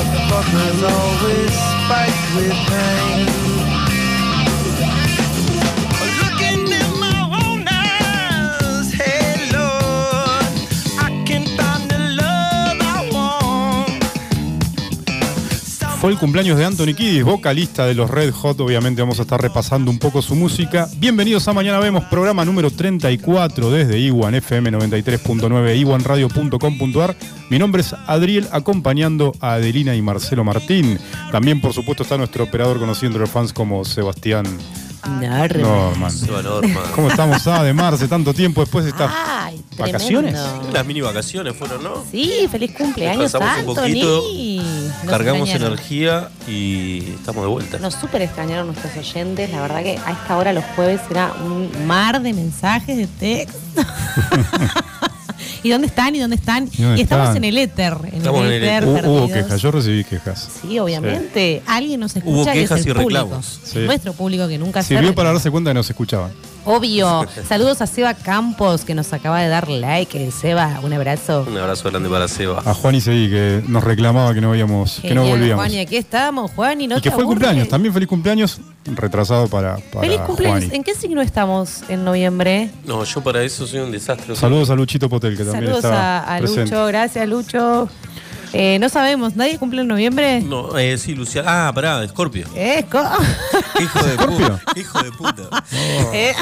partner's always spiked with pain. Looking in my own eyes, hey Lord, I can find the love I want. Fue el cumpleaños de Anthony Kiddis, vocalista de los Red Hot. Obviamente vamos a estar repasando un poco su música. Bienvenidos a Mañana Vemos, programa número 34 desde Iwan FM 93.9, iwanradio.com.ar. Mi nombre es Adriel, acompañando a Adelina y Marcelo Martín. También, por supuesto, está nuestro operador conocido entre los fans como Sebastián Arre. Norman. Nueva norma. ¿Cómo estamos, Ade, Marce? Tanto tiempo después de estas Ay, tremendo. vacaciones. Las mini vacaciones fueron, ¿no? Sí, feliz cumpleaños, Descansamos un poquito, Anthony. Nos Cargamos extrañaron. energía y estamos de vuelta. Nos súper extrañaron nuestros oyentes. La verdad que a esta hora los jueves era un mar de mensajes de texto. ¿Y dónde están? ¿Y dónde están? ¿Y dónde y estamos están? en el éter. En Estamos el en el éter. éter. Hu- Hubo perdidos. quejas, yo recibí quejas. Sí, obviamente. Alguien nos escucha. Hubo que es quejas el y público. reclamos. Sí. Nuestro público que nunca se Sirvió para darse cuenta que nos escuchaban. Obvio. Saludos a Seba Campos que nos acaba de dar like. Seba, un abrazo. Un abrazo grande para Seba. A Juan y Seguí, que nos reclamaba que no, habíamos, que no Genial, volvíamos. Juan, y aquí estamos, Juan, y no y que te fue aburres. cumpleaños, también feliz cumpleaños, retrasado para, para Feliz cumpleaños. Juani. ¿En qué signo estamos en noviembre? No, yo para eso soy un desastre. Saludos a Luchito Potel, que también eh. Saludos está a, a presente. Lucho, gracias Lucho. Eh, no sabemos, ¿nadie cumple en noviembre? No, eh, sí, Luciano. Ah, pará, Scorpio. Eh, co- Hijo de ¿Scorpio? puta. Hijo de puta. Eh,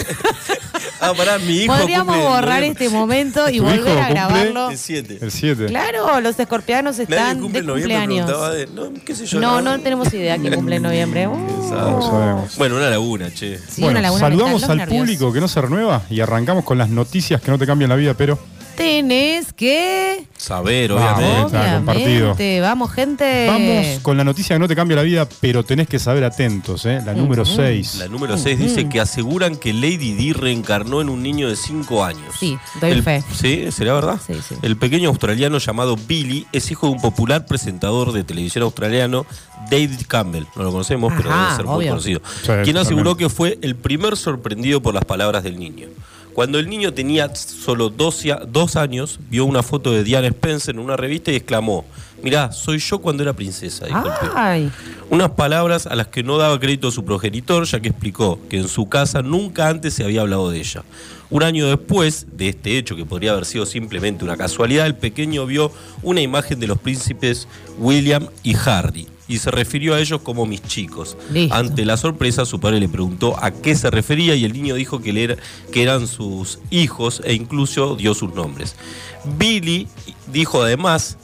Ah, pará, mi hijo. Podríamos cumple en borrar noviembre. este momento y ¿Tu hijo volver a cumple? grabarlo. El 7. El 7. Claro, los escorpianos están Nadie cumple de en noviembre, preguntaba cumpleaños. de. No, qué sé yo. No, no tenemos idea quién cumple en noviembre. Uh, No Ah, sabemos. Bueno, una laguna, che. sí, bueno, una laguna saludamos mental, al los nervios. público que no se renueva y arrancamos con las noticias que no te cambian la vida, pero Tenés que. Saber, Vamos. obviamente. está compartido. Obviamente. Vamos, gente. vamos con la noticia que no te cambia la vida, pero tenés que saber atentos, ¿eh? la número 6. La número 6 dice que aseguran que Lady Di reencarnó en un niño de 5 años. Sí, doy El- fe. ¿Sí? ¿Será verdad? Sí, sí. El pequeño australiano llamado Billy es hijo de un popular presentador de televisión australiano, David Campbell. No lo conocemos, pero Ajá, debe ser muy obvio. conocido. Sí, quien totalmente. aseguró que fue el primer sorprendido por las palabras del niño. Cuando el niño tenía solo 12, a- dos años, vio una foto de Diana Spencer en una revista y exclamó: Mirá, soy yo cuando era princesa. dijo Ah, el pibe. Ay, Unas palabras a las que no daba crédito su progenitor, ya que explicó que en su casa nunca antes se había hablado de ella. Un año después de este hecho, que podría haber sido simplemente una casualidad, el pequeño vio una imagen de los príncipes William y Harry y se refirió a ellos como mis chicos. Listo. Ante la sorpresa, su padre le preguntó a qué se refería y el niño dijo que, le era- que eran sus hijos e incluso dio sus nombres. Billy dijo además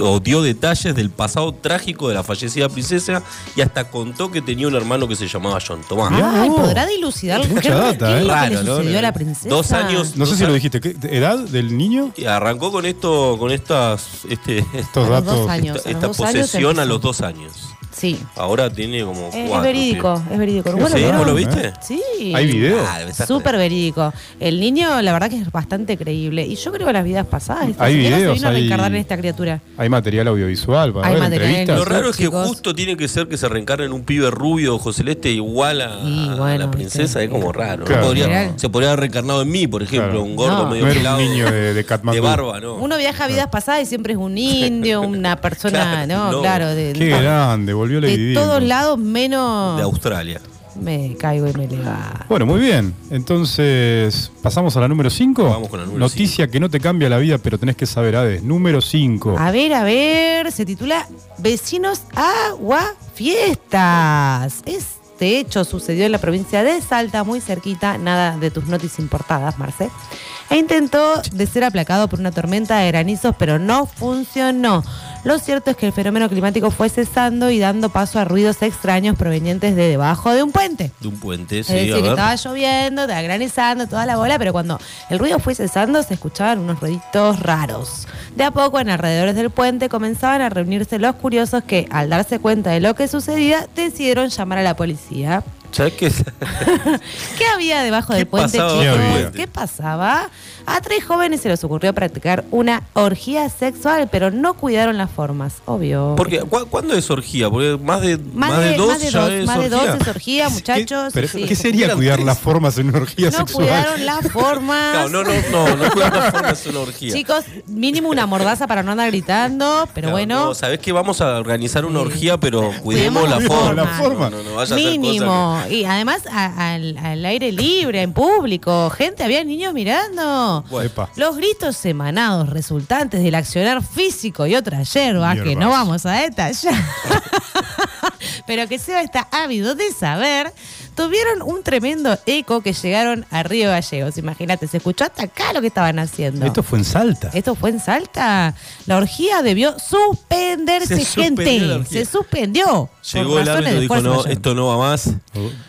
o dio detalles del pasado trágico de la fallecida princesa y hasta contó que tenía un hermano que se llamaba John Tomás. Mirá Ay, vos. podrá dilucidar Ah, Mucha qué, data, qué es eh. lo que le Raro, ¿no? sucedió a la princesa. Dos años. No sé si lo dijiste, ¿qué edad del niño? Y arrancó con esto, con estas, este, esta, Estos A los dos datos. años. a esta los dos años posesión a empezó. los dos años. Sí. Ahora tiene como Eh, cuatro. es verídico, es verídico. Sí, ¿Vos ¿Sí? lo vieron? ¿eh? ¿Vos lo vieron, viste? Sí. ¿Eh? ¿Hay video? Ah, me estás Súper verídico. El niño, la verdad que es bastante creíble. Y yo creo que las vidas pasadas. Esta Hay señora videos, se vino a hay- reencarnar en esta criatura. Hay material audiovisual para Hay ver, material. entrevistas. Lo raro es que chicos. justo tiene que ser que se reencarne en un pibe rubio ojo celeste igual a, Y bueno, a la princesa, viste. es como raro. Claro. No podría- Real. se podría haber reencarnado en mí, por ejemplo, Claro. un gordo No. medio No era pelado un niño de, de Katmandú. de barba, ¿no? Uno viaja a vidas pasadas y siempre es un indio, una persona, Claro, no, no. claro, de, Qué de- grande, volvió la de dividida. todos lados menos. de Australia. Me caigo y me levanto. Bueno, muy bien. Entonces, pasamos a la número 5. Vamos con la número Noticia que no te cambia la vida, pero tenés que saber, Hades. Número 5. A ver, a ver, se titula Vecinos Agua Fiestas. Este hecho sucedió en la provincia de Salta, muy cerquita, nada de tus noticias importadas, Marce. E intentó de ser aplacado por una tormenta de granizos, pero no funcionó. Lo cierto es que el fenómeno climático fue cesando y dando paso a ruidos extraños provenientes de debajo de un puente. De un puente, sí, Es decir, a ver. estaba lloviendo, estaba granizando toda la bola, pero cuando el ruido fue cesando se escuchaban unos ruiditos raros. De a poco, en alrededores del puente comenzaban a reunirse los curiosos que, al darse cuenta de lo que sucedía, decidieron llamar a la policía. ¿Sabes qué? ¿Qué había debajo ¿Qué del puente, pasaba chicos? bajo el puente? ¿Qué pasaba? A tres jóvenes se les ocurrió practicar una orgía sexual, pero no cuidaron las formas, obvio. Porque, ¿cu- ¿Cuándo es orgía? Porque más de, más, de, dos más de ya dos, es más de orgía. dos es orgía, muchachos. ¿Qué, pero, sí. ¿qué sería Eran cuidar tres. las formas en una orgía no sexual? cuidaron las formas. Claro, no, no, no, no cuidar las formas es una orgía. Chicos, mínimo una mordaza para no andar gritando, pero Claro, bueno. No, sabés que vamos a organizar una orgía, pero cuidemos la Cuidemos forma. la forma. No, no, no vaya a hacer cosas Mínimo. Y además a- al, al aire libre, en público. Gente, había niños mirando. Bueno. Epa. Los gritos emanados resultantes del accionar físico y otras hierbas, que Hierbas. no vamos a detallar, pero que Seba está ávido de saber, tuvieron un tremendo eco que llegaron a Río Gallegos. Imagínate, se escuchó hasta acá lo que estaban haciendo. Esto fue en Salta. Esto fue en Salta. La orgía debió suspenderse, Se suspendió la gente. orgía. Se suspendió. que- por Llegó el razones árbitro de y dijo, fuerza no, mayor. esto no va más.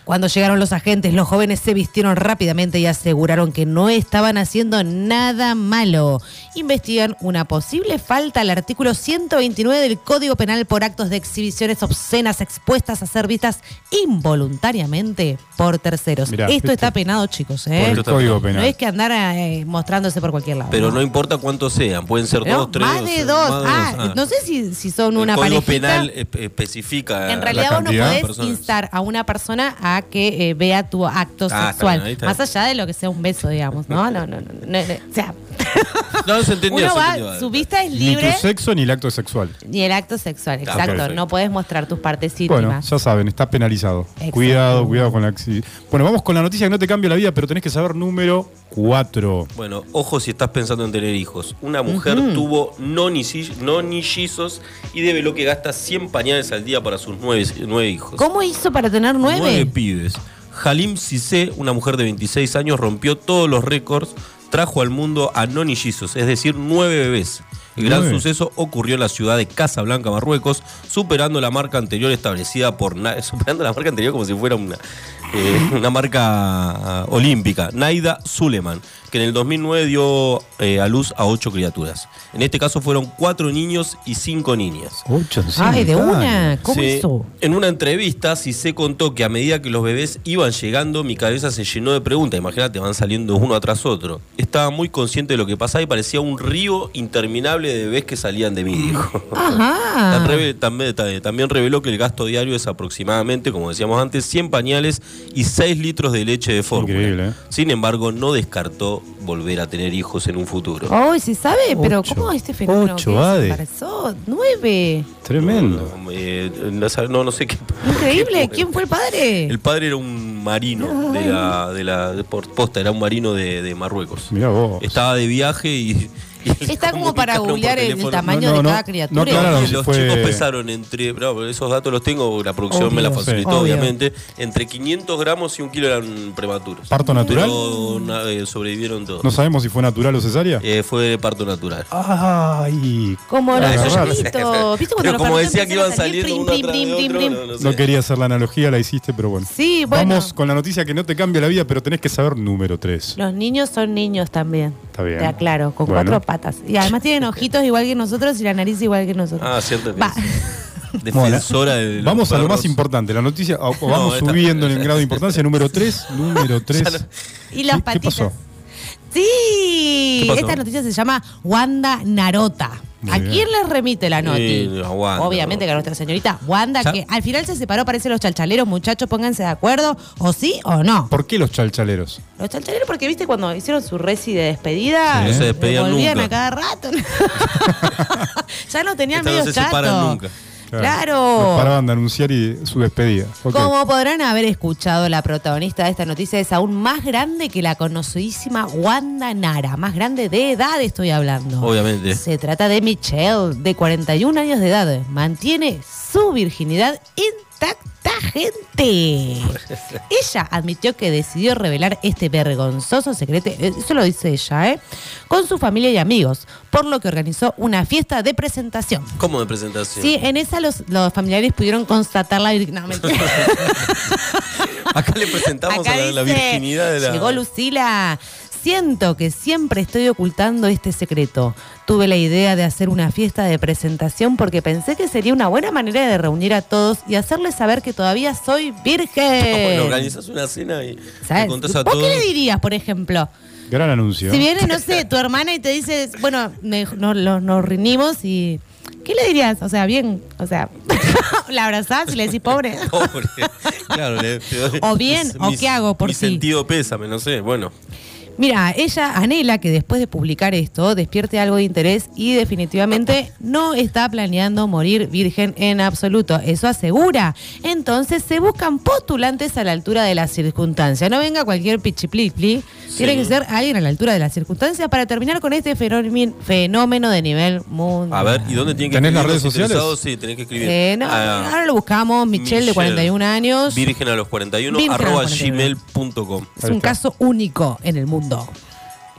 Cuando llegaron los agentes, los jóvenes se vistieron rápidamente y aseguraron que no estaban haciendo nada malo. Investigan una posible falta al artículo 129 del Código Penal por actos de exhibiciones obscenas expuestas a ser vistas involuntariamente por terceros. Mirá, Esto viste. está penado, chicos. Por ¿eh? el Esto código No penal. es que andar eh, mostrándose por cualquier lado. Pero no importa cuántos sean, pueden ser No, dos, tres. más o de sea, más dos. de ah, dos. Ah. no sé si, si son El una Código parejita. penal espe- especifica. En la realidad vos no cantidad de podés personas. instar a una persona a que eh, vea tu acto Ah, está sexual. bien, ahí está. más allá de lo que sea un beso, digamos. No, no, no. no, no, no, no. O sea, No, se entendió. uno se va, entendió. su vista es Ni tu libre sexo ni el acto sexual. ni el acto sexual. Está Exacto. Ah, perfecto. No podés mostrar tus partes Bueno, íntimas. ya saben, está penalizado. Exacto. Cuidado, cuidado con la acci- Bueno, vamos con la noticia que no te cambia la vida, pero tenés que saber número 4. Bueno, ojo si estás pensando en tener hijos. Una mujer tuvo nonisi- nonillizos y develó que gasta 100 pañales al día para sus nueve, nueve hijos. ¿Cómo hizo para tener nueve? pibes. Halim Cissé, una mujer de 26 años, rompió todos los récords, trajo al mundo a nonillizos, es decir, nueve bebés. El gran Nueve. suceso ocurrió en la ciudad de Casablanca, Marruecos, superando la marca anterior establecida por... Na- Superando la marca anterior como si fuera una, eh, una marca ah, olímpica. Naida Suleman, que en el 2009 dio eh, a luz a ocho criaturas. En este caso fueron cuatro niños y cinco niñas. 8 Ay, de una. ¿Cómo Sí. hizo? En una entrevista, si se contó que a medida que los bebés iban llegando, mi cabeza se llenó de preguntas. Imagínate, van saliendo uno tras otro. Estaba muy consciente de lo que pasaba y parecía un río interminable de bebés que salían de mí, dijo. Ajá. Ah. Tan reve- también, ta- también reveló que el gasto diario es aproximadamente, como decíamos antes, 100 pañales y 6 litros de leche de fórmula. Increíble, ¿eh? Sin embargo, no descartó volver a tener hijos en un futuro. Ay, se sabe, pero Ocho. ¿cómo este fenómeno Ocho, que Ade. desapareció? Nueve. Tremendo. Eh, no, sab- no, no sé qué. Increíble. ¿Quién fue el padre? El padre era un marino de la, de la de por- posta, era un marino de, de Marruecos. Mirá vos. Estaba de viaje y. y Está lo como comunicaron para por googlear el, teléfono. tamaño No, no, no. de cada No criatura. No, aclararon. Claro, y si los fue- chicos pesaron entre. no, esos datos los tengo, la producción me la Obvio, facilitó, sí. Obvio. obviamente. Entre 500 gramos y un kilo eran prematuros. ¿Parto natural? Pero, na- eh, sobrevivieron todos. No sabemos si fue natural o cesárea. Eh, fue parto natural. Ay. Como Ah, los eso ya lo sé. perritos. ¿Viste Pero cuando los como perritos decía que iban empiezan a salir, saliendo prim, uno prim, atrás de prim, otro, prim? no, no sé. No quería hacer la analogía, la hiciste, pero bueno. Sí, bueno. Vamos con la noticia que no te cambia la vida, pero tenés que saber número 3. Los niños son niños también. Está bien. Te aclaro, con Bueno. cuatro patas. Y además tienen ojitos igual que nosotros y la nariz igual que nosotros. Ah, cierto que Va. es. Defensora de los Vamos a lo perros. más importante, la noticia, o- o vamos esta- subiendo en el grado de importancia, número 3, número 3. Y las Ah, ¿Qué- qué patitas. pasó? Sí. ¿Qué pasó? Esta noticia se llama Wanda Narota. Muy ¿A bien. quién les remite la noti? Sí, a Wanda. Obviamente que a nuestra señorita Wanda, Ya- que al final se separó, parece los chalchaleros, muchachos, pónganse de acuerdo, o sí o no. ¿Por qué los chalchaleros? Los chalchaleros, porque viste cuando hicieron su resi de despedida, Sí, no se despedían volvían nunca. a cada rato. ya no tenían Esta no medio se separan chato. nunca. Claro. No paraban de anunciar y su despedida. Ok. Como podrán haber escuchado, la protagonista de esta noticia es aún más grande que la conocidísima Wanda Nara. Más grande de edad estoy hablando. Obviamente. Se trata de Michelle, de 41 años de edad. Mantiene su virginidad intacta, gente. Ella admitió que decidió revelar este vergonzoso secreto, eh, eso lo dice ella, ¿eh? Con su familia y amigos, por lo que organizó una fiesta de presentación. ¿Cómo de presentación? Sí, en esa los, los familiares pudieron constatar la virginidad. Acá le presentamos Acá a la, la dice, virginidad de la. Llegó Lucila. Siento que siempre estoy ocultando este secreto. Tuve la idea de hacer una fiesta de presentación porque pensé que sería una buena manera de reunir a todos y hacerles saber que todavía soy virgen. eh, Bueno, organizás una cena y le ¿Sabes? contás a ¿Vos todos. qué le dirías, por ejemplo? Gran anuncio. Si viene, no sé, tu hermana y te dices, bueno, me- no- lo- nos reunimos y. ¿Qué le dirías? O sea, bien, o sea, la abrazás y le decís pobre. Pobre. Claro, le- te doy- O bien, o qué hago por Mi ti. sentido pésame, no sé. Bueno, Mira, ella anhela que después de publicar esto despierte algo de interés y definitivamente no está planeando morir virgen en absoluto. Eso asegura. Entonces se buscan postulantes a la altura de la circunstancia. No venga cualquier pichiplipli. Tiene Sí. que ser alguien a la altura de la circunstancia para terminar con este fenómen- fenómeno de nivel mundial. a ver, ¿y dónde tienen que ¿Tenés escribir las los redes sociales? interesados? Sí, tenés que escribir. Eh, no, a ahora lo buscamos. Michelle, de 41 años. Virgen a los 41, Virgen a los arroba 41. gmail.com. Es Ahí un está. caso único en el mundo.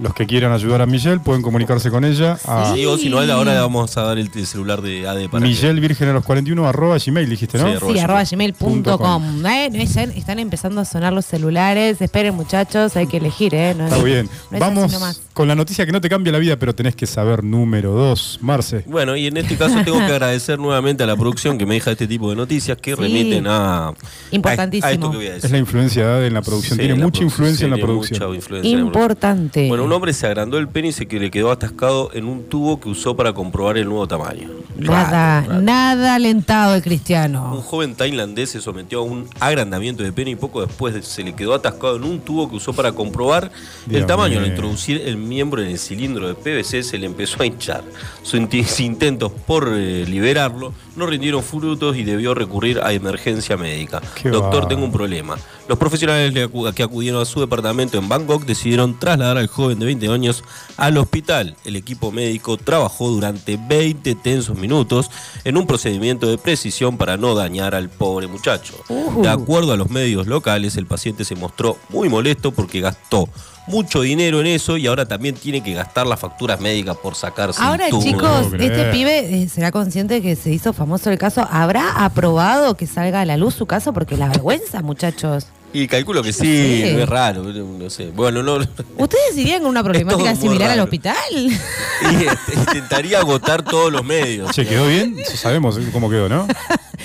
Los que quieran ayudar a Michelle pueden comunicarse con ella a Sí, o si no, ahora le vamos a dar el t- celular de AD para que- Michelle Virgen a los 41 arroba gmail, dijiste, ¿no? Sí, arroba Sí, gmail. arroba gmail.com. Punto com. Eh, no, ya están empezando a sonar los celulares. Esperen, muchachos, hay que elegir, ¿eh? No, Está no- bien. no es así nomás. Vamos con la noticia que no te cambia la vida, pero tenés que saber número 2. Marce. Bueno, y en este caso tengo que agradecer nuevamente a la producción que me deja este tipo de noticias que Sí. remiten a, Importantísimo. a esto que voy a Es decir. la influencia de Adel en la producción. Sí, Tiene la mucha produ- influencia en la tiene producción. mucha influencia en la producción. Importante. Bueno, un hombre se agrandó el pene y se que- le quedó atascado en un tubo que usó para comprobar el nuevo tamaño. nada, Raro, raro. nada alentado el Un cristiano. joven tailandés se sometió a un agrandamiento de pene y poco después se le quedó atascado en un tubo que usó para comprobar Dios el tamaño. Al mío. introducir el miembro en el cilindro de PVC se le empezó a hinchar. Sus inti- sus intentos por eh, liberarlo no rindieron frutos y debió recurrir a emergencia médica. Qué Doctor, bárbaro. tengo un problema. Los profesionales le acu- que acudieron a su departamento en Bangkok decidieron trasladar al joven de 20 años al hospital. El equipo médico trabajó durante 20 tensos minutos en un procedimiento de precisión para no dañar al pobre muchacho. Ujú. De acuerdo a los medios locales, el paciente se mostró muy molesto porque gastó mucho dinero en eso y ahora también tiene que gastar las facturas médicas por sacarse el Ahora, tubo. chicos, No puedo este creer. pibe eh, será consciente de que se hizo famoso el caso. ¿Habrá aprobado que salga a la luz su caso? Porque la vergüenza, muchachos. Y calculo que sí, Sí. no es raro, no sé. Bueno, no. ¿Ustedes irían con una problemática todo muy similar al raro. hospital? Y este, intentaría agotar todos los medios. Che, ¿quedó bien? Ya sabemos cómo quedó, ¿no?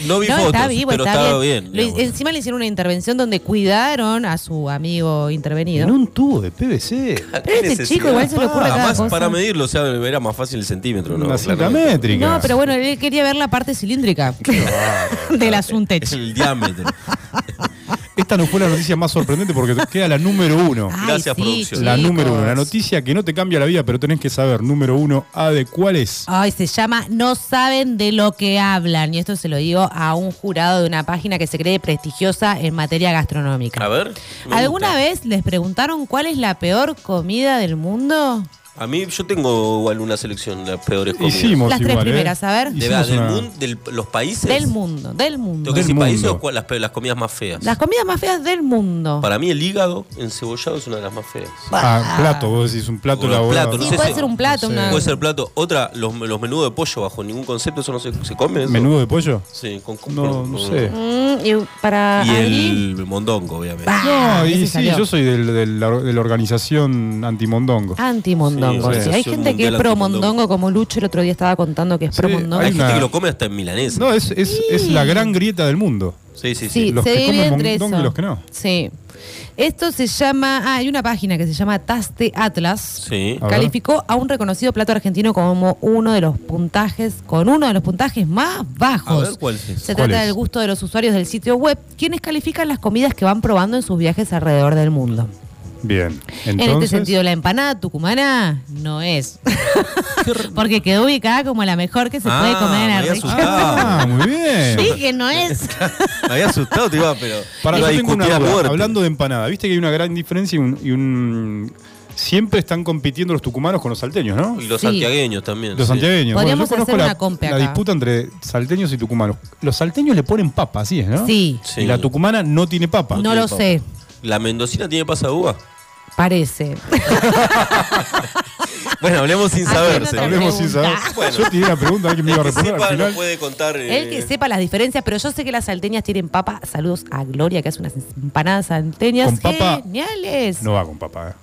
No vi no, fotos, está vivo, pero está estaba bien. bien. Lo- digamos. encima le hicieron una intervención donde cuidaron a su amigo intervenido. En un tubo de PVC. ¿Qué Pero este necesidad? chico igual se le ocurre Ah, cada más cosa. para medirlo, o sea, era más fácil el centímetro, ¿no? Una cinta Claramente. métrica. No, pero bueno, él quería ver la parte cilíndrica del asunto. Es el diámetro. Esta no fue la noticia más sorprendente porque queda la número uno. Gracias, producción. La número uno. La noticia que no te cambia la vida, pero tenés que saber, número uno, A de cuál es. Ay, se llama No saben de lo que hablan. Y esto se lo digo a un jurado de una página que se cree prestigiosa en materia A gastronómica. ver. me ¿Alguna gusta. vez les preguntaron cuál es la peor comida del mundo? A mí, yo tengo igual una selección de las peores comidas. Hicimos Las tres igual, ¿eh? primeras, a ver. ¿De, Hicimos del una- mundo, del- los países? Del mundo, del mundo. ¿Tengo que Del decir países mundo. o cuál- las, pe- las comidas más feas? Las comidas más feas del mundo. Para mí, el hígado encebollado es una de las más feas. Ah, plato, vos decís un plato Bueno, elaborado. plato, no Sí, sé puede si- ser un plato, no sé. una- Puede ser plato. Otra, los, los menudos de pollo bajo ningún concepto, eso no se, se come. eso? ¿Menudo de pollo? Sí, con, con- No, con- no sé. Mm, y para Y ahí- el mondongo, obviamente. Ah, No, ese y sí, salió. yo soy del- del- la- de la organización antimondongo. Ah, Sí, Antimondongo. sí. sí. Hay Sí, gente un que es mundial pro antimondongo. mondongo, como Lucho el otro día estaba contando que es Sí, pro mondongo. Hay Hay gente una- que lo come hasta en milanesa. No, es, es, es la gran grieta del mundo. Sí, sí, sí. Sí, los se que divide comen entre mondongo y eso. los que no. Sí. Esto se llama. Ah, hay una página que se llama Taste Atlas. Sí. A ver. Calificó a un reconocido plato argentino como uno de los puntajes, con uno de los puntajes más bajos. A ver, ¿cuál es? Se ¿Cuál trata es? del gusto de los usuarios del sitio web, quienes califican las comidas que van probando en sus viajes alrededor del mundo. Bien. En este Entonces, sentido, la empanada tucumana no es. Porque quedó ubicada como la mejor que se Ah, puede comer en me la había región. asustado. Ah, muy bien. Dije, no es. Me había asustado, te iba, pero. Para iba yo a tengo una discutir a duda. muerte. Hablando de empanada, viste que hay una gran diferencia y un, y un- Siempre están compitiendo los tucumanos con los salteños, ¿no? Y los Sí. santiagueños también. Los sí. santiagueños. Podríamos yo conozco hacer la, una compe la acá. disputa entre salteños y tucumanos. Los salteños le ponen papa, así es, ¿no? Sí. Sí. Y la tucumana no tiene papa. No lo sé. ¿La mendocina tiene pasa de uva? Parece. Bueno, hablemos sin Haciendo saberse. otra Hablemos sin saber. pregunta. Bueno. Yo tenía una pregunta a ver quién me iba a El que responder sepa al no final. puede contar. eh, Él que sepa las diferencias, pero yo sé que las salteñas tienen papa. Saludos a Gloria, que hace unas empanadas salteñas Con papa geniales. No va con papa. ¿eh?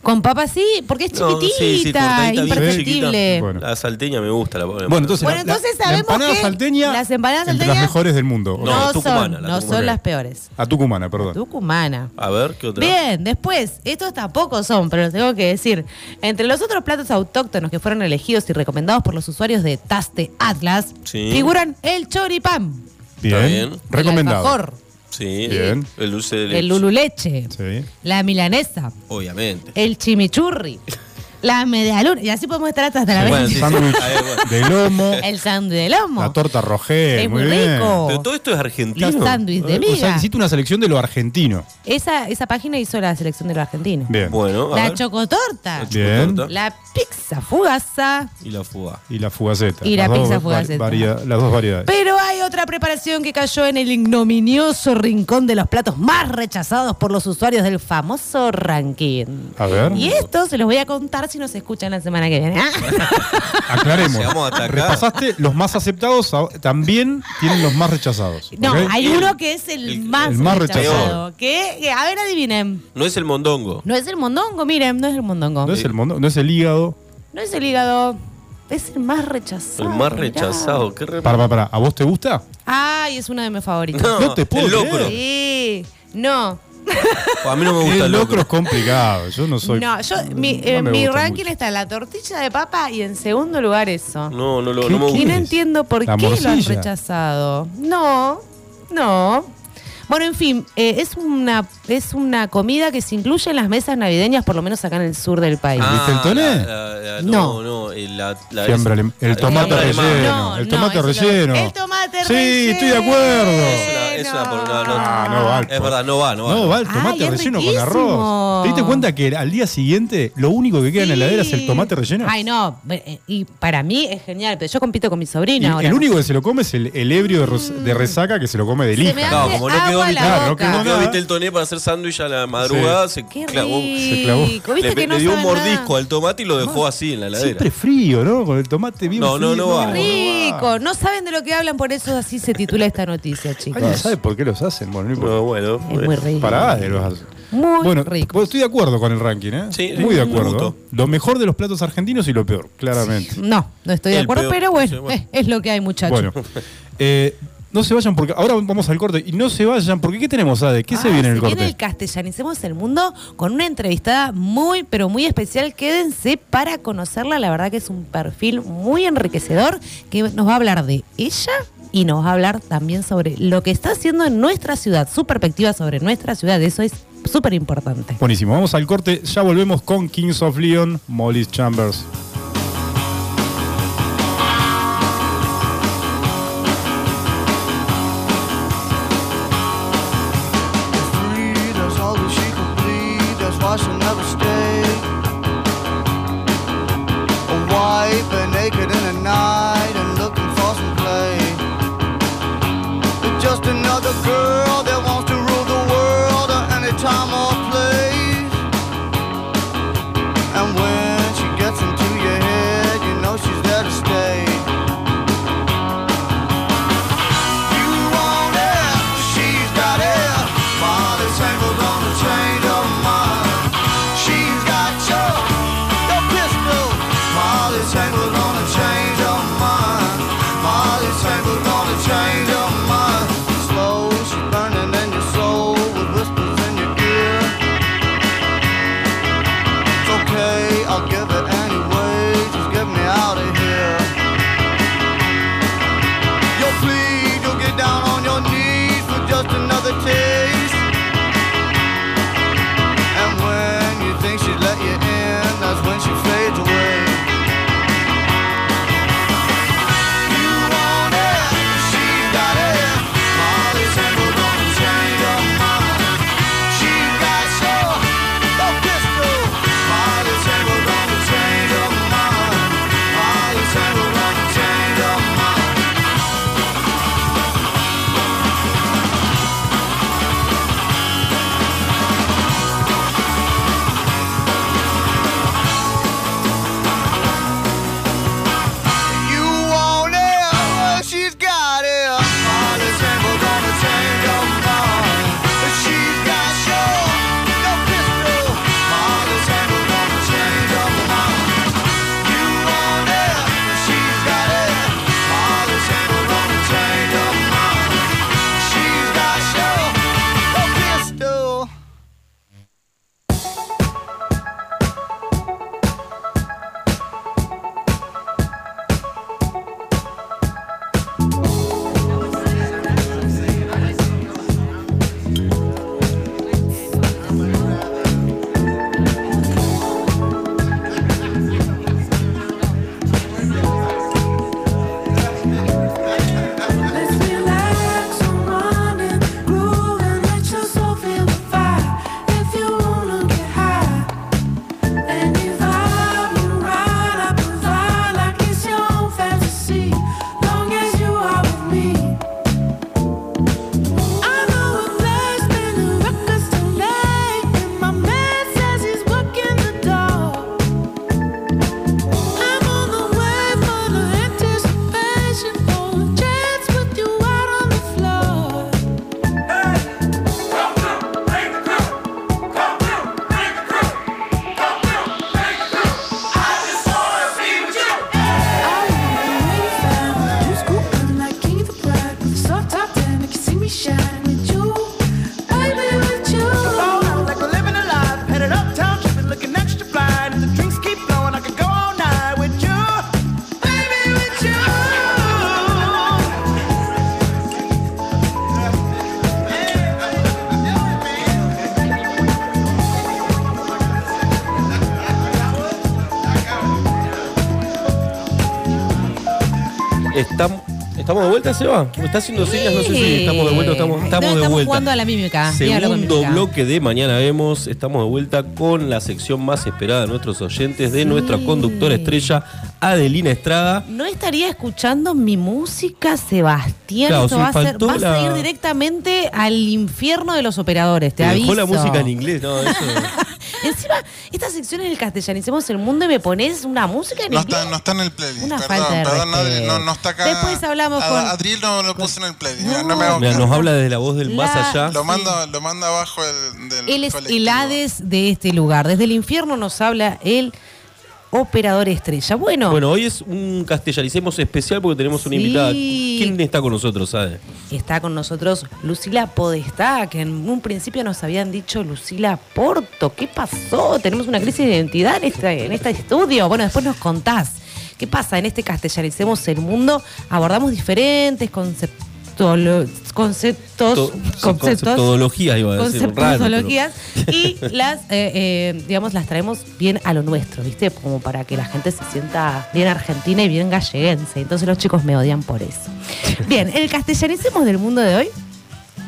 Con papa sí, porque es No, sí, chiquitita, sí, cortadita, bien imperceptible. chiquita. Bueno, Bueno. La salteña me gusta. La, entonces, Bueno, entonces sabemos empanada que salteña, las empanadas entre salteñas- las mejores del mundo. No, No, son, tucumana, la no tucumana. son las peores. A Tucumana, perdón. Tucumana. A ver, ¿qué otra? Bien, después, estos tampoco son, pero los tengo que decir. Entre los otros platos autóctonos que fueron elegidos y recomendados por los usuarios de Taste Atlas, Sí. figuran el choripán, Bien. bien. El el Recomendado. alfajor, Sí. Bien. El dulce de leche. el lululeche, Sí. la milanesa, Obviamente. el chimichurri, la medialuna, y así podemos estar hasta la Sí, vez. bueno, Un sí, sí. sándwich A ver, bueno. de lomo, El sándwich de lomo. la torta rogel. Es muy muy bien. rico. Pero todo esto es argentino. Los sándwiches de Eh, O sea, miga. hiciste una selección de lo argentino. Esa, esa página hizo la selección de los argentinos. Bien. Bueno, a La ver. chocotorta, La chocotorta la pizza fugaza, Y la fuga. Y la fugaceta. Y la Las dos pizza va- fugaceta. varia- las dos variedades. Pero hay otra preparación que cayó en el ignominioso rincón de los platos más rechazados por los usuarios del famoso ranking. A ver, Y esto se los voy a contar si nos escuchan la semana que viene. Ah, aclaremos. Llegamos hasta acá. Repasaste los más aceptados, ah, también tienen los más rechazados. No, ¿ok? hay uno que es el, El- más, el más rechazado. rechazado. Que, que- a ver, adivinen. No es el mondongo. Eh, No es el mondongo, miren, no es el mondongo. No es el mundo, no es el hígado. No es el hígado. Es el más rechazado. El más mirá. rechazado. Qué re- Para, para, para. ¿A vos te gusta? Ay, es uno de mis favoritos. No, No te puedo el locro. creer. Sí, no. A mí no me gusta el el locro es locro. complicado. Yo no soy. No, yo, mi, no eh, me mi gusta ranking mucho. está la tortilla de papa y en segundo lugar eso. No, no, lo- ¿Qué- no me qué y no gusta. es? entiendo por La qué lo han morcilla. rechazado. No, no. Bueno, en fin, eh, es, una, es una comida que se incluye en las mesas navideñas, por lo menos acá en el sur del país. Ah, ¿Viste el toné? la- la- No, No. no. el- la- la- Fiambra alem- el la- tomate fiambra relleno. alemana. No, el no, tomate eso no. relleno. El tomate Sí, relleno. estoy de acuerdo. Es una- es una por- no, no. Ah, no va. Es verdad, no va, no va. No, va el tomate Ay, es relleno riquísimo. con arroz. ¿Te diste cuenta que al día siguiente lo único que queda en la heladera es el Sí. tomate relleno? Ay, no. eh, Y para mí es genial, pero yo compito con mi Y sobrina ahora. el único que se lo come es el, el ebrio de, ros- de resaca que se lo come de Mm. Se me lija. hace- No, como no Agua quedó a la vitel, Claro, no no boca. quedó quedó nada. vitel toné para hacer sándwich a la madrugada, se Qué clavó. se clavó. Ah. rico. ¿Viste Le, que le no dio un sabe nada? mordisco al tomate y lo dejó así en la heladera. Siempre frío, ¿no? Con el tomate bien No, no, frío. no va. Qué rico. No saben de lo que hablan, por eso así se titula esta noticia, chicos. ¿Alguien sabe por qué los hacen? Bueno, no No, importa. bueno. Es muy rico. Pará de los hacen. Muy bueno, rico. bueno, estoy de acuerdo con el ranking, ¿eh? Sí, Muy de me acuerdo. gustó. Lo mejor de los platos argentinos y lo peor, claramente. No, no estoy de El acuerdo, peor, pero sí, bueno, bueno. eh, es lo que hay, muchachos. Bueno, eh, no se vayan porque ahora vamos al corte y no se vayan porque ¿qué tenemos, Ade? ¿Qué se Ah, viene en el corte? Viene el Castellanicemos el Mundo con una entrevistada muy, pero muy especial. Quédense para conocerla. La verdad que es un perfil muy enriquecedor que nos va a hablar de ella y nos va a hablar también sobre lo que está haciendo en nuestra ciudad, su perspectiva sobre nuestra ciudad. Eso es súper importante. Buenísimo, vamos al corte, ya volvemos con Kings of Leon, Molly Chambers. free, that's all that she could bleed, that's why she'll never stay. A wife and naked in the night and looking for some play. But just another girl that wants to rule the world at any time or place. And when she gets into your head, you know she's there to stay. You want it, she's got it. Molly tangled on the chain of mine. She's got your, your pistol. Molly tangled on the chain of mine. Molly tangled on the chain of mine. Slow, she's burning Oh, I'm like we're living a life. Headed uptown, tripping, looking extra fly. And the drinks keep flowing. I could go all night with you, baby, with you. Estamos, ¿Estamos de vuelta, Seba? ¿Me está haciendo señas? No sé si estamos de vuelta o estamos, No, estamos de estamos vuelta. jugando a la mímica. Mira lo que Segundo mímica. bloque de Mañana Vemos. Estamos de vuelta con la sección más esperada de nuestros oyentes, de nuestra conductora estrella, Adelina Estrada. No estaría escuchando mi música, Sebastián. Claro, Esto sí, va a ser, faltó vas a ir la- directamente al infierno de los operadores, te Te aviso. dejó la música en inglés. No, eso... Encima, esta sección es el castellanicemos el mundo y me pones una música en No inglés. está, no está en el playlist. Una perdón, falta de perdón, Adri, respeto. no, no está acá. Después hablamos Ad- con- Adriel no lo puso en el playlist. No, No. me hago Mira, caso. nos habla desde la voz del más La- allá. Lo manda, lo manda abajo el, del. Él es el colectivo. Hades de este lugar. Desde el infierno nos habla el operador estrella. Bueno, Bueno, hoy es un castellanicemos especial porque tenemos una Sí. invitada. ¿Quién está con nosotros, Ade? está con nosotros Lucila Podestá, que en un principio nos habían dicho Lucila Porto. ¿Qué pasó? Tenemos una crisis de identidad en este, en este estudio. Bueno, después nos contás. ¿Qué pasa? En este castellanicemos el mundo abordamos diferentes conceptos. Conceptos, To- conceptos, Conceptología, iba a decir. raro, pero- conceptologías y las eh, eh, digamos las traemos bien a lo nuestro, ¿viste? Como para que la gente se sienta bien argentina y bien galleguense. Entonces los chicos me odian por eso. Bien, el castellanicemos del mundo de hoy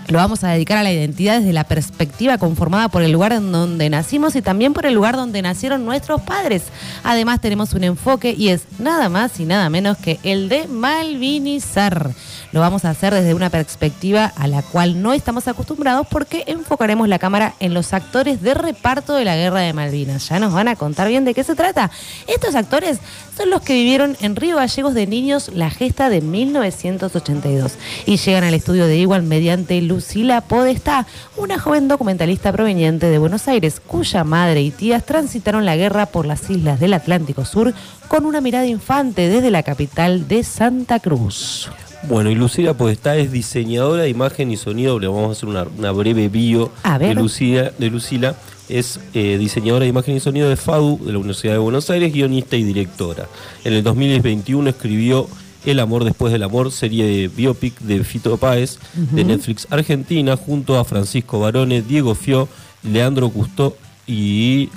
lo vamos a dedicar a la identidad desde la perspectiva conformada por el lugar en donde nacimos y también por el lugar donde nacieron nuestros padres. Además tenemos un enfoque y es nada más y nada menos que el de malvinizar. Lo vamos a hacer desde una perspectiva a la cual no estamos acostumbrados porque enfocaremos la cámara en los actores de reparto de la guerra de Malvinas. Ya nos van a contar bien de qué se trata. Estos actores son los que vivieron en Río Gallegos de niños la gesta de 1982 y llegan al estudio de Igual mediante Lucila Podestá, una joven documentalista proveniente de Buenos Aires, cuya madre y tías transitaron la guerra por las islas del Atlántico Sur con una mirada infante desde la capital de Santa Cruz. Bueno, y Lucila Podestá es diseñadora de imagen y sonido. Le vamos a hacer una, una breve bio A ver. de Lucila. De Lucila. Es eh, diseñadora de imagen y sonido de FADU de la Universidad de Buenos Aires, guionista y directora. En el 2021 escribió El amor después del amor, serie de biopic de Fito Páez de Netflix Argentina, junto a Francisco Barone, Diego Fio, Leandro Custó y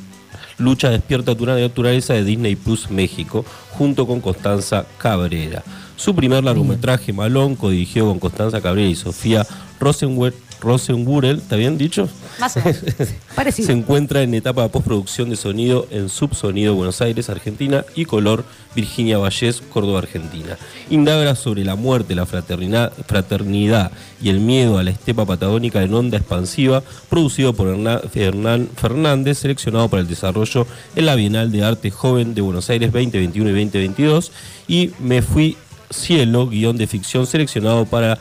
Lucha despierta tu naturaleza de Disney Plus México, junto con Constanza Cabrera. Su primer largometraje, Malón, codirigió con Constanza Cabrera y Sofía Rosenwe- Rosenwurel, ¿está bien dicho? Más o menos. Parecido. Se encuentra en etapa de postproducción de sonido en Subsonido Buenos Aires, Argentina, y color Virginia Vallés, Córdoba, Argentina. Indaga sobre la muerte, la fraternidad, fraternidad y el miedo a la estepa patagónica en onda expansiva, producido por Herna- Hernán Fernández, seleccionado para el desarrollo en la Bienal de Arte Joven de Buenos Aires 2021 y 2022, y Me Fui Cielo, guión de ficción, seleccionado para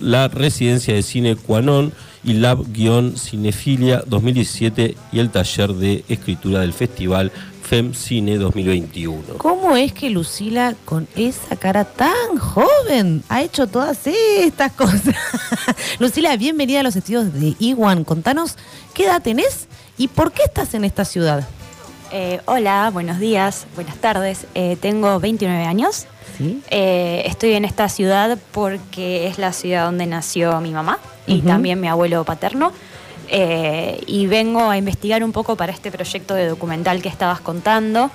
la residencia de cine Cuanón y Lab-Cinefilia 2017 y el taller de escritura del festival FEM Cine 2021. ¿Cómo es que Lucila, con esa cara tan joven, ha hecho todas estas cosas? Lucila, bienvenida a los estudios de Iguan. Contanos, ¿qué edad tenés y por qué estás en esta ciudad? Eh, hola, buenos días, buenas tardes. Eh, tengo 29 años. ¿Sí? Eh, estoy en esta ciudad porque es la ciudad donde nació mi mamá y Ujú. también mi abuelo paterno. Eh, y vengo a investigar un poco para este proyecto de documental que estabas contando,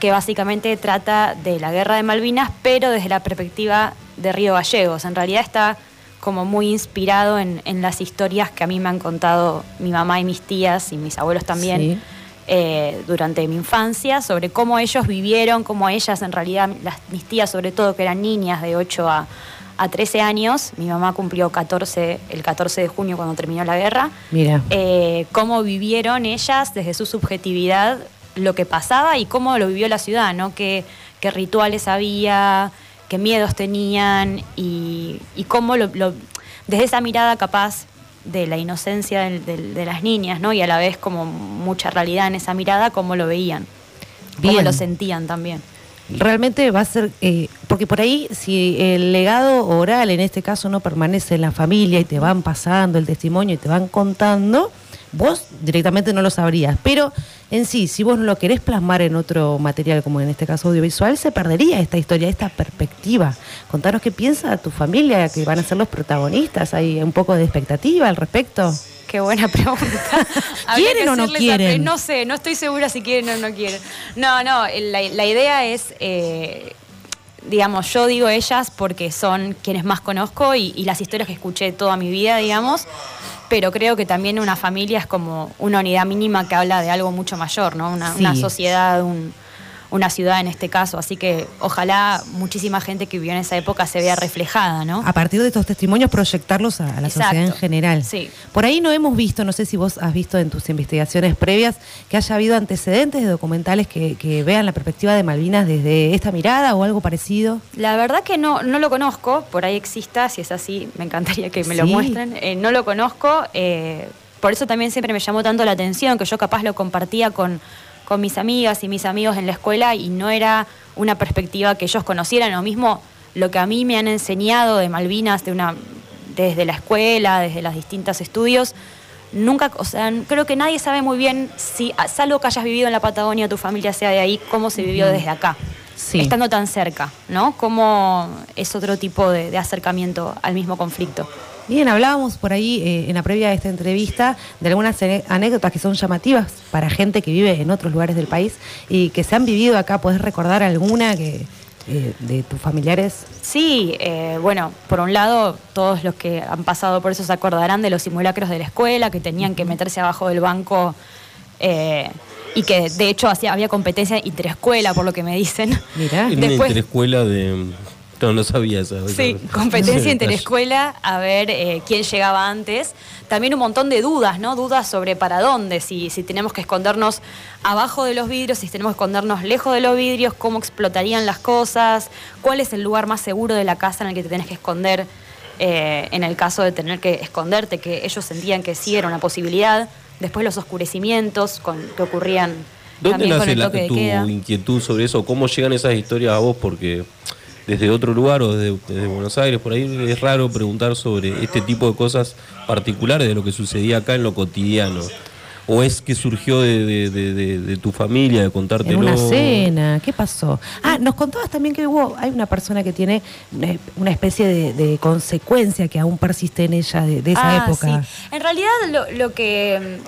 que básicamente trata de la guerra de Malvinas, pero desde la perspectiva de Río Gallegos. En realidad está como muy inspirado en, en las historias que a mí me han contado mi mamá y mis tías y mis abuelos también Sí. eh, durante mi infancia, sobre cómo ellos vivieron, cómo ellas en realidad, las, mis tías sobre todo, que eran niñas de 8 a, a 13 años, mi mamá cumplió 14 el 14 de junio cuando terminó la guerra, Mira. eh, cómo vivieron ellas desde su subjetividad lo que pasaba y cómo lo vivió la ciudad, ¿no? Qué, qué rituales había, qué miedos tenían y, y cómo lo, lo- desde esa mirada capaz de la inocencia del- del- de las niñas, ¿no? Y a la vez como mucha realidad en esa mirada, cómo lo veían, Bien. cómo lo sentían también. realmente va a ser, eh, porque por ahí si el legado oral en este caso no permanece en la familia y te van pasando el testimonio y te van contando, vos directamente no lo sabrías. Pero en sí, si vos no lo querés plasmar en otro material como en este caso audiovisual, se perdería esta historia, esta perspectiva. Contanos qué piensa tu familia, que van a ser los protagonistas, hay un poco de expectativa al respecto. Qué buena pregunta. Habría ¿Quieren que o no hacerles a- quieren? No sé, no estoy segura si quieren o no quieren. No, no, la, la idea es, eh, digamos, yo digo ellas porque son quienes más conozco y, y las historias que escuché toda mi vida, digamos, pero creo que también una familia es como una unidad mínima que habla de algo mucho mayor, ¿no? Una, una Sí. sociedad, un- una ciudad en este caso, así que ojalá muchísima gente que vivió en esa época se vea reflejada, ¿no? a partir de estos testimonios proyectarlos a, a la Exacto. sociedad en general. Sí. Por ahí no hemos visto, no sé si vos has visto en tus investigaciones previas, que haya habido antecedentes de documentales que, que vean la perspectiva de Malvinas desde esta mirada o algo parecido. La verdad que no, no lo conozco, por ahí exista, si es así, me encantaría que me lo Sí. muestren. Eh, no lo conozco, eh, por eso también siempre me llamó tanto la atención, que yo capaz lo compartía con, con mis amigas y mis amigos en la escuela y no era una perspectiva que ellos conocieran, lo mismo lo que a mí me han enseñado de Malvinas, de una, desde la escuela, desde los distintos estudios. Nunca, o sea, creo que nadie sabe muy bien si, a- salvo que hayas vivido en la Patagonia, tu familia sea de ahí, cómo se vivió desde acá Sí. estando tan cerca, ¿no? Como es otro tipo de, de acercamiento al mismo conflicto. Bien, hablábamos por ahí eh, en la previa de esta entrevista de algunas ane- anécdotas que son llamativas para gente que vive en otros lugares del país y que se han vivido acá. ¿Podés recordar alguna que, eh, de tus familiares? Sí, eh, bueno, por un lado, todos los que han pasado por eso se acordarán de los simulacros de la escuela, que tenían que meterse abajo del banco eh, y que de hecho hacía, había competencia interescuela, por lo que me dicen. Mirá. En una Después- interescuela de. No, no sabía esa. Sí, esa- competencia ese interescuela, a ver eh, quién llegaba antes. También un montón de dudas, ¿no? Dudas sobre para dónde, si, si tenemos que escondernos abajo de los vidrios, si tenemos que escondernos lejos de los vidrios, cómo explotarían las cosas, cuál es el lugar más seguro de la casa en el que te tenés que esconder eh, en el caso de tener que esconderte, que ellos sentían que sí era una posibilidad. Después los oscurecimientos con, que ocurrían ¿Dónde también con nace el la- toque de tu queda. inquietud sobre eso? ¿Cómo llegan esas historias a vos? Porque desde otro lugar o desde, desde Buenos Aires, por ahí es raro preguntar sobre este tipo de cosas particulares de lo que sucedía acá en lo cotidiano. ¿O es que surgió de, de- de- de- de tu familia, de contártelo? En una cena, ¿qué pasó? Ah, nos contabas también que hubo, hay una persona que tiene una- una especie de, de consecuencia que aún persiste en ella de, de esa Ah, época. sí. En realidad lo, lo que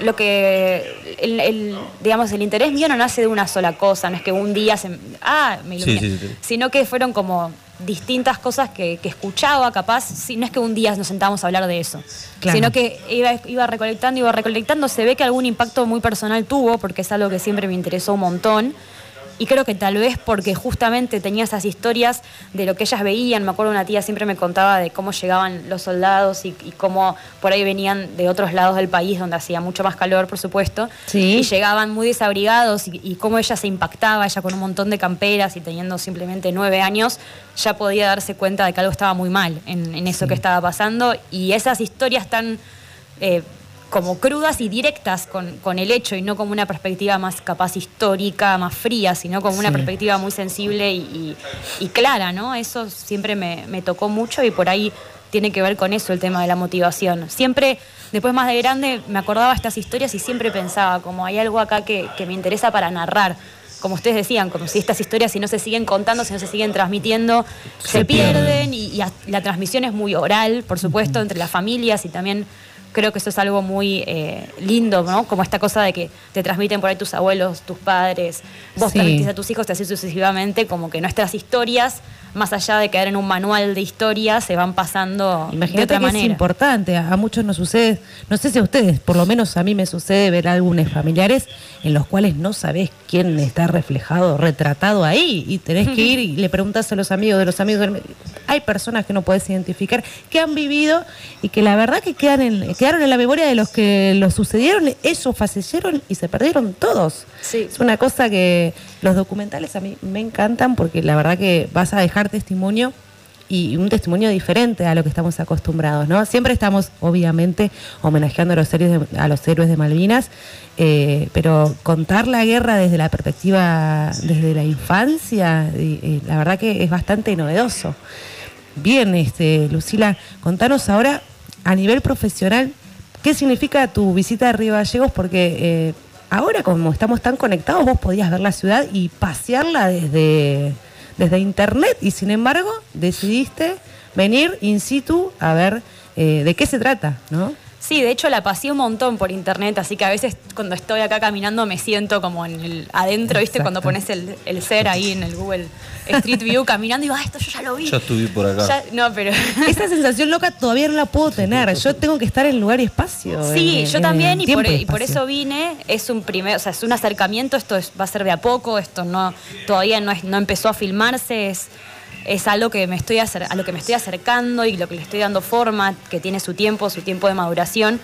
lo que el, el- digamos el interés mío no nace de una sola cosa, no es que un día se ah, me iluminé, Sí, sí, sí. sino que fueron como distintas cosas que, que escuchaba capaz, si no es que un día nos sentamos a hablar de eso, Claro. sino que iba, iba recolectando, iba recolectando, se ve que algún impacto muy personal tuvo, porque es algo que siempre me interesó un montón. Y creo que tal vez porque justamente tenía esas historias de lo que ellas veían. Me acuerdo una tía siempre me contaba de cómo llegaban los soldados y, y cómo por ahí venían de otros lados del país donde hacía mucho más calor, por supuesto. Sí. Y llegaban muy desabrigados y, y cómo ella se impactaba, ella con un montón de camperas y teniendo simplemente nueve años, ya podía darse cuenta de que algo estaba muy mal en, en eso que estaba pasando. Y esas historias tan eh, como crudas y directas con, con el hecho y no como una perspectiva más capaz histórica, más fría, sino como una Sí. perspectiva muy sensible y, y- y clara, ¿no? Eso siempre me, me tocó mucho y por ahí tiene que ver con eso el tema de la motivación. Siempre, después más de grande, me acordaba estas historias y siempre pensaba, como hay algo acá que, que me interesa para narrar. Como ustedes decían, como si estas historias, si no se siguen contando, si no se siguen transmitiendo, se, Se pierden, pierden. y, y a- la transmisión es muy oral, por supuesto, entre las familias y también creo que eso es algo muy eh, lindo, ¿no? Como esta cosa de que te transmiten por ahí tus abuelos, tus padres, vos Sí. transmitís a tus hijos, te así sucesivamente, como que nuestras historias, más allá de quedar en un manual de historias, se van pasando de Imagínate otra que es manera. importante, a a muchos nos sucede, no sé si a ustedes, por lo menos a mí me sucede ver álbumes familiares en los cuales no sabés quién está reflejado, retratado ahí, y tenés que ir y le preguntás a los amigos de los amigos. del- Hay personas que no podés identificar, que han vivido y que la verdad que quedan en- quedaron en la memoria de los que los sucedieron, esos fallecieron y se perdieron todos. Sí. Es una cosa que los documentales a mí me encantan porque la verdad que vas a dejar testimonio y un testimonio diferente a lo que estamos acostumbrados, ¿no? Siempre estamos, obviamente, homenajeando a los héroes de, a los héroes de Malvinas, eh, pero contar la guerra desde la perspectiva, desde la infancia, y- y la verdad que es bastante novedoso. Bien, este, Lucila, contanos ahora a nivel profesional qué significa tu visita a Río Gallegos, porque eh, ahora como estamos tan conectados, vos podías ver la ciudad y pasearla desde, desde internet y sin embargo decidiste venir in situ a ver eh, de qué se trata, ¿no? Sí, de hecho la pasé un montón por internet, así que a veces cuando estoy acá caminando me siento como en el adentro, ¿viste? Exacto. Cuando pones el, el ser ahí en el Google Street View caminando y digo, ah, esto yo ya lo vi. Ya estuve por acá. Ya- no, pero... Esa sensación loca todavía no la puedo tener. Yo tengo que estar en lugar y espacio. Sí, en- yo en también y por, e, tiempo y por espacio. eso vine. Es un primer, o sea, es un acercamiento. Esto es- va a ser de a poco. Esto no todavía no, es- no empezó a filmarse. Es, es algo que me estoy acer- a lo que me estoy acercando y lo que le estoy dando forma, que tiene su tiempo, su tiempo de maduración.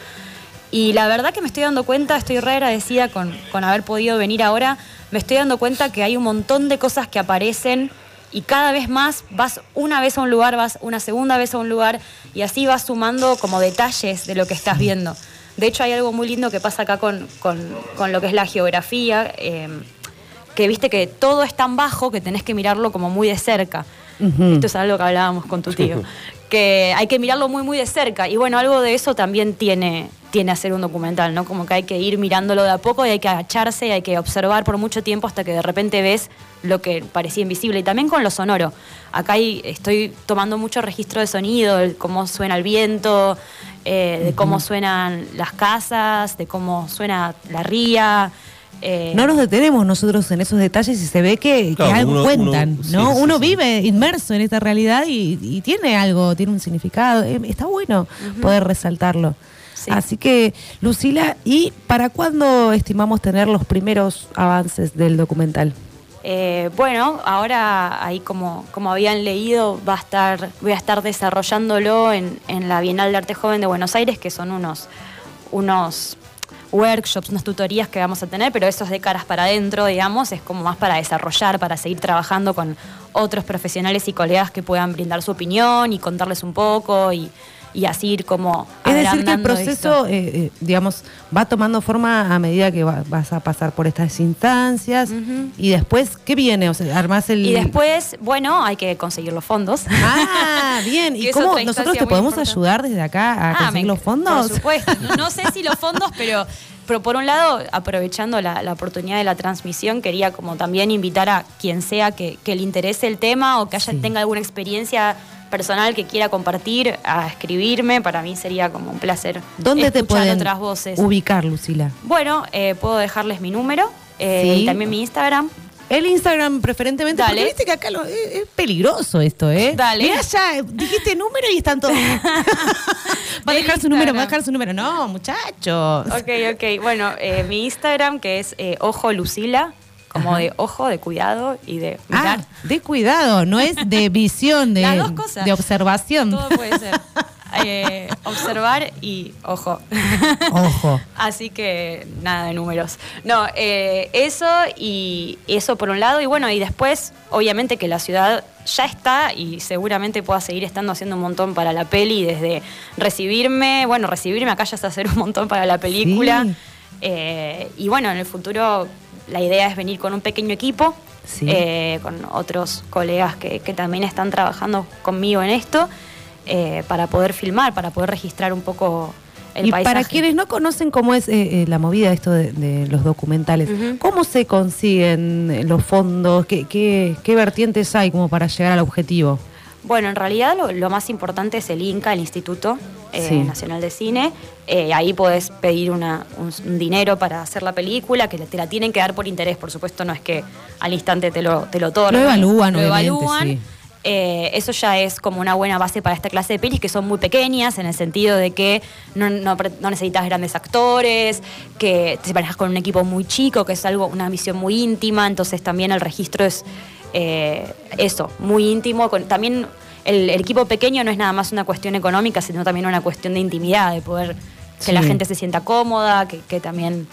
Y la verdad que me estoy dando cuenta, estoy re agradecida con, con haber podido venir ahora. Me estoy dando cuenta que hay un montón de cosas que aparecen y cada vez más vas una vez a un lugar, vas una segunda vez a un lugar y así vas sumando como detalles de lo que estás viendo. De hecho, hay algo muy lindo que pasa acá con, con- con lo que es la geografía, eh, que viste que todo es tan bajo que tenés que mirarlo como muy de cerca. Esto es algo que hablábamos con tu tío. que hay que mirarlo muy, muy de cerca. Y bueno, algo de eso también tiene, tiene hacer un documental, ¿no? Como que hay que ir mirándolo de a poco y hay que agacharse y hay que observar por mucho tiempo hasta que de repente ves lo que parecía invisible. Y también con lo sonoro. Acá hay- estoy tomando mucho registro de sonido, el cómo suena el viento, eh, de cómo suenan las casas, de cómo suena la ría. eh, No nos detenemos nosotros en esos detalles y se ve que, que Claro, algo uno- cuentan, uno- sí, ¿no? sí, uno sí. vive inmerso en esta realidad y, y tiene algo, tiene un significado. Eh, Está bueno poder resaltarlo. Sí. Así que, Lucila, ¿y para cuándo estimamos tener los primeros avances del documental? Eh, bueno, ahora ahí como, como habían leído, va a estar, voy a estar desarrollándolo en, en la Bienal de Arte Joven de Buenos Aires, que son unos, unos workshops, unas tutorías que vamos a tener, pero eso es de caras para adentro, digamos, es como más para desarrollar, para seguir trabajando con otros profesionales y colegas que puedan brindar su opinión y contarles un poco y, y así ir como... Es decir, que el agrandando esto. proceso, eh, eh, digamos, va tomando forma a medida que va- vas a pasar por estas instancias y después, ¿qué viene? O sea, armás el... Y después, bueno, hay que conseguir los fondos. Ah, bien. Que ¿Y es cómo otra nosotros instancia te muy podemos importante. ayudar desde acá a Ah, conseguir me- los fondos? Por supuesto. No sé si los fondos, pero, pero por un lado, aprovechando la, la oportunidad de la transmisión, quería como también invitar a quien sea que, que le interese el tema o que haya, Sí. tenga alguna experiencia personal que quiera compartir, a escribirme. Para mí sería como un placer ¿Dónde te escuchar pueden otras voces. ubicar, Lucila? Bueno, eh, puedo dejarles mi número eh, Sí. y también mi Instagram. El Instagram preferentemente, Dale. porque viste que acá lo- eh, es, es peligroso esto, ¿eh? Dale. Mirá ya, eh, dijiste número y están todos... va a El dejar su número, va a Instagram. dejar su número. No, muchachos. Ok, ok. Bueno, eh, mi Instagram que es eh, Ojo Lucila, como de ojo, de cuidado y de mirar. Ah, de cuidado, no es de visión, de, Las dos cosas. de observación. Todo puede ser. Eh, observar y ojo. Ojo. Así que nada de números. No, eh, eso y eso por un lado. Y bueno, y después, obviamente que la ciudad ya está y seguramente pueda seguir estando haciendo un montón para la peli, desde recibirme, bueno, recibirme acá ya es hacer un montón para la película. Sí. Eh, y bueno, en el futuro la idea es venir con un pequeño equipo, Sí. eh, con otros colegas que, que también están trabajando conmigo en esto, eh, para poder filmar, para poder registrar un poco el y paisaje. para quienes no conocen cómo es eh, eh, la movida esto de, de los documentales, Ujú. ¿cómo se consiguen eh, los fondos? ¿Qué, qué, qué vertientes hay como para llegar al objetivo? Bueno, en realidad lo, lo más importante es el INCA, el Instituto eh, Sí. Nacional de Cine. Eh, ahí podés pedir una- un, un dinero para hacer la película, que te la tienen que dar por interés, por supuesto, no es que al instante te lo, te lo otorgan. Lo evalúan, obviamente, evalúan. sí. Eh, eso ya es como una buena base para esta clase de pelis que son muy pequeñas en el sentido de que no, no pre- no necesitas grandes actores, que te manejas con un equipo muy chico, que es algo, una misión muy íntima, entonces también el registro es eh, eso, muy íntimo. con- también el, el equipo pequeño no es nada más una cuestión económica, sino también una cuestión de intimidad, de poder que la Sí. gente se sienta cómoda, que, que también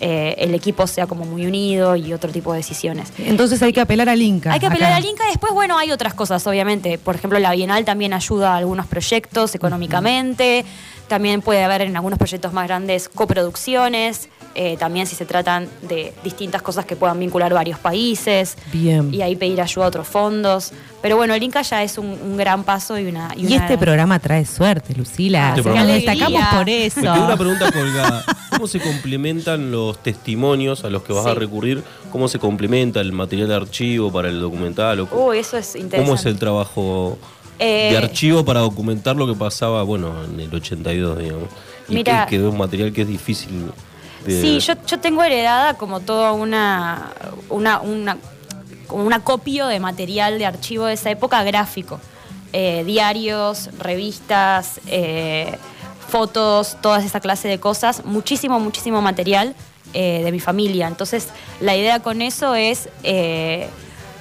eh, el equipo sea como muy unido y otro tipo de decisiones. Entonces hay que apelar al Inca. Hay que apelar acá. al Inca, después, bueno, hay otras cosas, obviamente. Por ejemplo, la Bienal también ayuda a algunos proyectos económicamente, también puede haber en algunos proyectos más grandes coproducciones, eh, también si se tratan de distintas cosas que puedan vincular varios países, Bien. y ahí pedir ayuda a otros fondos. Pero bueno, el Inca ya es un, un gran paso y una... Y este programa trae suerte, Lucila. Este Nos programa. destacamos por e- Me quedó una eso. pregunta colgada. ¿Cómo se complementan los testimonios a los que vas a Sí. recurrir? ¿Cómo se complementa el material de archivo para el documental? O cu- Uy, eso es interesante. ¿Cómo es el trabajo Eh, de archivo para documentar lo que pasaba, bueno, en el 82, digamos? Y Mira- que, que es un material que es difícil de... Sí, yo, yo tengo heredada como toda una, una, una, como un acopio de material de archivo de esa época gráfico. Eh, diarios, revistas, eh, fotos, toda esa clase de cosas. Muchísimo, muchísimo material eh, de mi familia. Entonces, la idea con eso es eh,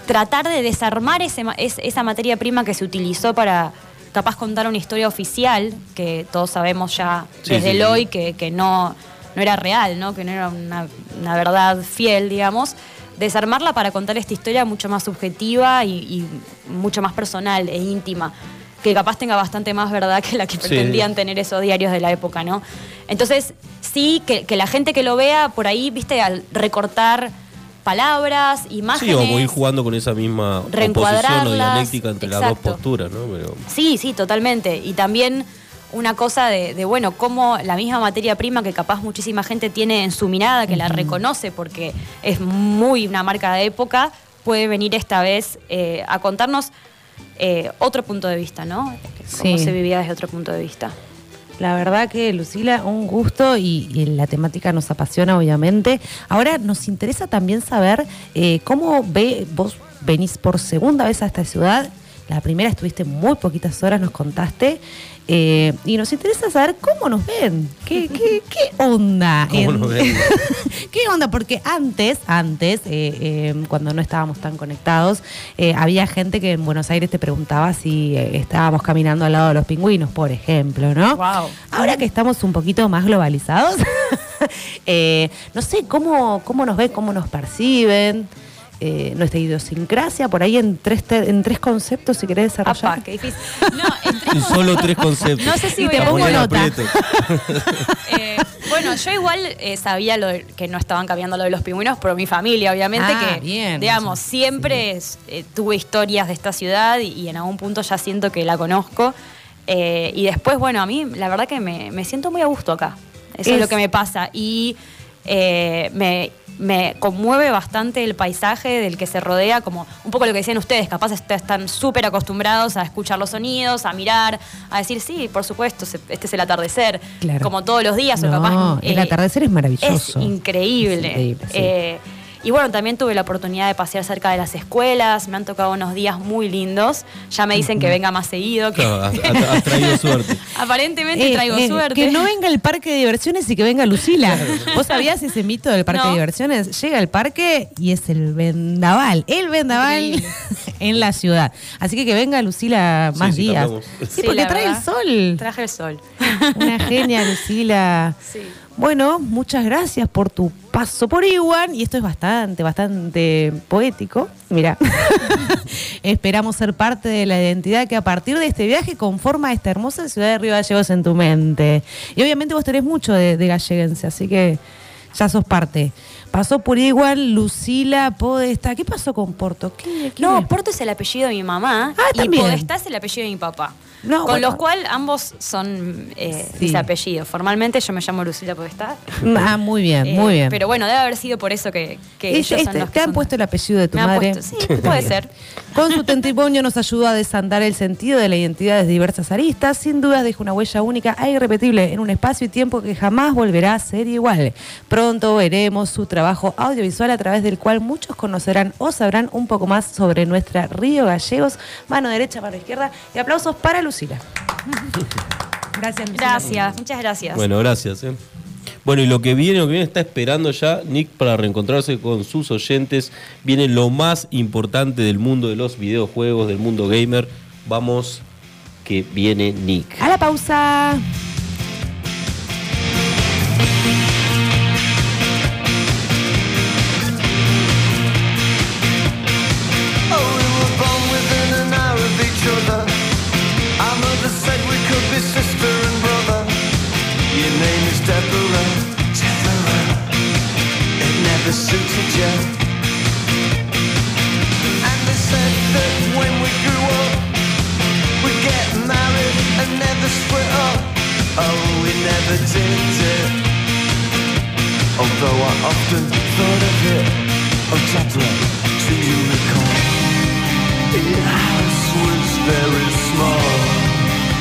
tratar de desarmar ese ma- es- esa materia prima que se utilizó para capaz contar una historia oficial, que todos sabemos ya Sí, desde el sí, sí. hoy que, que no, no era real, ¿no? que no era una, una verdad fiel, digamos, desarmarla para contar esta historia mucho más subjetiva y, y mucho más personal e íntima, que capaz tenga bastante más verdad que la que pretendían tener esos diarios de la época, ¿no? Entonces, sí, que, que la gente que lo vea por ahí, viste, al recortar palabras, Sí, imágenes... o voy jugando con esa misma oposición o Reencuadrarlas, dialéctica entre las dos exacto. posturas, ¿no? Pero- Sí, sí, totalmente. Y también una cosa de, de, bueno, cómo la misma materia prima que capaz muchísima gente tiene en su mirada, que la reconoce porque es muy una marca de época, puede venir esta vez eh, a contarnos eh, otro punto de vista, ¿no? Cómo Sí. se vivía desde otro punto de vista. La verdad que, Lucila, un gusto y, y la temática nos apasiona, obviamente. Ahora nos interesa también saber eh, cómo ve, vos venís por segunda vez a esta ciudad. La primera estuviste muy poquitas horas, nos contaste. eh, y nos interesa saber cómo nos ven. ¿Qué, qué, qué onda? ¿Cómo nos ven? ¿Qué onda? Porque antes, antes, eh, eh, cuando no estábamos tan conectados, eh, había gente que en Buenos Aires te preguntaba si eh, estábamos caminando al lado de los pingüinos, por ejemplo, ¿no? Guau. Ahora que estamos un poquito más globalizados, eh, no sé cómo, cómo nos ven, cómo nos perciben, eh, nuestra idiosincrasia, por ahí en tres, te- en tres conceptos, si querés desarrollar. Apá, qué difícil. No, entre- Y Solo tres conceptos. No sé si Y voy a- Ramón pongo en nota. aprietos. Eh, bueno, yo igual eh, sabía lo de- que no estaban cambiando lo de los pingüinos, pero mi familia, obviamente, Ah, que, bien. digamos, Sí. siempre es- eh, tuve historias de esta ciudad y, y en algún punto ya siento que la conozco. Eh, y después, bueno, a mí la verdad que me, me siento muy a gusto acá. Eso es, Es- lo que me pasa. Y eh, me, me conmueve bastante el paisaje del que se rodea, como un poco lo que decían ustedes, capaz est- están súper acostumbrados a escuchar los sonidos, a mirar, a decir, sí, por supuesto, se- este es el atardecer, Claro. como todos los días, o No, capaz. eh, el atardecer es maravilloso. Es increíble. Es increíble, sí. Eh, y bueno, también tuve la oportunidad de pasear cerca de las escuelas, me han tocado unos días muy lindos. Ya me dicen que venga más seguido. Que Claro, has- has- has traído suerte. Aparentemente Eh, traigo eh, suerte. Que no venga el parque de diversiones y que venga Lucila. ¿Vos sabías ese mito del parque No. de diversiones? Llega al parque y es el vendaval, el vendaval Increíble. en la ciudad. Así que que venga Lucila Sí, más sí, días. tardamos. Sí, Sí, porque la trae verdad. el sol. Traje el sol. Una genia, Lucila. Sí. Bueno, muchas gracias por tu paso por Iguan. Y esto es bastante, bastante poético. Mira, esperamos ser parte de la identidad que a partir de este viaje conforma esta hermosa ciudad de Río Gallegos en tu mente. Y obviamente vos tenés mucho de, de galleguense, así que ya sos parte. Pasó por Iguan, Lucila, Podesta. ¿Qué pasó con Porto? ¿Qué- qué- No, Porto es el apellido de mi mamá Ah, y también. Podestá es el apellido de mi papá. No, con bueno. los cual ambos son eh, Sí. mis apellidos. Formalmente yo me llamo Lucila Podestá. Ah, muy bien, Eh, muy bien. Pero bueno, debe haber sido por eso que, que Ellos- ellos son este, los que te han son- puesto el apellido de tu Me han madre. puesto- sí, puede ser. Con su testimonio nos ayuda a desandar el sentido de la identidad desde diversas aristas. Sin duda deja una huella única e irrepetible en un espacio y tiempo que jamás volverá a ser igual. Pronto veremos su trabajo audiovisual a través del cual muchos conocerán o sabrán un poco más sobre nuestra Río Gallegos. Mano derecha, mano izquierda. Y aplausos para Lucila. Gracias, Lucila. Gracias, muchas gracias. Bueno, gracias. eh. Bueno, y lo que viene, lo que viene está esperando ya Nick para reencontrarse con sus oyentes. Viene lo más importante del mundo de los videojuegos, del mundo gamer. Vamos, que viene Nick. A la pausa. Thank Oh, future. And they said that when we grew up, we'd get married and never split up. Oh, we never did it. Although I often thought of it. Oh, chocolate to unicorn. The house was very small.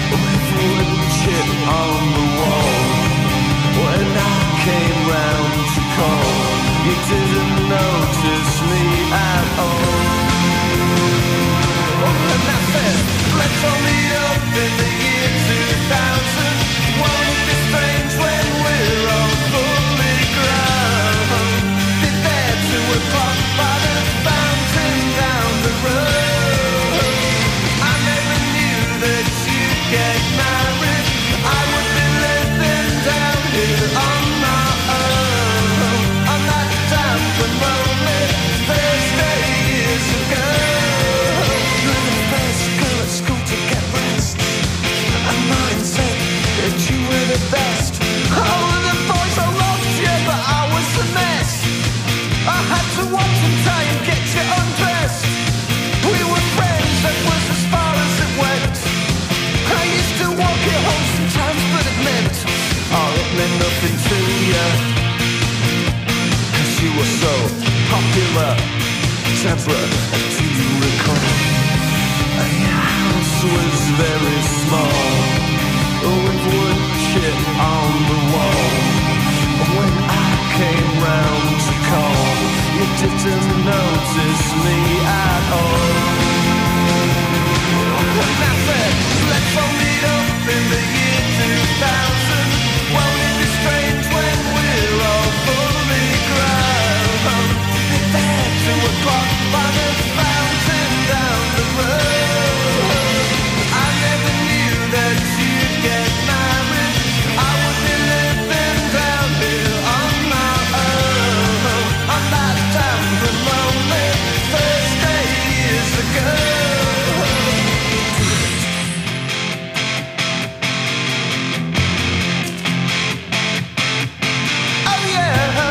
With wooden chip on the wall. When I came round to call, you didn't notice me at all. Oh, and I said, let's all meet up in the year 2000. Won't it be strange when we're all fully grown? Be there to a pop by the fountain down the road. I never knew that you'd get married. I would be living down here on my own. On that damp and lonely Thursday years ago. You were the first girl at school to get rest. And mine said that you were the best. All of the boys I loved you, but I was the mess. I had to watch and try and get you undressed. We were friends, that was as far as it went. I used to walk you home sometimes, but it meant oh, it meant nothing to you. Cause you were so popular, temperate, do you recall? Your house was very small, with wood chip on the wall. When I came round to call, you didn't notice me at all. Oh yeah.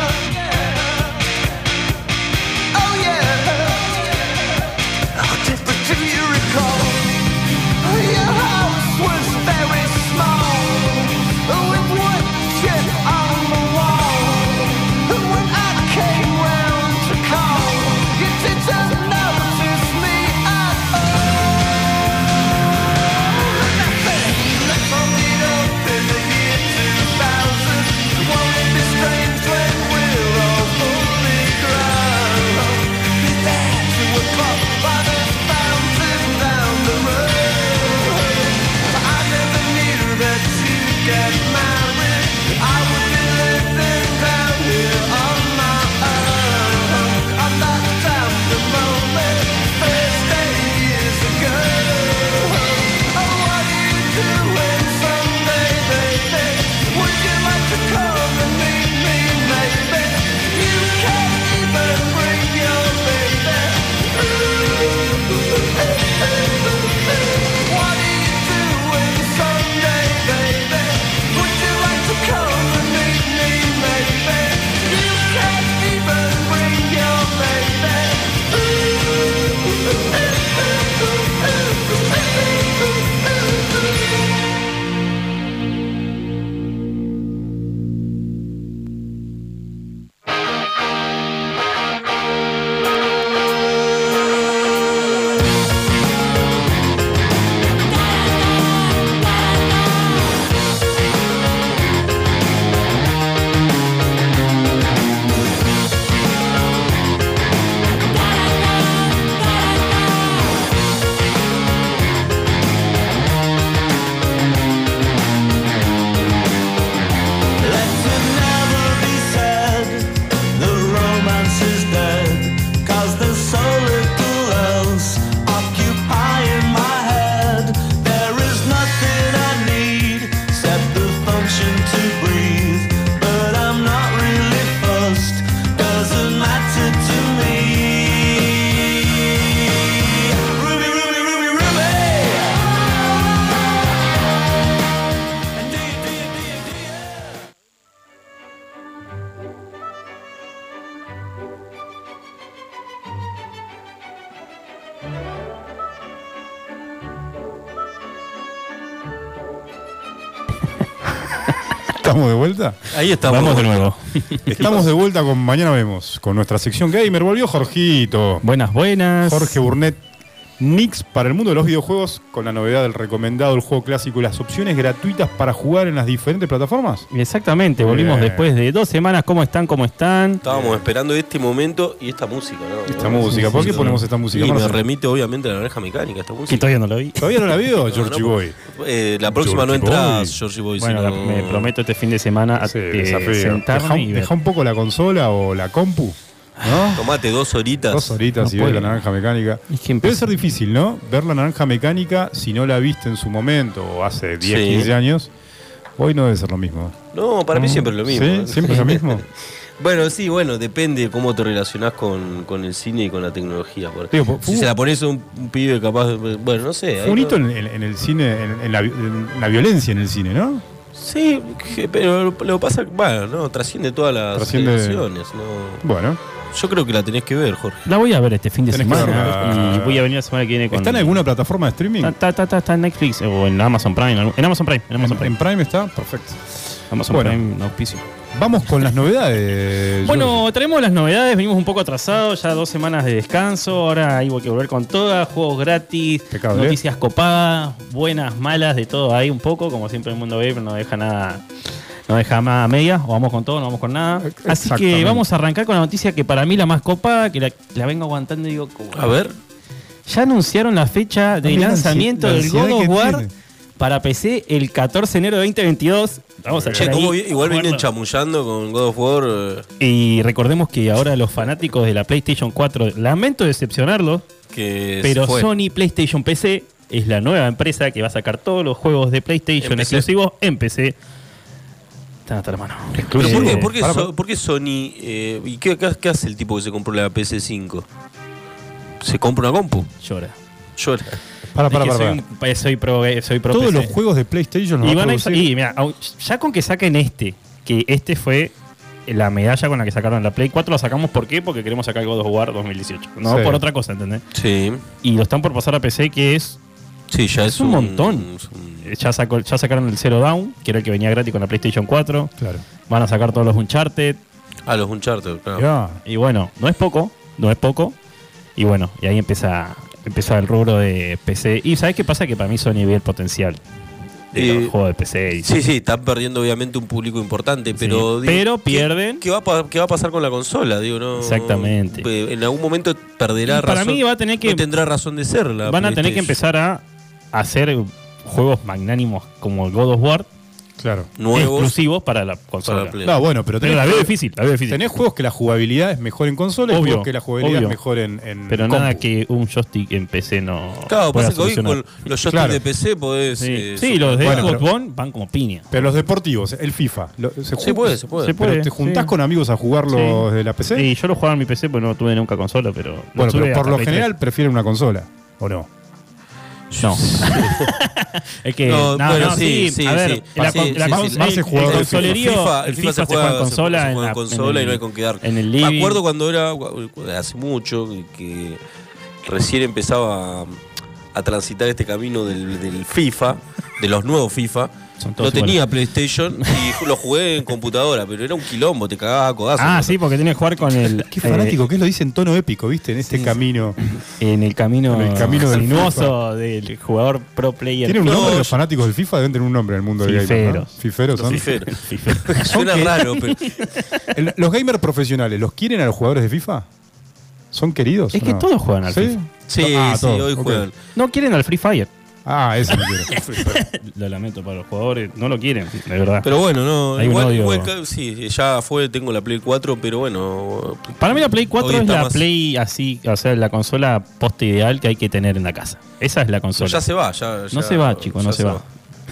Oh yeah. Oh, did but do you recall? Your house was very small, with wood chip on the wall. When I came round to call, you didn't notice me at What are you doing Sunday, baby? Would you like to come and ¿Estamos de vuelta? Ahí estamos. Vamos de nuevo. Estamos de vuelta con Mañana Vemos, con nuestra sección gamer. Volvió Jorgito. Buenas, buenas. Jorge Burnett. Nix para el mundo de los videojuegos, con la novedad del recomendado, el juego clásico y las opciones gratuitas para jugar en las diferentes plataformas. Exactamente, volvimos Bien. después de dos semanas. ¿Cómo están? ¿Cómo están? Estábamos esperando este momento y esta música, ¿no? Esta música, ¿por qué ponemos esta música? Y me Marcelo? remite obviamente a la naranja mecánica, esta Que música. todavía no lo vi. ¿Todavía no la veo, Georgie no, Boy? Eh, la próxima no Georgie entras, Boy. Georgie Boy. Bueno, la- sino- me prometo este fin de semana a- Sí, eh, desafío. Deja, sentarme un- y ver. deja un poco la consola o la compu, ¿no? Tomate dos horitas. Dos horitas No y ves puedo. la naranja mecánica. Es que Debe ser difícil, ¿no? Ver la naranja mecánica si no la viste en su momento o hace 10, Sí. 15 años. Hoy no debe ser lo mismo. Mm. No, para mí siempre es lo mismo. ¿Sí? ¿Siempre es lo mismo? Bueno, sí, bueno, depende cómo te relacionás con, con el cine y con la tecnología. por- Digo, po- si fu- se la pones a un, un pibe capaz, de- bueno, no sé. ahí Fue un no- hito en, en- en el cine, en, en la, vi- en la violencia en el cine, ¿no? Sí, que- pero lo, lo pasa, bueno, no, trasciende todas las Trasciende- generaciones. no. Bueno. Yo creo que la tenés que ver, Jorge. La voy a ver este fin de Tenés que semana. verla. Ah. Y voy a venir la semana que viene con. ¿Está en alguna plataforma de streaming? Está, está- está- está en Netflix o en Amazon Prime. en algún- En Amazon Prime. En Amazon ¿En, Prime. en Prime está? Perfecto. Amazon Bueno. Prime, un auspicio. Vamos con las novedades. Bueno, traemos las novedades. Venimos un poco atrasados, ya dos semanas de descanso. Ahora hay que volver con todas: juegos gratis, Impecable. noticias copadas, buenas, malas, de todo ahí un poco. Como siempre, el mundo ve, pero no deja nada. No deja nada a medias, o vamos con todo, no vamos con nada. Así que Exactamente. vamos a arrancar con la noticia que para mí la más copada, que la, la vengo aguantando y digo, A ver, ya anunciaron la fecha de También la ansi- lanzamiento la del ansiedad God of que War tiene. para PC el 14 de enero de 2022. Vamos a che, estar cómo ahí vi- igual vienen jugando. chamullando con God of War. eh, Y recordemos que ahora los fanáticos de la PlayStation 4, lamento decepcionarlos, que se pero fue. Sony PlayStation PC es la nueva empresa que va a sacar todos los juegos de PlayStation En PC. exclusivos en PC. Está hasta la mano. Pero ¿por, Eh, qué, por qué Pará, So- pará. por qué Sony? eh, ¿Y qué, qué- qué hace el tipo que se compró la PC5? Se compra una compu. Llora. Llora. para, para, Es que para. soy, un- eh, soy pro, eh, soy pro Todos PC. los juegos de PlayStation los Y va a van a producir- y mira, au- ya con que saquen este, que este fue la medalla con la que sacaron la Play 4, la sacamos ¿por qué? Porque queremos sacar God of War 2018. No Sí. por otra cosa, ¿entendés? Sí. Y lo están por pasar a PC, que es. Sí, ya es, Es un montón. es un- eh, Ya, sacó, ya sacaron el Zero Down, que era el que venía gratis con la PlayStation 4. Claro. Van a sacar todos los Uncharted. Ah, los Uncharted, claro. Ya. Y bueno, no es poco, no es poco. Y bueno, y ahí empieza, empieza el rubro de PC. Y ¿sabes qué pasa? Que para mí Sony ve el potencial Eh, del juego de PC. Y Sí, sí, están perdiendo obviamente un público importante, pero. pero ¿qué- pierden. ¿qué, va a, pa- qué va a pasar con la consola? Digo, no, Exactamente. eh, En algún momento perderá Y para razón. mí va a tener que- no tendrá razón de este, ser la van a tener que PlayStation. empezar a hacer juegos magnánimos como el God of War Claro. Nuevos. exclusivos para la consola. Para la Play. No, bueno, pero pero tenés, la veo difícil, la veo difícil. tenés juegos que la jugabilidad es mejor en consola y Obvio, juegos que la jugabilidad obvio. es mejor en, en pero nada compu. que un joystick en PC no. Claro, pueda pasa que hoy con solucionar. los joysticks Claro. de PC podés. Sí, eh, Sí, super- los de Bueno, Xbox pero- One van como piña. Pero los deportivos, el FIFA. lo- se, Se ju- puede, se puede. Se Pero te juntás sí. con amigos a jugarlo Sí. desde la PC. Sí, yo lo jugaba en mi PC porque no tuve nunca consola, pero. lo bueno, tuve pero por hasta lo Play 3. general prefieren una consola, ¿o no? No. es que. No, No, bueno, no, sí, sí, sí, A ver, sí. la, Sí, la- sí, la- sí. el- Más se el jugaba- consolería, el FIFA, el FIFA se juega en consola. se juega en la- consola y el- no hay con quedar. En el Me living. acuerdo cuando era hace mucho que recién empezaba a, a transitar este camino del, del FIFA, de los nuevos FIFA. Son todos No tenía PlayStation y lo jugué en computadora, pero era un quilombo, te cagabas a codazos. Ah, ¿no? sí, porque tiene que jugar con el. Qué fanático, que lo dice en tono épico, ¿viste? En este camino. eh, en el camino. En el camino del sinuoso del jugador pro player. ¿Tienen un No, nombre yo- los fanáticos del FIFA? Deben tener un nombre en el mundo del gamer. ¿no? Fiferos. Fiferos son. Fifero. FIFA. Suena raro, pero El- ¿Los gamers profesionales los quieren a los jugadores de FIFA? ¿Son queridos? Es o que no? todos juegan al ¿Sí? FIFA. sí, Ah, sí, todos, hoy ok. juegan. No quieren al Free Fire. Ah, eso no quiero. Lo lamento para los jugadores. No lo quieren, de verdad. Pero bueno, no, Hay un igual, odio. igual que- sí, ya fue, tengo la Play 4, pero bueno, Para mí la Play Hoy 4 es está la más- Play así, o sea, la consola post ideal que hay que tener en la casa. Esa es la consola. ya se va, ya, no ya- se va, chicos, ya no se, va.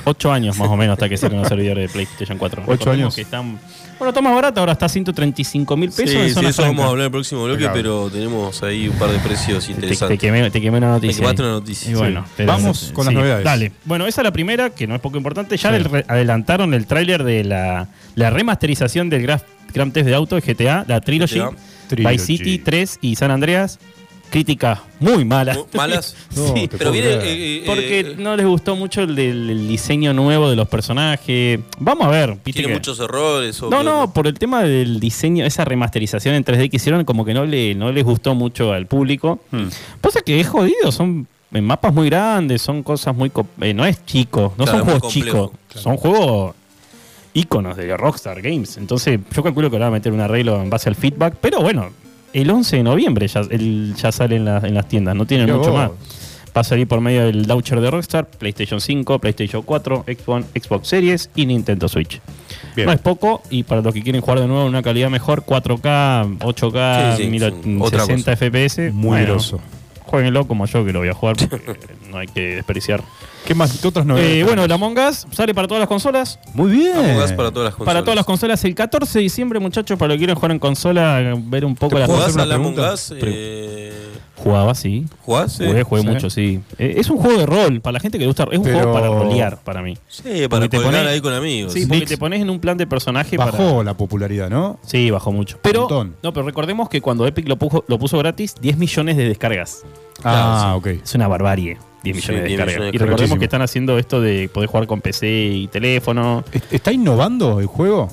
Ocho años más o menos hasta que saquen los servidores de PlayStation 4. Ocho Recordemos años. Que están, bueno, está más barato, ahora está a 135 mil pesos Sí, en sí, zona eso vamos franca. a hablar en el próximo bloque, Claro. pero tenemos ahí un par de precios Te, te interesantes. quemé, te quemé una noticia. Me quemaste ahí. una noticia. Y bueno, Sí. pero- Vamos con las novedades. Dale. Bueno, esa es la primera, que no es poco importante. Ya le- adelantaron el tráiler de la, la remasterización del Graf- Grand Test de Auto de GTA, la Trilogy, GTA. Vice Trilogy. City 3 y San Andreas. críticas muy malas. ¿Malas? No, Sí, te Pero puedo viene. creer. eh, eh, Porque eh, no les gustó mucho el del el diseño nuevo de los personajes. Vamos a ver. viste tiene que- muchos errores. No, obvio. no, por el tema del diseño, esa remasterización en 3D que hicieron, como que no, le, no les gustó mucho al público. Pasa que es jodido, son en mapas muy grandes, son cosas muy... co- eh, no es chico, no Claro, son muy juegos chicos, complejo, son juegos íconos de Rockstar Games. Entonces yo calculo que le van a meter un arreglo en base al feedback, pero bueno, el 11 de noviembre ya, el- ya sale en, la- en las tiendas, no tienen Mirá mucho vos. más. Va a salir por medio del launcher de Rockstar, PlayStation 5, PlayStation 4, Xbox, Xbox Series y Nintendo Switch. Bien. No es poco y para los que quieren jugar de nuevo en una calidad mejor, 4K, 8K, Sí, sí, mira, sí, otra 60 FPS. Muy groso. Jueguenlo como yo que lo voy a jugar porque no hay que desperdiciar. ¿Qué más? ¿Qué otras novedades? Eh, bueno, el tenemos? Among Us sale para todas las consolas. Muy bien. Among Us para todas las consolas. Para todas las consolas el 14 de diciembre, muchachos, para los que quieran jugar en consola, ver un poco ¿Te las puedo ¿Jugás hacer al una Among pregunta? Us? Pre- Eh, Jugaba, sí. ¿Jugás? Sí. Jugué, jugué Sí. mucho, sí. Eh, es un juego de rol, para la gente que le gusta. Es un Pero- juego para rolear, para mí. Sí, para Porque te colgar pone- ahí con amigos. Sí, porque Mix. te pones en un plan de personaje para. Bajó la popularidad, ¿no? Sí, bajó mucho. Pero, montón. no, pero recordemos que cuando Epic lo puso, lo puso gratis, 10 millones de descargas. Ah, ok. Es una barbarie. 10 millones Sí, de 10 descargas. millones de y recordemos descargas. que están haciendo esto de poder jugar con PC y teléfono. ¿Est- ¿Está innovando el juego?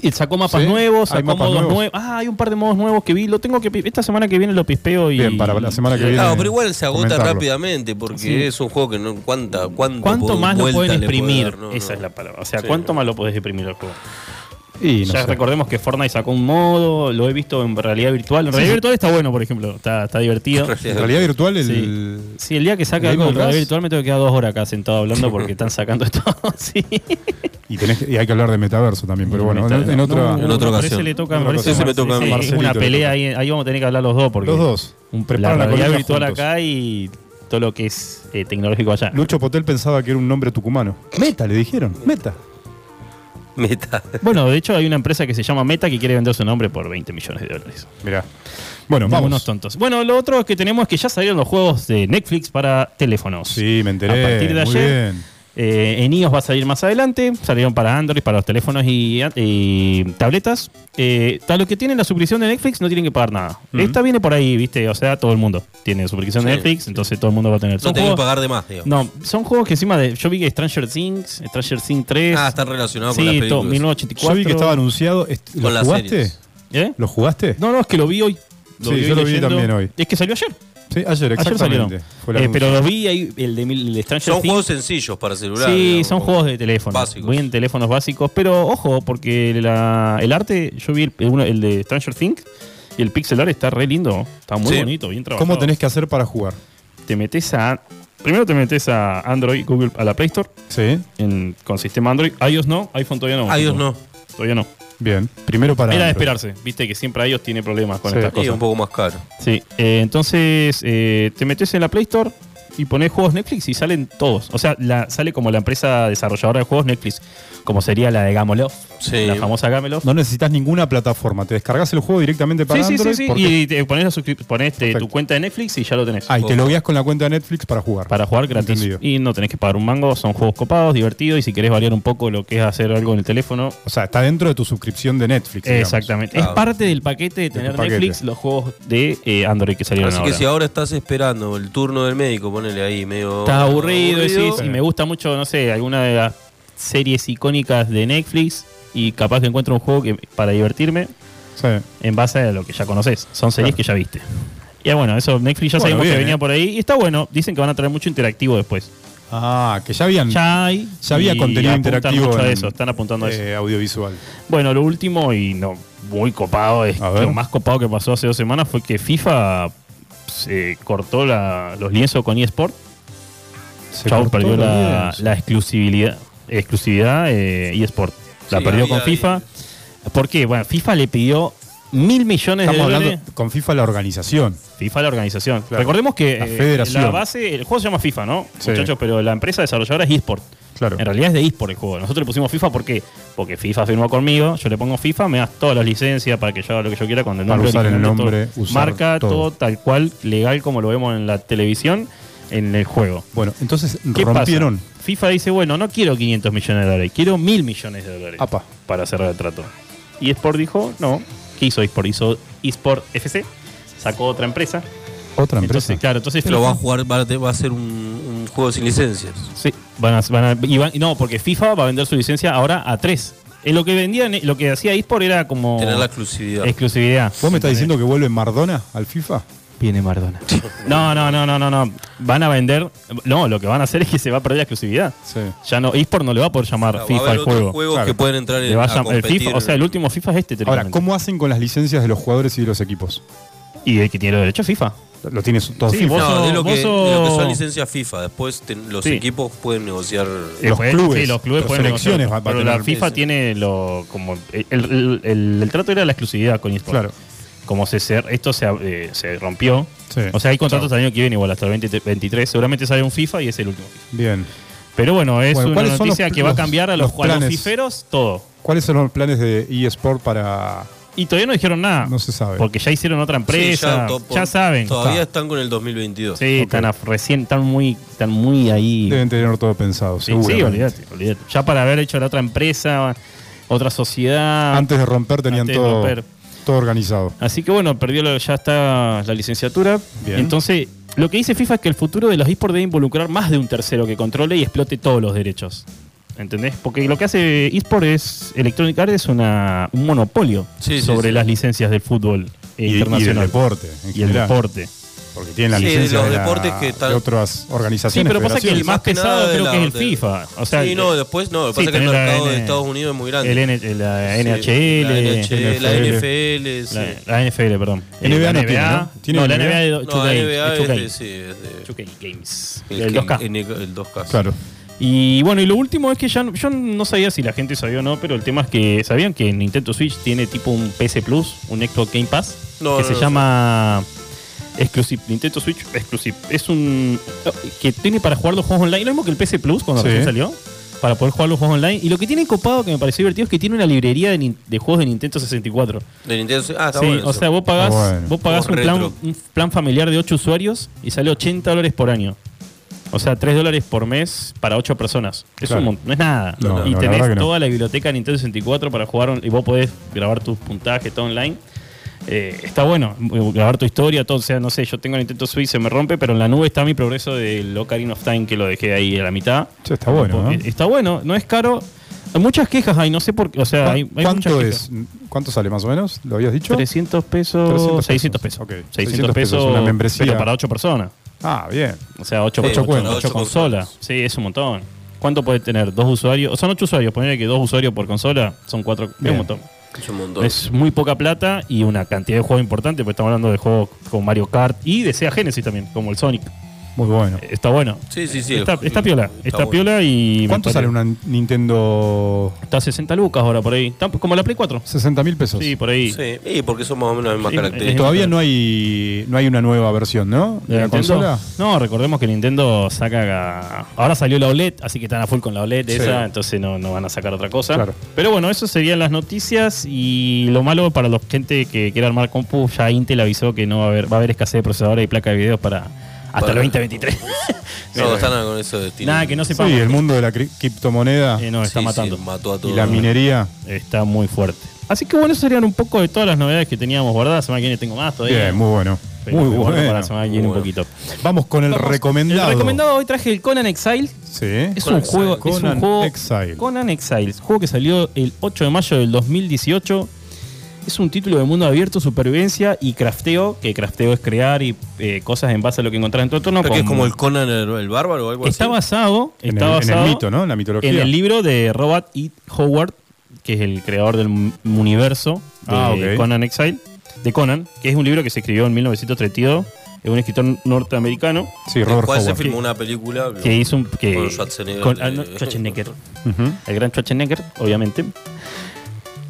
Y Sacó mapas Sí, nuevos, hay sacó mapas modos nuevos. nuevos. Ah, hay un par de modos nuevos que vi. Lo tengo que. pi- Esta semana que viene lo pispeo y. Bien, para la semana que viene. Claro, pero igual se agota comentarlo. rápidamente porque Sí. es un juego que no. ¿Cuánta, cuánto ¿Cuánto pod- más lo vuelta pueden le puede exprimir? dar? No, Esa no. es la palabra. O sea, Sí. ¿cuánto más lo podés exprimir al juego? Y no ya sé. recordemos que Fortnite sacó un modo, lo he visto en realidad virtual. En realidad virtual está bueno, por ejemplo. Está, está divertido. En realidad virtual, el. Sí. Sí, el día que saca ¿El algo de Among realidad Us? virtual me tengo que quedar dos horas acá sentado hablando porque están sacando esto. sí. Y, tenés que- y hay que hablar de metaverso también, pero bueno, en, en No, otra. no, En otra me parece ocasión. le toca, me En otra ocasión. parece que Ese me toca a mí. sí, Marcelito una le pelea toca. ahí, ahí vamos a tener que hablar los dos porque Los dos. un- Preparan la la realidad columna virtual juntos. acá y todo lo que es eh, tecnológico allá. Lucho Potel pensaba que era un nombre tucumano. Meta, le dijeron. Meta. Meta. Bueno, de hecho hay una empresa que se llama Meta que quiere vender su nombre por 20 millones de dólares. Mirá. Bueno, Unos vamos. tontos. Bueno, lo otro que tenemos es que ya salieron los juegos de Netflix para teléfonos. Sí, me enteré. A partir de Muy ayer. bien. eh, en iOS va a salir más adelante. Salieron para Android, para los teléfonos y, y tabletas. Eh, a los que tienen la suscripción de Netflix no tienen que pagar nada. Mm. Esta viene por ahí, ¿viste? O sea, todo el mundo tiene suscripción de Sí, Netflix, entonces todo el mundo va a tener. No Son tenés que juegos- pagar de más, digamos. no, son juegos que encima de. Yo vi que Stranger Things, Stranger Things 3. Ah, están relacionados con las sí, to- películas. 1984. Yo vi que estaba anunciado. Est- ¿Lo Con las jugaste? series. ¿Eh? ¿Lo jugaste? No, no, es que lo vi hoy. Lo Sí, hoy yo lo vi también hoy. Es que salió ayer. Sí, ayer, Ayer salieron. exactamente. Fue el Eh, anuncio. pero lo vi ahí, el de mil- el de Stranger Son Things. juegos sencillos para celular. Sí, digamos, son como juegos de teléfono. Básicos. Voy en teléfonos básicos, pero ojo, porque la- el arte, yo vi el, el uno- el de Stranger Things y el pixel art está re lindo, está muy Sí. bonito, bien trabajado. ¿Cómo tenés que hacer para jugar? Te metes a... Primero te metes a Android, Google, a la Play Store, Sí, en- con sistema Android. iOS no, iPhone todavía no. Ah, Dios no. Todavía no. bien. Primero para. Era de Android. esperarse, viste que siempre iOS tiene problemas con Sí. estas Y cosas. un poco más caro. Sí, eh, entonces eh, te metes en la Play Store y pones juegos Netflix y salen todos. O sea, la, sale como la empresa desarrolladora de juegos Netflix, como sería la de Gameloft, Sí. la famosa Gameloft. No necesitas ninguna plataforma. Te descargas el juego directamente para sí, sí, Android. sí, sí, porque- Y te pones, la suscrip- pones, eh, Perfecto. tu cuenta de Netflix y ya lo tenés. Ah, Oh. y te logueas con la cuenta de Netflix para jugar. Para jugar gratis. Entendido. Y no tenés que pagar un mango, son juegos copados, divertidos. Y si querés variar un poco lo que es hacer algo en el teléfono, O sea, está dentro de tu suscripción de Netflix. digamos. exactamente. Claro. Es parte del paquete de tener paquete. Netflix, los juegos de eh, Android que salieron Así ahora. que si ahora estás esperando el turno del médico, ponele ahí medio. Está aburrido, decís, y me gusta mucho, no sé, alguna de las series icónicas de Netflix y capaz que encuentro un juego que, para divertirme Sí. en base a lo que ya conoces. Son series Claro. que ya viste. Ya bueno, eso Netflix ya Bueno, sabíamos bien, que venía eh. por ahí y está bueno. Dicen que van a traer mucho interactivo después. Ah, que ya habían Ya hay. Ya había y contenido apuntan interactivo mucho a en- eso, están apuntando a eso. eh, audiovisual. Bueno, lo último y no muy copado es A que ver. lo más copado que pasó hace dos semanas fue que FIFA se cortó la- los lienzos con eSport. Se Chau cortó perdió la, bien. la exclusividad, exclusividad eh, eSport. La Sí, perdió había con ahí. FIFA. ¿Por qué? Bueno, FIFA Ah, le pidió mil millones Estamos de hablando dólares. con FIFA la organización. FIFA la organización. Claro. Recordemos que La eh, federación. la base, el juego se llama FIFA, ¿no? Sí. Muchachos, pero la empresa desarrolladora es eSport. Claro. En realidad es de eSport el juego. Nosotros le pusimos FIFA ¿por qué? porque FIFA firmó conmigo, yo le pongo FIFA, me das todas las licencias para que yo haga lo que yo quiera con el Para nombre. usar el original, nombre, todo. usar marca todo. todo tal cual, legal como lo vemos en la televisión, en el juego. Bueno, entonces ¿Qué rompieron. pasa? FIFA dice, bueno, no quiero 500 millones de dólares, quiero mil millones de dólares Apa. para cerrar el trato. Y Sport dijo, no. ¿Qué hizo eSport? Hizo eSport FC, sacó otra empresa Otra empresa. Entonces, claro, entonces Pero va a FIFA- jugar, va a, te- va a ser un, un juego sin licencias. Sí, van a, van a- y van- no, porque FIFA va a vender su licencia ahora a 3. lo que vendían, eh, lo que hacía eSport era como Tener la exclusividad. exclusividad. ¿Vos me estás diciendo que vuelve Mardona al FIFA? Viene Maradona. No, no, no, no, no, no. Van a vender. No, lo que van a hacer es que se va a perder la exclusividad. Sí. Ya no, eSport no le va a poder llamar Va a FIFA haber al otros juego. juegos claro. que pueden entrar Le en va a a llam- el competir. FIFA, o sea, el último FIFA es este. Ahora, teóricamente. ¿cómo hacen con las licencias de los jugadores y de los equipos? Y el que tiene los derechos FIFA. Lo tiene su- todo Sí, FIFA. vos- No, de lo, vos que, de sos- lo que son licencias FIFA. Después te- los Sí. equipos pueden negociar. Los Después, clubes, sí, los clubes las pueden selecciones negociar, va- va a pero la tener- FIFA tiene lo como el, el- el- el trato era la exclusividad con eSport. Claro. Como se cer- esto se, eh, se rompió. Sí. O sea, hay contratos al año que viene igual hasta el 2023. Seguramente sale un FIFA y es el último. FIFA. Bien. Pero bueno, es Bueno, una ¿cuáles son noticia los- que va a los- cambiar a los los, a los planes? fiferos todo. ¿Cuáles son los planes de eSport para Y todavía no dijeron nada. No se sabe. Porque ya hicieron otra empresa. to- ya, saben. Todavía están con el 2022. Sí, están a- recién, están muy, están muy ahí. Deben tener todo pensado, sí, seguro. sí, olvídate, olvídate. Ya para haber hecho la otra empresa, otra sociedad. Antes de romper tenían Antes de todo, romper. todo organizado. Así que bueno, perdió la- ya está la licenciatura. Bien. Entonces, lo que dice FIFA es que el futuro de los esports debe involucrar más de un tercero que controle y explote todos los derechos. ¿Entendés? Porque lo que hace eSport es Electronic Arts es una, un monopolio Sí, sí, sobre sí. las licencias del fútbol eh, Y- y del internacional. deporte, en Y el general. deporte. Porque tienen la Sí, de licencia los de, la- deportes que están- de otras Sí, organizaciones. pero pasa que el federaciones. más que nada pesado de creo la- que es el de- FIFA. O sea, eh, sí, no, después no. Lo que sí, pasa es que el tenés la mercado de N- Estados Unidos es muy grande. el N- la Sí, NHL, la NHL, la NFL. NFL. sí. La, la NFL, perdón. Eh, NBA no la tiene, NBA, ¿no? ¿Tiene no, la NBA? NBA, de No, la 2K, NBA de 2K. es, sí, es de- 2K Games. el El que- 2K. en el- el 2K. sí. Claro. Y bueno, y lo último es que ya no- yo no sabía si la gente sabía o no, pero el tema es que sabían que Nintendo Switch tiene tipo un PC Plus, un Xbox Game Pass, No, que no, se no, llama Exclusive Nintendo Switch Exclusive. Es un que tiene para jugar los juegos online, lo mismo que el PC Plus cuando Sí. recién salió, para poder jugar los juegos online. Y lo que tiene copado que me pareció divertido es que tiene una librería de, nin- de juegos de Nintendo 64. De Nintendo. Ah, está Sí, bueno. o eso. sea, vos pagás, Está bueno. vos pagás un, Como plan, retro. un plan familiar de 8 usuarios y sale 80 dólares por año. O sea, 3 dólares por mes para 8 personas. Es Claro. un mon- no es nada. No, no, y la tenés verdad que no. toda la biblioteca de Nintendo 64 para jugar on- y vos podés grabar tus puntajes, todo online. Eh, está bueno, eh, grabar tu historia, todo. O sea, no sé, yo tengo Nintendo Switch, se me rompe, pero en la nube está mi progreso del Ocarina of Time que lo dejé ahí a la mitad. Che, está bueno, ¿eh? ¿no? Porque Está bueno, no es caro. Hay muchas quejas ahí, no sé por qué. O sea, hay, hay ¿Cuánto muchas es? ¿Cuánto sale más o menos? ¿Lo habías dicho? 300 pesos. 300 600 pesos, pesos. ok. 600, 600 pesos, pesos. una membresía. Pero para 8 personas. Ah, bien. O sea, 8, Sí, ocho cuentas. ocho consolas. consolas. Sí, es un montón. ¿Cuánto puede tener? ¿Dos usuarios? Son 8 usuarios. Ponerle que 2 usuarios por consola son 4. Es Bien. un montón. Es un montón. Es muy poca plata y una cantidad de juegos importante. Porque estamos hablando de juegos como Mario Kart y de Sega Genesis también, como el Sonic. Muy bueno. Eh, Está bueno. Sí, sí, sí. Está, el- está piola. Está, piola y. me ¿Cuánto parece- sale una Nintendo? Está a 60 lucas ahora por ahí. Está como la Play 4. 60 mil pesos. Sí, por ahí. Sí, y porque son más o menos las mismas Sí, características. Todavía no hay, no hay una nueva versión, ¿no? ¿De la Nintendo? consola? No, recordemos que Nintendo saca. Ahora salió la OLED, así que están a full con la OLED Sí. esa, entonces no, no van a sacar otra cosa. Claro. Pero bueno, eso serían las noticias. Y lo malo para la gente que quiera armar compu, ya Intel avisó que no va a haber, va a haber escasez de procesadores y placa de videos para hasta Para- el 2023. No, están con eso de tienen- Nada que no sepamos. Sí, el mundo de la cri- criptomoneda Eh, nos está Sí, sí, matando. mató a y todos. la minería. Está muy fuerte. Así que bueno, eso serían un poco de todas las novedades que teníamos guardadas. Semana que viene tengo más todavía. Bien, muy bueno. Pero Muy me guardo Para la bueno. semana que viene Muy un bueno. poquito. Vamos con el recomendado. El recomendado hoy traje el Conan Exile. Sí. Es un, juego, es un Conan juego- Exile. Conan Exile, es un juego que salió el 8 de mayo del 2018. Es un título de mundo abierto, supervivencia y crafteo, que crafteo es crear y eh, cosas en base a lo que encontrás en tu entorno. Creo que es con- como el Conan el, el bárbaro o algo está así. basado, En, está el, en el basado mito, ¿no? En la mitología. en el libro de Robert E. Howard, que es el creador del m- universo de Ah, ok. Conan Exile, de Conan, que es un libro que se escribió en 1932, es un escritor norteamericano Sí, Del Robert cual se Howard. filmó una película. que hizo un que Con Schwarzenegger. con Arnold Eh, Schwarzenegger. Ujú. el gran Schwarzenegger, obviamente.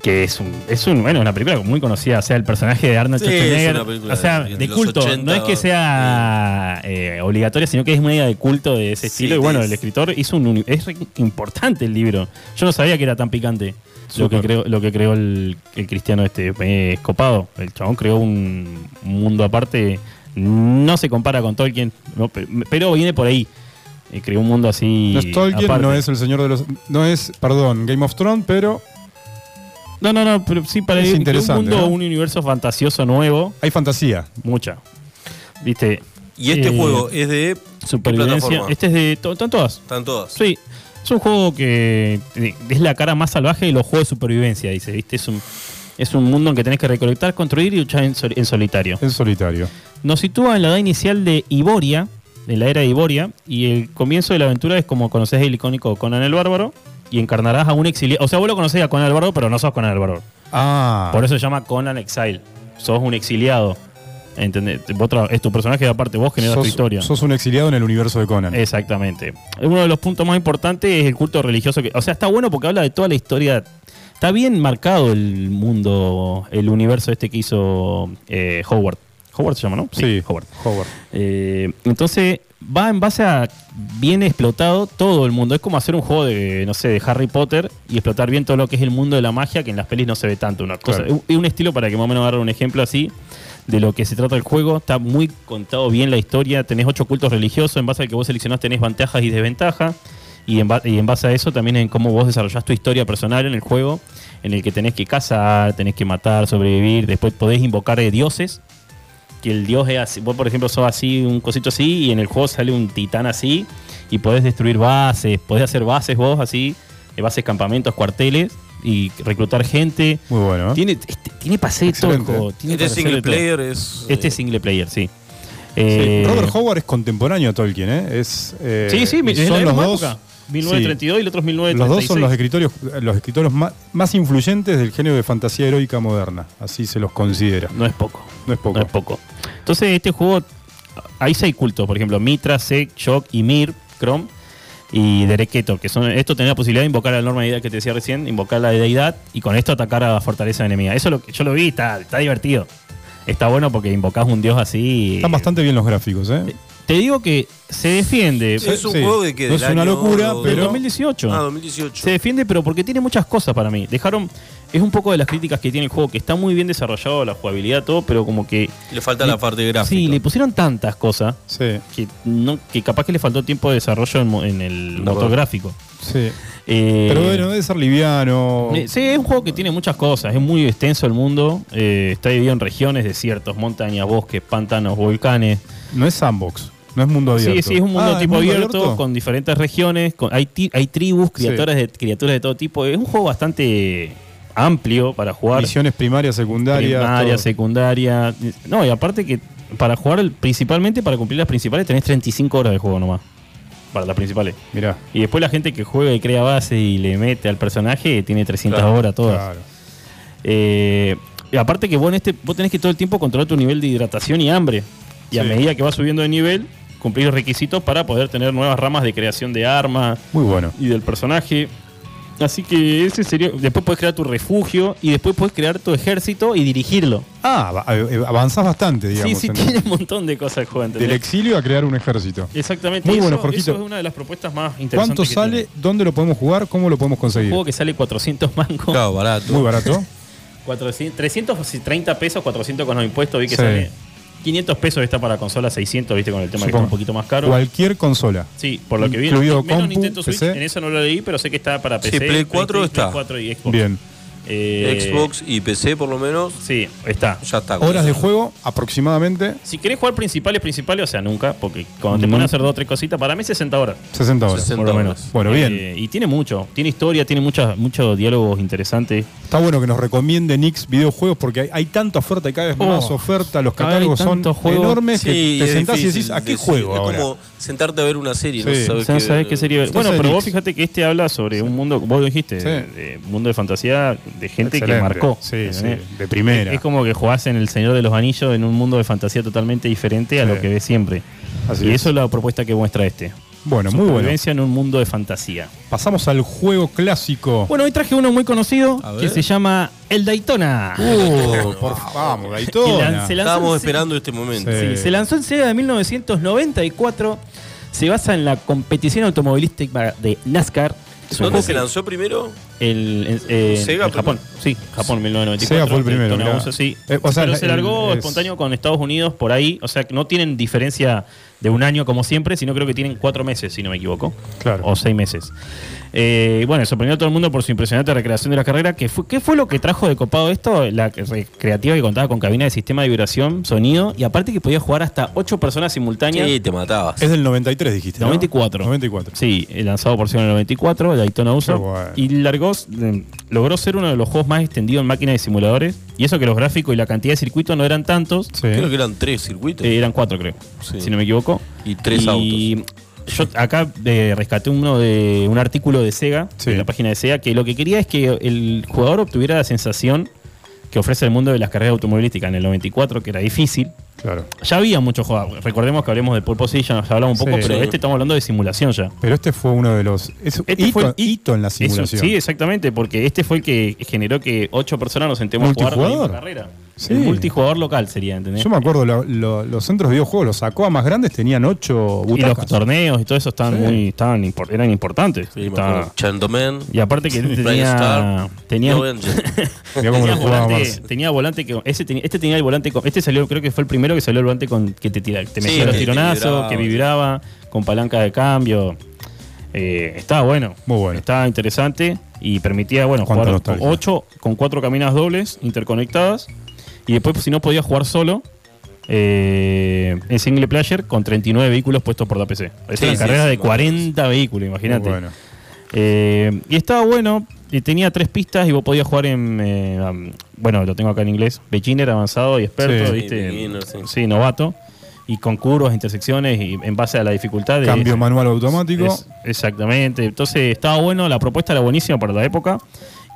Que es un, es un, bueno, una película muy conocida. O sea, el personaje de Arnold Sí, es Schwarzenegger. una película O sea, de- de de los culto. 80, no es que sea eh, obligatoria, sino que es media de culto de ese Sí, estilo. y bueno, es- el escritor hizo un. uni- Es re importante el libro. Yo no sabía que era tan picante lo que, Súper. creó, lo que creó el, el cristiano este eh, copado. El chabón creó un mundo aparte. No se compara con Tolkien, no, pe- pero viene por ahí. Eh, creó un mundo así. No es Tolkien, aparte. no es el señor de los. No es, perdón, Game of Thrones, pero No, no, no, pero sí para Es que un interesante, mundo, ¿no? un universo fantasioso nuevo, hay fantasía. mucha. viste. Y este eh, juego es de ¿qué Supervivencia. plataforma? Este es de. to- Están todas. Están todas. Sí. Es un juego que eh, es la cara más salvaje de los juegos de supervivencia, dice, ¿viste? Es un, es un mundo en que tenés que recolectar, construir y luchar en, sol- en solitario. En solitario. Nos sitúa en la edad inicial de Iboria, en la era de Iboria, y el comienzo de la aventura es como conocés el icónico Conan el Bárbaro, y encarnarás a un exiliado. O sea, vos lo conocés a Conan el Bárbaro, pero no sos Conan el Bárbaro. Ah. Por eso se llama Conan Exile. Sos un exiliado. ¿Entendés? Vos tra- es tu personaje, aparte vos generas sos, tu historia. sos un exiliado en el universo de Conan. Exactamente. Uno de los puntos más importantes es el culto religioso. Que, o sea, está bueno porque habla de toda la historia. Está bien marcado el mundo, el universo este que hizo eh, Howard. Howard se llama, ¿no? sí, Howard. Howard. Eh, entonces, va en base a bien explotado todo el mundo. Es como hacer un juego de, no sé, de Harry Potter y explotar bien todo lo que es el mundo de la magia, que en las pelis no se ve tanto. Una cosa, Claro. es un estilo para que más o menos agarre un ejemplo así de lo que se trata el juego. Está muy contado bien la historia. Tenés ocho cultos religiosos. En base al que vos seleccionás tenés ventajas y desventajas. Y en, ba- y en base a eso también en cómo vos desarrollás tu historia personal en el juego, en el que tenés que cazar, tenés que matar, sobrevivir, después podés invocar eh, dioses, que el dios es así. Vos, por ejemplo, sos así, un cosito así, y en el juego sale un titán así, y podés destruir bases, podés hacer bases vos así, eh, bases, campamentos, cuarteles, y reclutar gente. Muy bueno. ¿eh? Tiene, este- tiene pase de todo el Excelente. juego, tiene Este para es hacer single de todo. player es. Este eh, es single player, sí. Sí, Eh, Robert Howard es contemporáneo a Tolkien, ¿eh? Es, eh, sí, sí, mi- es la son los misma dos. época. 1932 y el otro es sí, 1936. los dos son los escritores, los escritores más, más influyentes del género de fantasía heroica moderna. Así se los considera. No es poco. No es poco. No es poco. Entonces, este juego, hay seis cultos, por ejemplo, Mitra, Sek, Shock, Ymir, Chrome y Dereketo, que son, esto tenés la posibilidad de invocar a la norma de deidad que te decía recién, invocar la deidad y con esto atacar a la fortaleza enemiga. Eso lo que yo lo vi, está, está divertido. Está bueno porque invocás un dios así. y- Están bastante bien los gráficos, ¿eh? Te digo que se defiende. Sí, Es un juego de que No es del una año- locura, del Del pero. 2018. Ah, 2018. Se defiende, pero porque tiene muchas cosas para mí. Dejaron. Es un poco de las críticas que tiene el juego, que está muy bien desarrollado, la jugabilidad, todo, pero como que. Le falta la parte gráfica. Sí, le pusieron tantas cosas Sí, que, no, que capaz que le faltó tiempo de desarrollo en, mo- en el No, motor no. gráfico. sí. Eh, Pero bueno, debe ser liviano. eh, Sí, es un juego que tiene muchas cosas, es muy extenso el mundo, eh, está dividido en regiones, desiertos, montañas, bosques, pantanos, volcanes. No es sandbox, no es mundo abierto. Sí, sí, es un mundo Ah, tipo mundo abierto, con diferentes regiones, con, hay, ti- hay tribus, criaturas, de, criaturas de todo tipo, es un juego bastante amplio para jugar. Misiones primarias, secundarias. primaria, todo. secundaria. No, y aparte que para jugar, el- principalmente para cumplir las principales, tenés 35 horas de juego nomás. Para las principales. Mirá. Y después la gente que juega y crea base y le mete al personaje tiene 300 Claro, horas todas. Claro. Eh, y aparte que vos, en este, vos tenés que todo el tiempo controlar tu nivel de hidratación y hambre. Y a Sí. medida que vas subiendo de nivel, cumplir los requisitos para poder tener nuevas ramas de creación de armas, Muy bueno. y del personaje. Así que ese sería. Después puedes crear tu refugio y después puedes crear tu ejército y dirigirlo. Ah, va- eh, avanzás bastante, digamos. sí, sí, en- tiene un montón de cosas, joven. Del exilio a crear un ejército. Exactamente. Muy eso, bueno, Jorgito. eso es una de las propuestas más interesantes. ¿Cuánto que sale? tiene. ¿Dónde lo podemos jugar? ¿Cómo lo podemos Un conseguir? juego que sale 400 mangos. Claro, barato. Muy barato. 400, 330 pesos, 400 con los impuestos. Vi que Sí. sale. 500 pesos está para consola, 600, viste, con el tema que está Supongo. un poquito más caro. Cualquier consola. Sí, por lo que vi. Incluido menos compu, Nintendo Switch, PC. en eso no lo leí, pero sé que está para Sí, PC. Play 4 PlayStation, está. Play 4 y Xbox. Bien. Eh, Xbox y PC por lo menos. Sí, está. Ya está. Horas de juego aproximadamente Si querés jugar principales, principales, o sea, nunca, porque cuando te pones a hacer dos o tres cositas, para mí 60 horas. 60 Mm. horas. 60 por lo horas. menos. Bueno, bien. Eh, y tiene mucho, tiene historia, tiene muchas, muchos diálogos interesantes. Está bueno que nos recomiende Nix videojuegos porque hay, hay tanta oferta y cada vez Oh, más oferta. Los cada catálogos vez hay son tantos juegos. enormes Sí, que es te sentás y difícil decís, ¿a qué decir. juego Es ahora? como sentarte a ver una serie. Sí. No O sea, sabés qué serie. Entonces, Bueno, pero vos Nix. fíjate que este habla sobre un mundo, vos lo dijiste, Sí. de mundo de fantasía, de Excelente. gente que marcó. Sí, sí, ¿entendés? de primera. Es, es como que jugás en El Señor de los Anillos en un mundo de fantasía totalmente diferente a Sí. lo que ves siempre. Así y es. eso es la propuesta que muestra este. Bueno, muy bueno. Supervivencia en un mundo de fantasía. Pasamos al juego clásico. Bueno, hoy traje uno muy conocido A que ver. se llama El Daytona. Uh, por vamos, Y Daytona. lance la- Estábamos Sí. esperando este momento. Sí. Sí, se lanzó en Sega de 1994. Se basa en la competición automovilística de NASCAR. Es un ¿Dónde juego se que- lanzó primero? el, en- eh, Sega en fue- Japón. Sí, Japón, 1994. Sega fue el primero, Daytona mirá. 11, sí. Eh, o sea, Pero el- se largó es- espontáneo con Estados Unidos por ahí. O sea, que no tienen diferencia de un año como siempre, sino creo que tienen cuatro meses, si no me equivoco. Claro. O seis meses. Eh, bueno, sorprendió a todo el mundo por su impresionante recreación de la carrera. Que fue, ¿Qué fue lo que trajo de copado esto? La recreativa que contaba con cabina de sistema de vibración, sonido y aparte que podía jugar hasta ocho personas simultáneas. Sí, te matabas. Es del 93, dijiste. ¿no? 94. 94. Sí, eh, lanzado por Sega en el 94, Daytona USA. Qué guay. Y largó, eh, logró ser uno de los juegos más extendidos en máquinas de simuladores. Y eso que los gráficos y la cantidad de circuitos no eran tantos. Sí. Creo que eran tres circuitos. eh, eran cuatro, creo, Sí. si no me equivoco. Y tres Yo acá eh, rescaté uno de un artículo de Sega, Sí. de la página de Sega, que lo que quería es que el jugador obtuviera la sensación que ofrece el mundo de las carreras automovilísticas en el 94, que era difícil. Claro. Ya había muchos jugadores. Recordemos que hablemos de pole position, ya hablamos un poco, Sí. pero Sí. este estamos hablando de simulación ya. Pero este fue uno de los. Es un Este hito, fue el hito en la Eso, simulación. sí, exactamente, porque este fue el que generó que ocho personas nos sentemos a jugar la misma Multijugador. carrera. Sí. El multijugador local sería, ¿entendés? Yo me acuerdo, lo- lo- los centros de videojuegos los sacó a más grandes, tenían ocho y los butacas. torneos y todo eso estaban Sí. muy, estaban impor- eran importantes. Sí, me Estaba- acuerdo. Gentleman, y aparte que él Brian tenía, Star, tenía, Joe Angel. Mirá cómo lo tenía jugaba volante, Marce. tenía volante que ese tenía- este tenía el volante con, este salió creo que fue el primero que salió el volante con que te tira, te Sí, metía los que te tironazos, vibraba. que vibraba con palanca de cambio. Eh, estaba bueno, Muy bueno. estaba interesante y permitía bueno Cuánta jugar con nostalgia. 8 con cuatro caminas dobles interconectadas y después si no podías jugar solo eh, en single player con 39 vehículos puestos por la PC. Es Sí, una sí, carrera sí, de me acuerdo. 40 vehículos, imagínate. Muy bueno. Eh, y estaba bueno, y tenía tres pistas y vos podías jugar en. eh, am- bueno, lo tengo acá en inglés: beginner, avanzado y experto, Sí. ¿viste? Sí, beginner, sí. Sí, novato. Y con curvas, intersecciones y en base a la dificultad. de- Cambio manual automático. es- exactamente. Entonces estaba bueno, la propuesta era buenísima para la época.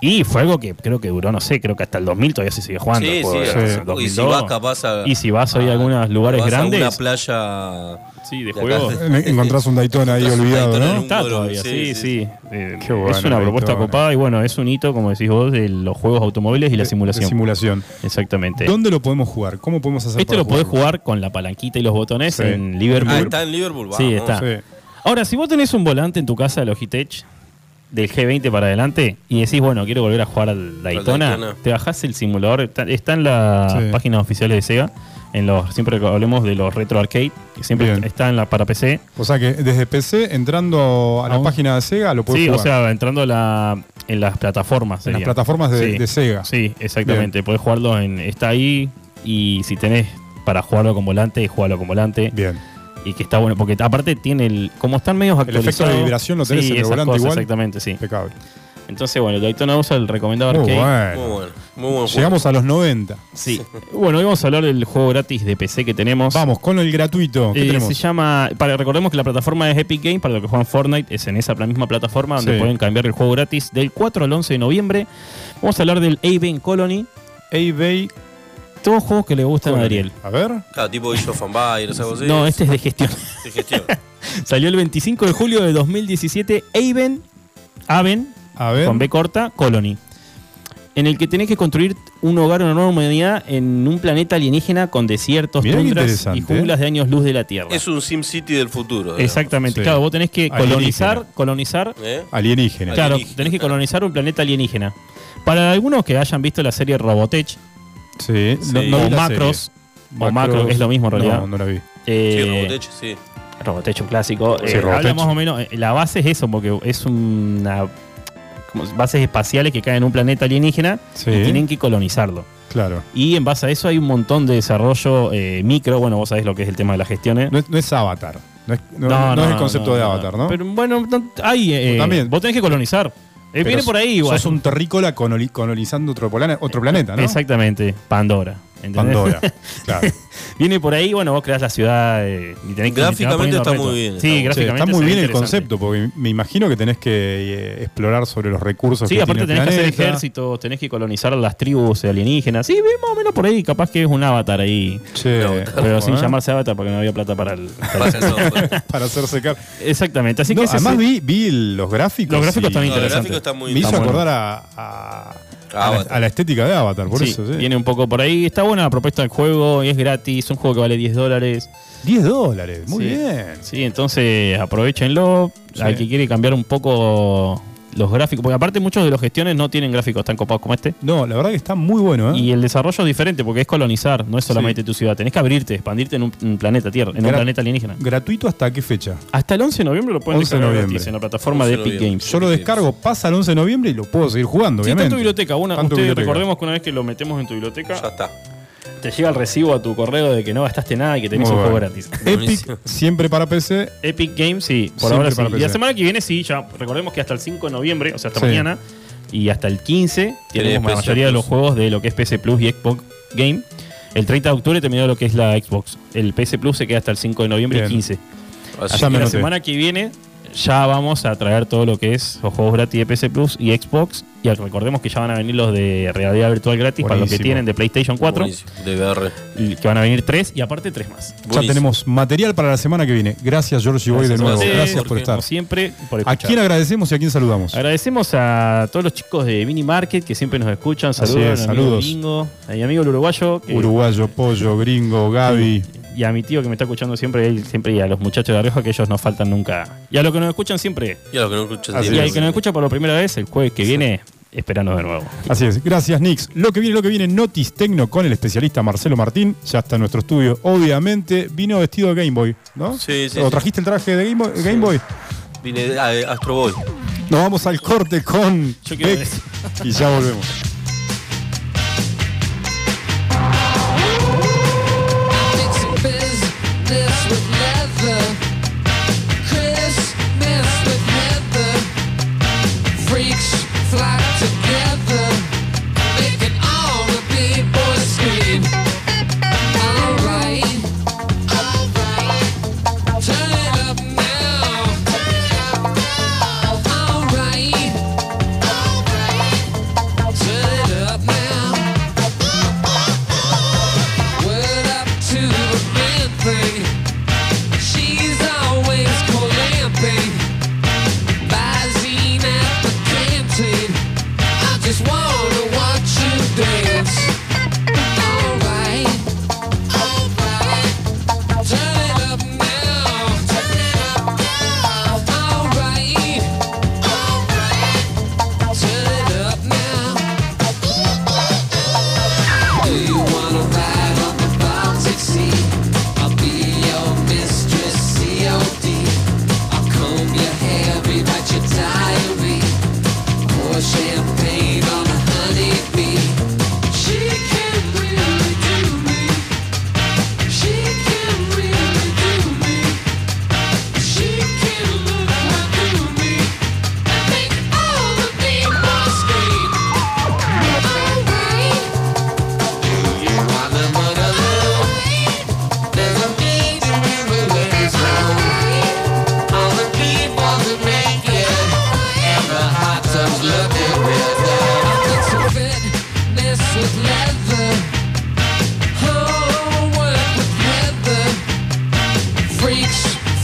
Y fue algo que creo que duró, no sé, creo que hasta el 2000 todavía se sigue jugando. Sí, el juego, sí, hasta el Y sí. si 2002. vas capaz a. Y si vas hoy a algunos lugares vas grandes. A una playa. Sí, de acá juego. de- Me- Encontrás un Daytona ahí Encontrás un olvidado, Daytona en ¿no? un- Está Número, todavía, sí, sí, sí. sí. Eh, Qué bueno, es una propuesta Daytona. copada y bueno, es un hito, como decís vos, de los juegos automóviles y la De- simulación. de simulación. Exactamente. ¿Dónde lo podemos jugar? ¿Cómo podemos hacer Este para lo podés jugarlo? jugar con la palanquita y los botones Sí. en Liverpool. Ah, está en Liverpool. Sí, vamos. está. Sí. Ahora, si vos tenés un volante en tu casa de Logitech del G20 para adelante y decís, bueno, quiero volver a jugar al Daytona, Daytona. te bajás el simulador. Está, está en las Sí. páginas oficiales de Sega. En los, siempre que hablemos de los retro arcade, que siempre Bien. está en la para PC. O sea que desde PC, entrando a la Aún- página de Sega, lo podés Sí, jugar. o sea, entrando a la- en las plataformas. en las sería. plataformas de, Sí. de Sega. Sí, exactamente. Podés jugarlo en. Está ahí. Y si tenés para jugarlo con volante, jugalo con volante. Bien. Y que está bueno. Porque aparte tiene el. Como están medios efecto actualizados. de vibración lo tenés sí, en el esas volante igual. Exactamente, sí. Impecable. Entonces, bueno, el Daytona usa el recomendado Muy arcade. Muy bueno. bueno. Muy buen juego. Llegamos a los 90. Sí. bueno, hoy vamos a hablar del juego gratis de PC que tenemos. Vamos, con el gratuito. ¿Qué Eh, tenemos? se llama. Para, recordemos que la plataforma es Epic Games, para los que juegan Fortnite, es en esa pla- misma plataforma donde Sí. pueden cambiar el juego gratis del 4 al 11 de noviembre. Vamos a hablar del Aven Colony. eBay. Todos juegos que le gustan a Ariel. A ver. Ah, tipo Age of Empires, algo así. No, este es de gestión. De gestión. Salió el 25 de julio de 2017 Aven, Aven A ver. con B corta, Colony. En el que tenés que construir un hogar, una nueva humanidad en un planeta alienígena con desiertos, Mirá qué tundras interesante, ¿eh? y junglas de años luz de la Tierra. es un SimCity del futuro. digamos. Exactamente. Sí. Claro, vos tenés que Alienígena. colonizar, colonizar ¿Eh? Alienígena. Claro. Claro, tenés que colonizar un planeta alienígena. Para algunos que hayan visto la serie Robotech Sí. No, Sí. no o vi la Macros, serie. o Macros, es lo mismo en realidad. No, no la vi. Sí, eh, Robotech, sí. Robotech, un clásico. Sí, Eh, Robotech. habla más o menos. eh, La base es eso, porque es una. como bases espaciales que caen en un planeta alienígena Sí. y tienen que colonizarlo. Claro. Y en base a eso hay un montón de desarrollo eh, micro. Bueno, vos sabés lo que es el tema de las gestiones. No es, no es Avatar. No es, no- no es el concepto de no, Avatar, ¿no? Pero bueno, no- hay. eh, También. Vos tenés que colonizar. Eh, Pero viene por ahí igual. Eh, Sos un terrícola coloni- colonizando otro, polana- otro planeta, ¿no? Exactamente, Pandora. ¿entendés? Pandora. claro. Viene por ahí, bueno, vos creás la ciudad eh, y tenés que- Gráficamente te vas poniendo está retos. muy bien, está Sí, muy- Che, gráficamente está muy se ve bien el interesante. concepto, porque me imagino que tenés que eh, explorar sobre los recursos Sí, que aparte tiene tenés el que hacer planeta. ejércitos, tenés que colonizar las tribus alienígenas. Sí, ve más o menos por ahí, capaz que es un avatar ahí. Che, Pero sin ¿eh? llamarse avatar porque no había plata para pues. el. Pasa el software. Para hacerse cargo. Exactamente, así No, que ese- además vi, vi los gráficos. Los gráficos y- también No, el interesante. gráfico está muy Me hizo está bueno. acordar a, a- a la, Avatar. a la estética de Avatar, por sí, eso. sí. viene un poco por ahí. Está buena la propuesta del juego, es gratis, un juego que vale 10 dólares. 10 dólares, muy Sí. bien. Sí, entonces aprovechenlo. Sí. Al que quiere cambiar un poco los gráficos, porque aparte muchos de los gestiones no tienen gráficos tan copados como este. No, la verdad que está muy bueno, ¿eh? Y el desarrollo es diferente porque es colonizar, no es solamente tu ciudad. Tenés que abrirte, expandirte en un, un planeta Tierra, en un Gra- planeta alienígena. ¿Gratuito hasta qué fecha? Hasta el 11 de noviembre lo pueden 11 de descargar noviembre. gratis en la plataforma 11 de de Epic noviembre. Games. Yo lo descargo, pasa el 11 de noviembre y lo puedo seguir jugando, Si está en obviamente. tu biblioteca, una, Está en tu ustedes biblioteca. recordemos que una vez que lo metemos en tu biblioteca, Ya está. te llega el recibo a tu correo de que no gastaste nada y que tenés Muy un juego bueno. gratis. Epic, siempre para PC. Epic Games, sí, por Siempre ahora sí. para Y la PC. semana que viene, sí, ya recordemos que hasta el 5 de noviembre, o sea, hasta Sí. mañana, y hasta el 15, tenemos PC la mayoría de los Plus. juegos de lo que es PC Plus y Xbox Game. El 30 de octubre terminó lo que es la Xbox. El PC Plus se queda hasta el 5 de noviembre Bien. y 15. Así Así Ya que me la anoté. semana que viene ya vamos a traer todo lo que es los juegos gratis de PC Plus y Xbox. Y recordemos que ya van a venir los de realidad virtual gratis para los que Buenísimo. tienen de PlayStation 4, Buenísimo. DVR. y que van a venir 3 y aparte 3 más. Ya Buenísimo. tenemos material para la semana que viene. Gracias, George Boy, de Gracias a nuevo. ustedes, Gracias por Jorge. estar. Como siempre, por ¿A escuchar. quién agradecemos y a quién saludamos? Agradecemos a todos los chicos de Mini Market que siempre nos escuchan. Así Saludos, es, a mi amigo saludos. Bingo, a mi amigo el uruguayo. que- Uruguayo, Pollo, Gringo, Gaby. Y a mi tío que me está escuchando siempre, él siempre y a los muchachos de Arrejo que ellos no faltan nunca. Y a los que nos escuchan siempre. Y a los que no escuchan, Así Y tienen- al que nos escucha por la primera vez, el jueves que viene, esperanos de nuevo. Así es, gracias Nix. Lo que viene, lo que viene, Notis Tecno con el especialista Marcelo Martín, ya está en nuestro estudio, obviamente, vino vestido de Game Boy, ¿no? Sí, sí, ¿O sí. trajiste el traje de Game Boy? Game Boy? Vine a a Astro Boy. Nos vamos al corte con Yo quiero Beck y ya volvemos. It's business with leather. Christmas with leather. Freaks flock together, making all the people scream. Alright, alright, turn it up now. Alright, alright, turn it up now. Word up to the man thing. She's always clamping. Visine at the canteen. I just wanna watch you dance. Alright, alright. Turn it up now. Turn it up now. Alright, alright. Turn it up now. Do you wanna ride on the Baltic Sea? I'll be your mistress, COD. I'll comb your hair, rewrite your diary. Pour champagne on a honeybee. She can really do me. She can really do me. She can look right through me and make all the people scream. Alright.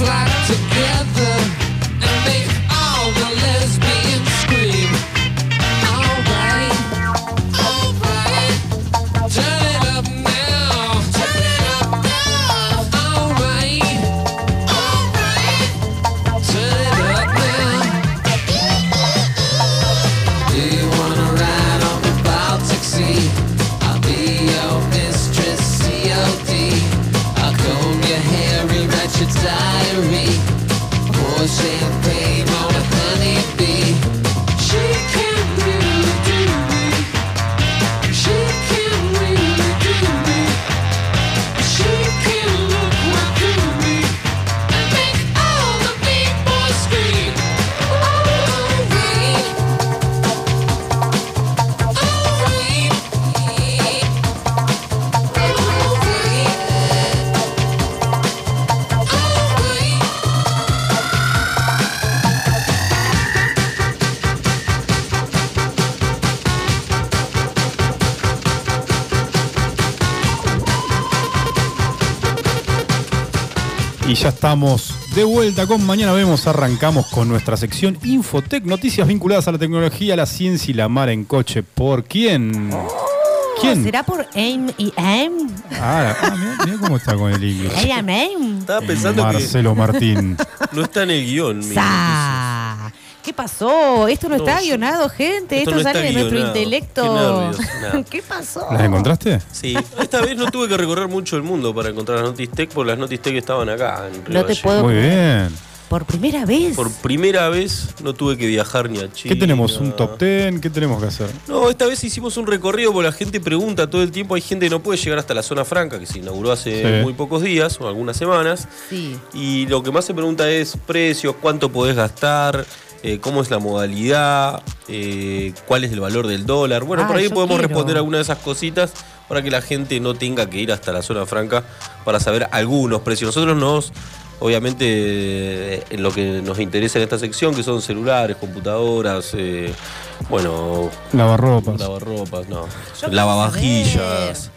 Together and make all the lesbians scream. Alright, alright. Turn it up now. Turn it up now. Alright. Alright. Turn it up now. Do you wanna ride on the Baltic Sea? I'll be your mistress, COD. I'll comb your hair, rewrite your diary. Pour champagne on a honeybee. She can really do me. She can really do me. She can look right through me and make all the people scream. Alright, alright, alright, alright. Y ya estamos de vuelta con Mañana Vemos. Arrancamos con nuestra sección Infotec, noticias vinculadas a la tecnología, la ciencia y la mar en coche. ¿Por quién? Oh, ¿Quién? ¿Será por AIM y AIM? Ah, ah, mirá, mirá cómo está con el inglés. I am AIM. Estaba pensando que Marcelo Martín. no está en el guión. mi noticia. Sa. ¿Qué pasó? Esto no, No, está yo- guionado, gente. esto Esto, no está sale de nuestro guionado. Qué intelecto. nervios, Qué, nada. pasó? ¿Las encontraste? Sí, esta vez no tuve que recorrer mucho el mundo para encontrar las Notis Tech, porque las Notis Tech estaban acá. En Río No te Gallegos. puedo. Muy creer. bien. Por primera vez. Por primera vez no tuve que viajar ni a China. ¿Qué tenemos? ¿Un top 10? ¿Qué tenemos que hacer? No, esta vez hicimos un recorrido porque la gente pregunta todo el tiempo. Hay gente que no puede llegar hasta la zona franca, que se inauguró hace Sí. muy pocos días o algunas semanas. Sí. Y lo que más se pregunta es precios, cuánto podés gastar, eh, cómo es la modalidad, eh, cuál es el valor del dólar. Bueno, Ah, por ahí yo podemos quiero. responder alguna de esas cositas para que la gente no tenga que ir hasta la zona franca para saber algunos precios. Nosotros nos, obviamente, eh, en lo que nos interesa en esta sección, que son celulares, computadoras, eh, bueno, Lavarropas. Lavarropas, no. Yo quiero Lavavajillas,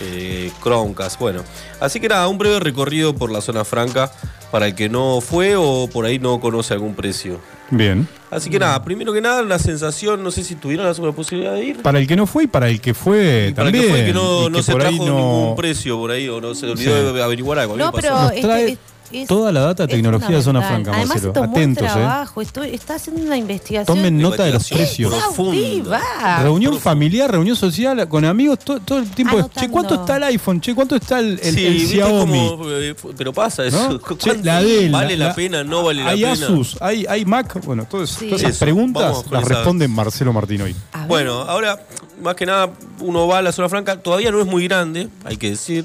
eh, croncas, bueno. Así que nada, un breve recorrido por la zona franca para el que no fue o por ahí no conoce algún precio. Bien. Así que nada, primero que nada, la sensación, no sé si tuvieron la segunda posibilidad de ir. Para el que no fue y para el que fue Y para el también. que fue que no, y no se por ahí trajo no- ningún precio por ahí o no se olvidó Sí. de averiguar algo. a mí No, me pasó. pero Nos este trae es- es- toda la data es tecnología de Zona fundamental. Franca, Además, Marcelo. tomó el Atentos, ¿eh? trabajo. Estoy- está haciendo una investigación. Tomen nota de los Investigación precios. profunda. exhaustiva. Ah, Reunión profe. familiar, reunión social, con amigos, to- todo el tiempo. es, Che, Anotando. ¿cuánto está el iPhone? Che, ¿cuánto está el, el- sí, el viste Xiaomi? cómo, eh, pero pasa eso. ¿No? ¿Cuánto Che, la Dell, ¿Vale la, la- pena? ¿No vale la hay pena? Asus, hay, hay Mac. Bueno, todas, Sí. todas esas Eso, vamos preguntas con las esa- responde Marcelo Martín hoy. A ver. Bueno, ahora, más que nada, uno va a la zona franca, todavía no es muy grande, hay que decir.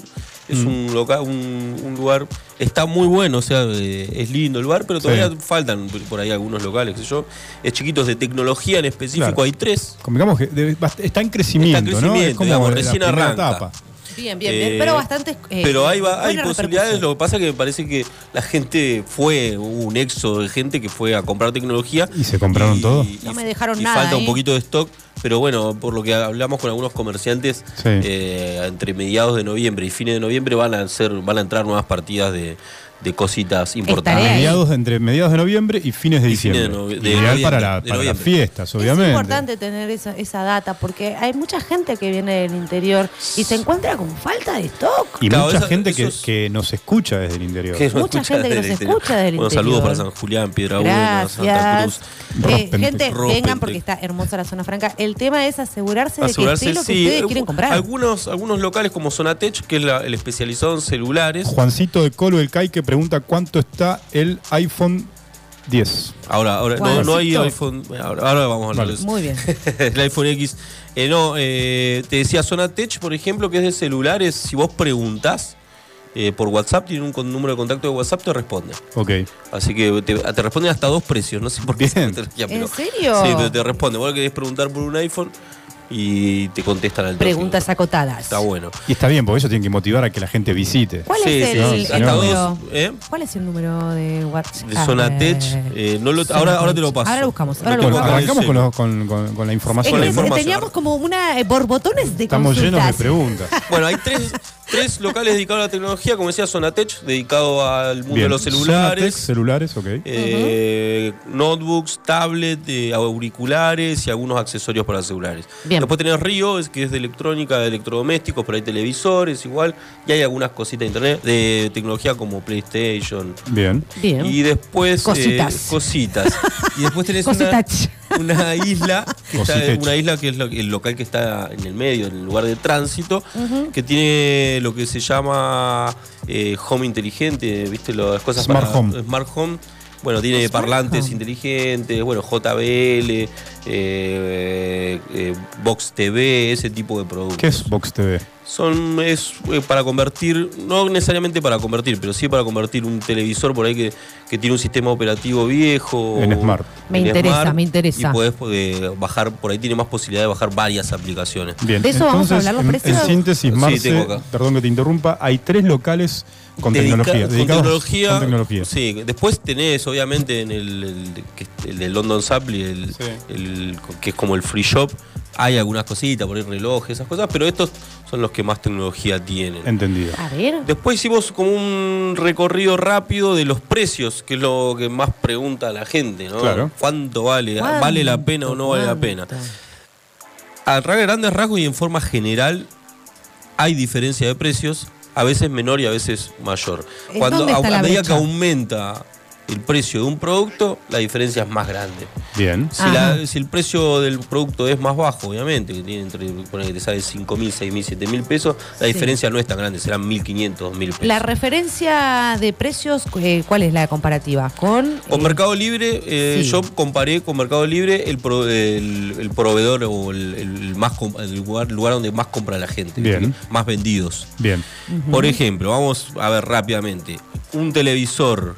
Es Mm. un, loca- un, un lugar, está muy bueno, o sea, eh, es lindo el lugar, pero todavía Sí. faltan por- por ahí algunos locales, qué sé yo. Es chiquitos de tecnología en específico, Claro. hay tres. Convengamos que debe- bast- está en crecimiento, Está en ¿no? crecimiento, digamos, la recién primera arranca. etapa. Bien, bien, bien. Eh, pero bastante. eh, pero hay, va- hay buena posibilidades, repercusión. lo que pasa es que me parece que la gente fue, hubo un éxodo de gente que fue a comprar tecnología. ¿Y se compraron todo? No me dejaron y nada, falta un ¿eh? poquito de stock, pero bueno, por lo que hablamos con algunos comerciantes, Sí. eh, entre mediados de noviembre y fines de noviembre van a, ser, van a entrar nuevas partidas de, de cositas importantes. Estaré ahí. Mediados de- entre mediados de noviembre y fines de Y fines de diciembre. novie- de Ideal para, noviembre, la- de para las noviembre. fiestas, obviamente. Es importante tener esa, esa data porque hay mucha gente que viene del interior y se encuentra con falta de stock. Y Claro, mucha eso- gente eso que, es- que nos escucha desde el interior. Que nos Mucha escucha gente que desde nos el interior. escucha desde el Bueno, saludos interior. para San Julián, Piedra Buena, Santa Cruz. Gracias. Eh, Rompente. gente, vengan Rompente. porque está hermosa la zona franca. El tema es asegurarse, Asegurarse, de que esté lo que sí, ustedes eh, quieren comprar. Algunos, algunos locales como Zonatech, que es la- el especializado en celulares. Juancito de Colo del CAI que pregunta cuánto está el iPhone 10. Ahora, ahora no, no hay Juancito. iPhone. Ahora, ahora vamos a hablar de eso. Muy bien. el iPhone X. Eh, no, eh, te decía Zona Tech, por ejemplo, que es de celulares. Si vos preguntás eh, por WhatsApp, tiene un con- número de contacto de WhatsApp, te responde. Ok. Así que te, te responden hasta dos precios. No sé por qué. Bien. se me termina, ¿En serio? Sí, pero te responde. Vos le querés preguntar por un iPhone y te contestan al toque. Preguntas acotadas. Está bueno. Y está bien, porque eso tiene que motivar a que la gente visite. ¿Cuál Sí, es sí, el, sí, el hasta número? dos, ¿eh? ¿Cuál es el número de WhatsApp? De Zona Tech, eh, no lo- Zona ahora- ahora Tech. te lo paso. Ahora lo buscamos. Lo Ahora lo tengo Bueno, acá. buscamos. arrancamos con, lo- con- con- con la Es información. que la ¿no? información. teníamos como una eh, borbotones de Estamos llenos de consultas. preguntas. Bueno, hay tres, tres locales dedicados a la tecnología. Como decía, Zonatech, dedicado al mundo de Bien. los Sonatec, celulares. celulares, ok. eh, notebooks, tablet, eh, auriculares y algunos accesorios para celulares. Bien. Después tenés Río, es- que es de electrónica, de electrodomésticos, pero hay televisores igual, y hay algunas cositas de internet, de tecnología como PlayStation. Bien. Bien. Y después. eh, Cositas. cositas. Y después tenés una, Cositach. una isla, que está- Cositech. una isla que es lo- el local que está en el medio, en el lugar de tránsito, que tiene lo que se llama eh, home inteligente, ¿viste? Lo- Las cosas Smart para- home. Smart home. Bueno, tiene parlantes home. inteligentes, bueno, JBL, eh, eh, Box TV, ese tipo de productos. ¿Qué es Vox TV? Son es eh, para convertir, no necesariamente para convertir, pero sí para convertir un televisor por ahí que, que tiene un sistema operativo viejo. En o- Smart. Me en interesa, Smart, me interesa. Y podés eh, bajar, por ahí tiene más posibilidad de bajar varias aplicaciones. Bien. ¿De eso vamos a Entonces, hablar los en- precios? En Sí, síntesis, Marce, tengo acá. perdón que te interrumpa, hay tres locales con Dedica- tecnología. con dedicados- tecnología, Con tecnología. Sí, después tenés, obviamente, en el, el que- el de London Supply, el, Sí. el- que es como el free shop, hay algunas cositas, por ahí relojes, esas cosas, pero estos son los que más tecnología tienen. Entendido. A ver. Después hicimos como un recorrido rápido de los precios, que es lo que más pregunta la gente, ¿no? Claro. ¿Cuánto vale? ¿Vale la ¿Cuánto? pena o no vale la pena? ¿Cuánto? A ra- grandes rasgos y en forma general hay diferencia de precios, a veces menor y a veces mayor. ¿En dónde a, está la a medida que brecha? aumenta el precio de un producto, la diferencia es más grande. Bien. Si, Ajá. la- si el precio del producto es más bajo, obviamente, que tiene entre, ponele que te sale 5 mil, 6 mil, 7 mil pesos, la Sí. diferencia no es tan grande, serán 1.500, 2.000 pesos. La referencia de precios, eh, ¿cuál es la comparativa? Con. Con eh, Mercado Libre, eh, sí. yo comparé con Mercado Libre el, pro- el- el proveedor o el, el más com- el lugar, lugar donde más compra la gente, Bien. ¿viste? más vendidos. Bien. Por ejemplo, vamos a ver rápidamente. Un televisor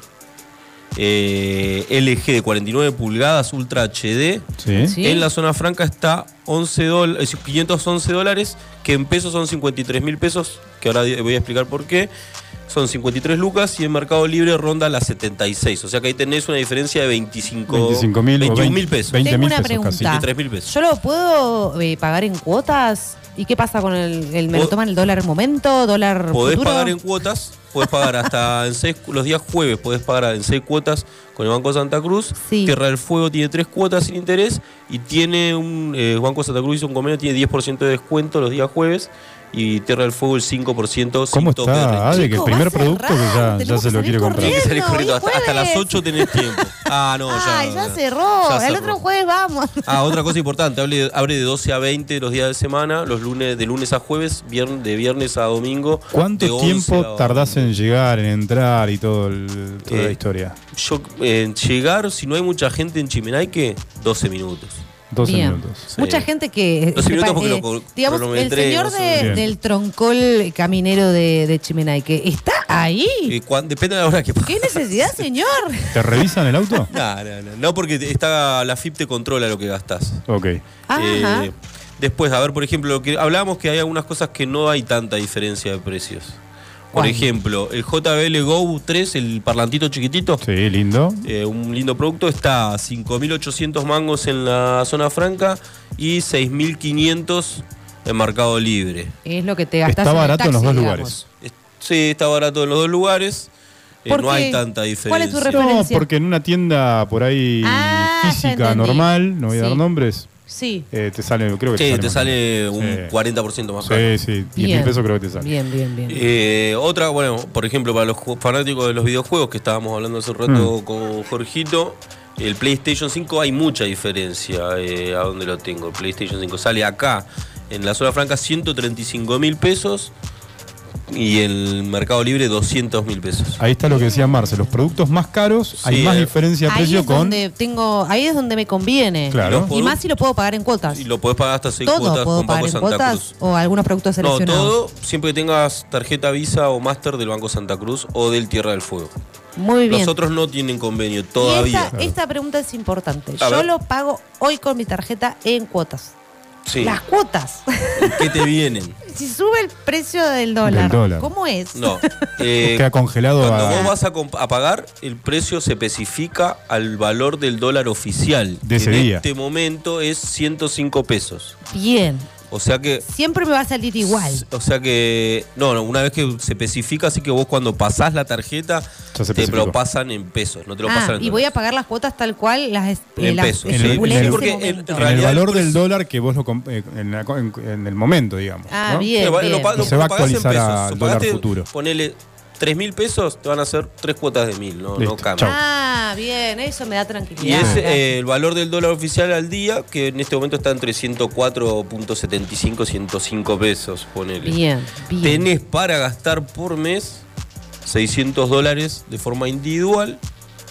eh, LG de 49 pulgadas Ultra HD Sí. Sí. en la zona franca está 11 dola- es decir, 511 dólares, que en pesos son 53 mil pesos, que ahora di- voy a explicar por qué. Son 53 lucas y en Mercado Libre ronda las 76. O sea que ahí tenés una diferencia de 25, 25 mil. 21 mil pesos. 20 Tengo mil una pesos pregunta. casi. 23 mil pesos. ¿Yo lo puedo eh, pagar en cuotas? ¿Y qué pasa con el. el- ¿Me lo Pod- toman el dólar momento? ¿Dólar Podés futuro? pagar en cuotas, podés pagar hasta en seis, los días jueves, podés pagar en seis cuotas con el Banco Santa Cruz. Sí. Tierra del Fuego tiene tres cuotas sin interés y tiene un. eh, Banco Santa Cruz hizo un convenio, tiene 10% de descuento los días jueves y Tierra del Fuego el 5% sin ¿Cómo tope de está retención. Ale? Que el Chico, primer va a producto que ya, cerrar, ya se Ah, tenemos lo que quiere salir comprar. Tenés que salir Corriendo, corriendo. Hasta, hoy hasta las jueves. 8 tenés tiempo. Ah, no, ya. Ay, ya cerró. ya el cerró. otro jueves vamos. Ah, otra cosa importante, abre, abre de 12 a 20 los días de semana, los lunes, de lunes a jueves, vier- de viernes a domingo. de ¿Cuánto 11 tiempo a- tardás en llegar, en entrar y todo el- toda la Eh, historia? Yo, eh, llegar, si no hay mucha gente en Chimenaique, 12 minutos. 12 Bien. minutos. Sí. Mucha gente que. eh, Los minutos porque lo co- digamos, el cronometré, señor no sé. de- Bien. del troncol caminero de, de Chimenay, que está ahí. Eh, cuan- depende de la hora que ¿Qué necesidad, señor? ¿Te revisan el auto? No, no, no, no, porque te- está, la FIP te controla lo que gastás. Ok. Ajá. Eh, después, a ver, por ejemplo, lo que hablábamos que hay algunas cosas que no hay tanta diferencia de precios. Por ¿Cuál? ejemplo, el JBL Go 3, el parlantito chiquitito, Sí, lindo. eh, un lindo producto, está a 5.800 mangos en la zona franca y 6.500 en mercado libre. es lo que te Está gastas. en el barato en los taxi, dos digamos. lugares. Es- Sí, está barato en los dos lugares. Eh, ¿Por no hay qué? tanta ¿Cuál es tu diferencia. referencia? No, porque en una tienda por ahí Ah, ya física, entendí. normal, no voy a dar Sí. nombres, Sí. eh, te sale, creo que Sí, te más sale caro. un Sí. 40% más caro. Sí, sí, 10 mil Bien. pesos creo que te sale. Bien, bien, bien. Eh, otra, bueno, por ejemplo, para los ju- fanáticos de los videojuegos que estábamos hablando hace un Mm. rato con Jorgito, el PlayStation 5 hay mucha diferencia eh, a donde lo tengo. El PlayStation 5 sale acá, en la zona franca, 135 mil pesos y en el Mercado Libre 200 mil pesos. Ahí está lo que decía Marce, los productos más caros, hay Sí, más eh, diferencia de ahí precio es con... donde tengo, ahí es donde me conviene. Claro. Los Y más si lo puedo pagar en cuotas. Y lo podés pagar hasta 6 Todo cuotas puedo con pagar Banco en Santa cuotas Cruz. o algunos productos No, seleccionados. todo siempre que tengas tarjeta Visa o Master del Banco Santa Cruz o del Tierra del Fuego. Muy bien. Los otros no tienen convenio Y todavía. esta, esta pregunta es importante. A Yo ver. lo pago hoy con mi tarjeta en cuotas. Sí. Las cuotas. ¿Qué te vienen? si sube el precio del Del dólar, dólar. ¿cómo es? No. eh, Queda congelado cuando a- vos vas a, comp- a pagar, el precio se especifica al valor del dólar oficial. De ese que en día. este momento es 105 pesos. Bien. O sea que. Siempre me va a salir igual. O sea que. No, no, una vez que se especifica, así que vos cuando pasás la tarjeta, Ya se te especificó. lo pasan en pesos, no te lo Ah, pasan en y voy a dólares. pagar las cuotas tal cual las es- eh, En las pesos, sí. estipulé Sí, en pues, ese porque en- momento. en en el realidad valor el del precio- dólar que vos lo comp- eh, en, la co- en- en el momento, digamos. Ah, ¿no? bien. Sí, vale, lo pa- bien. lo- Se va a lo pagás en actualizar pesos. al Lo dólar pagaste, futuro. Ponele 3 mil pesos, te van a hacer tres cuotas de mil, no, Listo, no cambia. chao. Ah, bien, eso me da Y tranquilidad. es Gracias. eh, el valor del dólar oficial al día, que en este momento está entre 104.75 105 pesos, ponele. bien, bien. Tenés para gastar por mes 600 dólares de forma individual,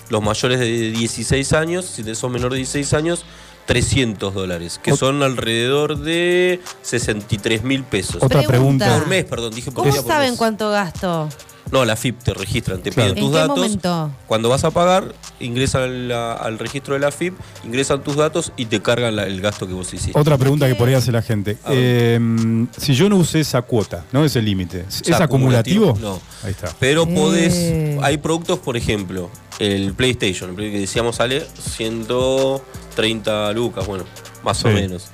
los mayores de 16 años, si te sos menor de 16 años, 300 dólares, que Ot- son alrededor de 63 mil pesos. Otra pregunta. Por mes, perdón, dije por ¿Cómo día, por saben mes. cuánto gasto? No, la FIP te registran, te Claro. piden tus ¿En qué datos. momento? Cuando vas a pagar, ingresan al, al registro de la FIP, ingresan tus datos y te cargan la- el gasto que vos hiciste. Otra pregunta que por ahí hace la gente. A ver. Eh, si yo no usé esa cuota, ¿no? Ese límite. ¿Es O sea, acumulativo? No. Ahí está. Pero podés. Eh. Hay productos, por ejemplo, el PlayStation, el que decíamos sale 130 lucas, bueno, más o Sí. menos.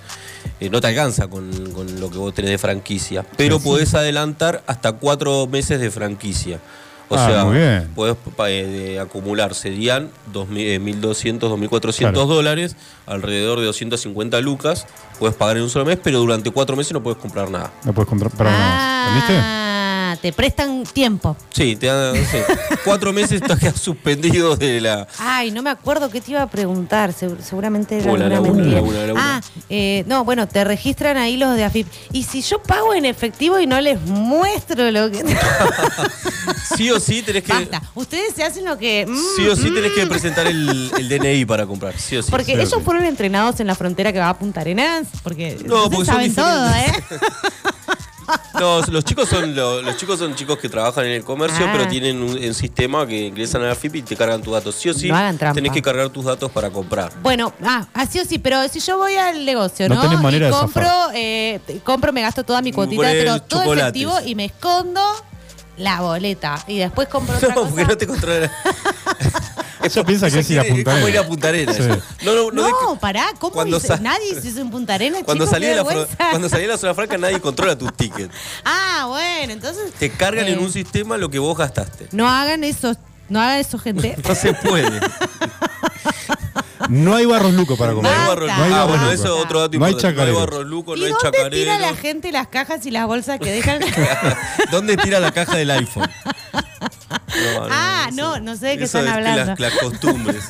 Eh, no te alcanza con, con lo que vos tenés de franquicia. Pero podés adelantar hasta cuatro meses de franquicia. O Ah, muy sea, bien. podés pa- eh, de acumular, serían 2.000, eh, 1.200, 2.400 Claro. dólares, alrededor de 250 lucas. Puedes pagar en un solo mes, pero durante cuatro meses no puedes comprar nada. No puedes comprar para nada. ¿Entendiste? ah, te prestan tiempo. Sí, te dan no sé, cuatro meses estás quedado suspendido de la. Ay, no me acuerdo qué te iba a preguntar. segu- seguramente era Oh, la alguna laguna, mentira. la laguna, la laguna. Ah, eh, no, bueno, te registran ahí los de AFIP. Y si yo pago en efectivo y no les muestro lo que. Sí o sí tenés que. Basta. Ustedes se hacen lo que. mm, Sí o sí mm, tenés que presentar el, el DNI para comprar. Sí o sí. Porque Sí, ellos sí. fueron entrenados en la frontera que va a Punta Arenas. Porque No, ustedes porque son saben todo, ¿eh? diferentes. No, los chicos son lo- los chicos son chicos que trabajan en el comercio, Ah. pero tienen un, un sistema que ingresan a la FIP y te cargan tus datos. Sí o sí No hagan trampa. tenés que cargar tus datos para comprar. Bueno, ah, así o sí, pero si yo voy al negocio, No ¿no? tenés manera y de compro, zafar. eh, compro, me gasto toda mi cuotita, Compré pero todo chocolates. efectivo y me escondo la boleta. Y después compro otra No, cosa. porque no te controlan. Ella piensa que es ir a quiere- Punta como ir a Arenas. Punta Arenas. Sí. No, no, no, No, es que- pará, ¿cómo cuando dice? sal- Nadie se hizo en Punta Arenas, Cuando chicos, salí, qué de la fro- vergüenza. cuando salí de la zona franca nadie controla tus tickets. Ah, bueno, entonces... Te cargan eh, en un sistema lo que vos gastaste. No hagan eso, no hagan eso, gente. No se puede. No hay barros lucos para No comer. hay Basta. barro No hay Ah, barro bueno, luco. eso es otro dato No hay importante. No hay chacarero. barro luco, no ¿Y hay dónde chacarero. tira la gente las cajas y las bolsas que dejan? ¿Dónde tira la caja del iPhone? No, Ah, no, no sé de qué Eso están es que hablando. Las, las costumbres.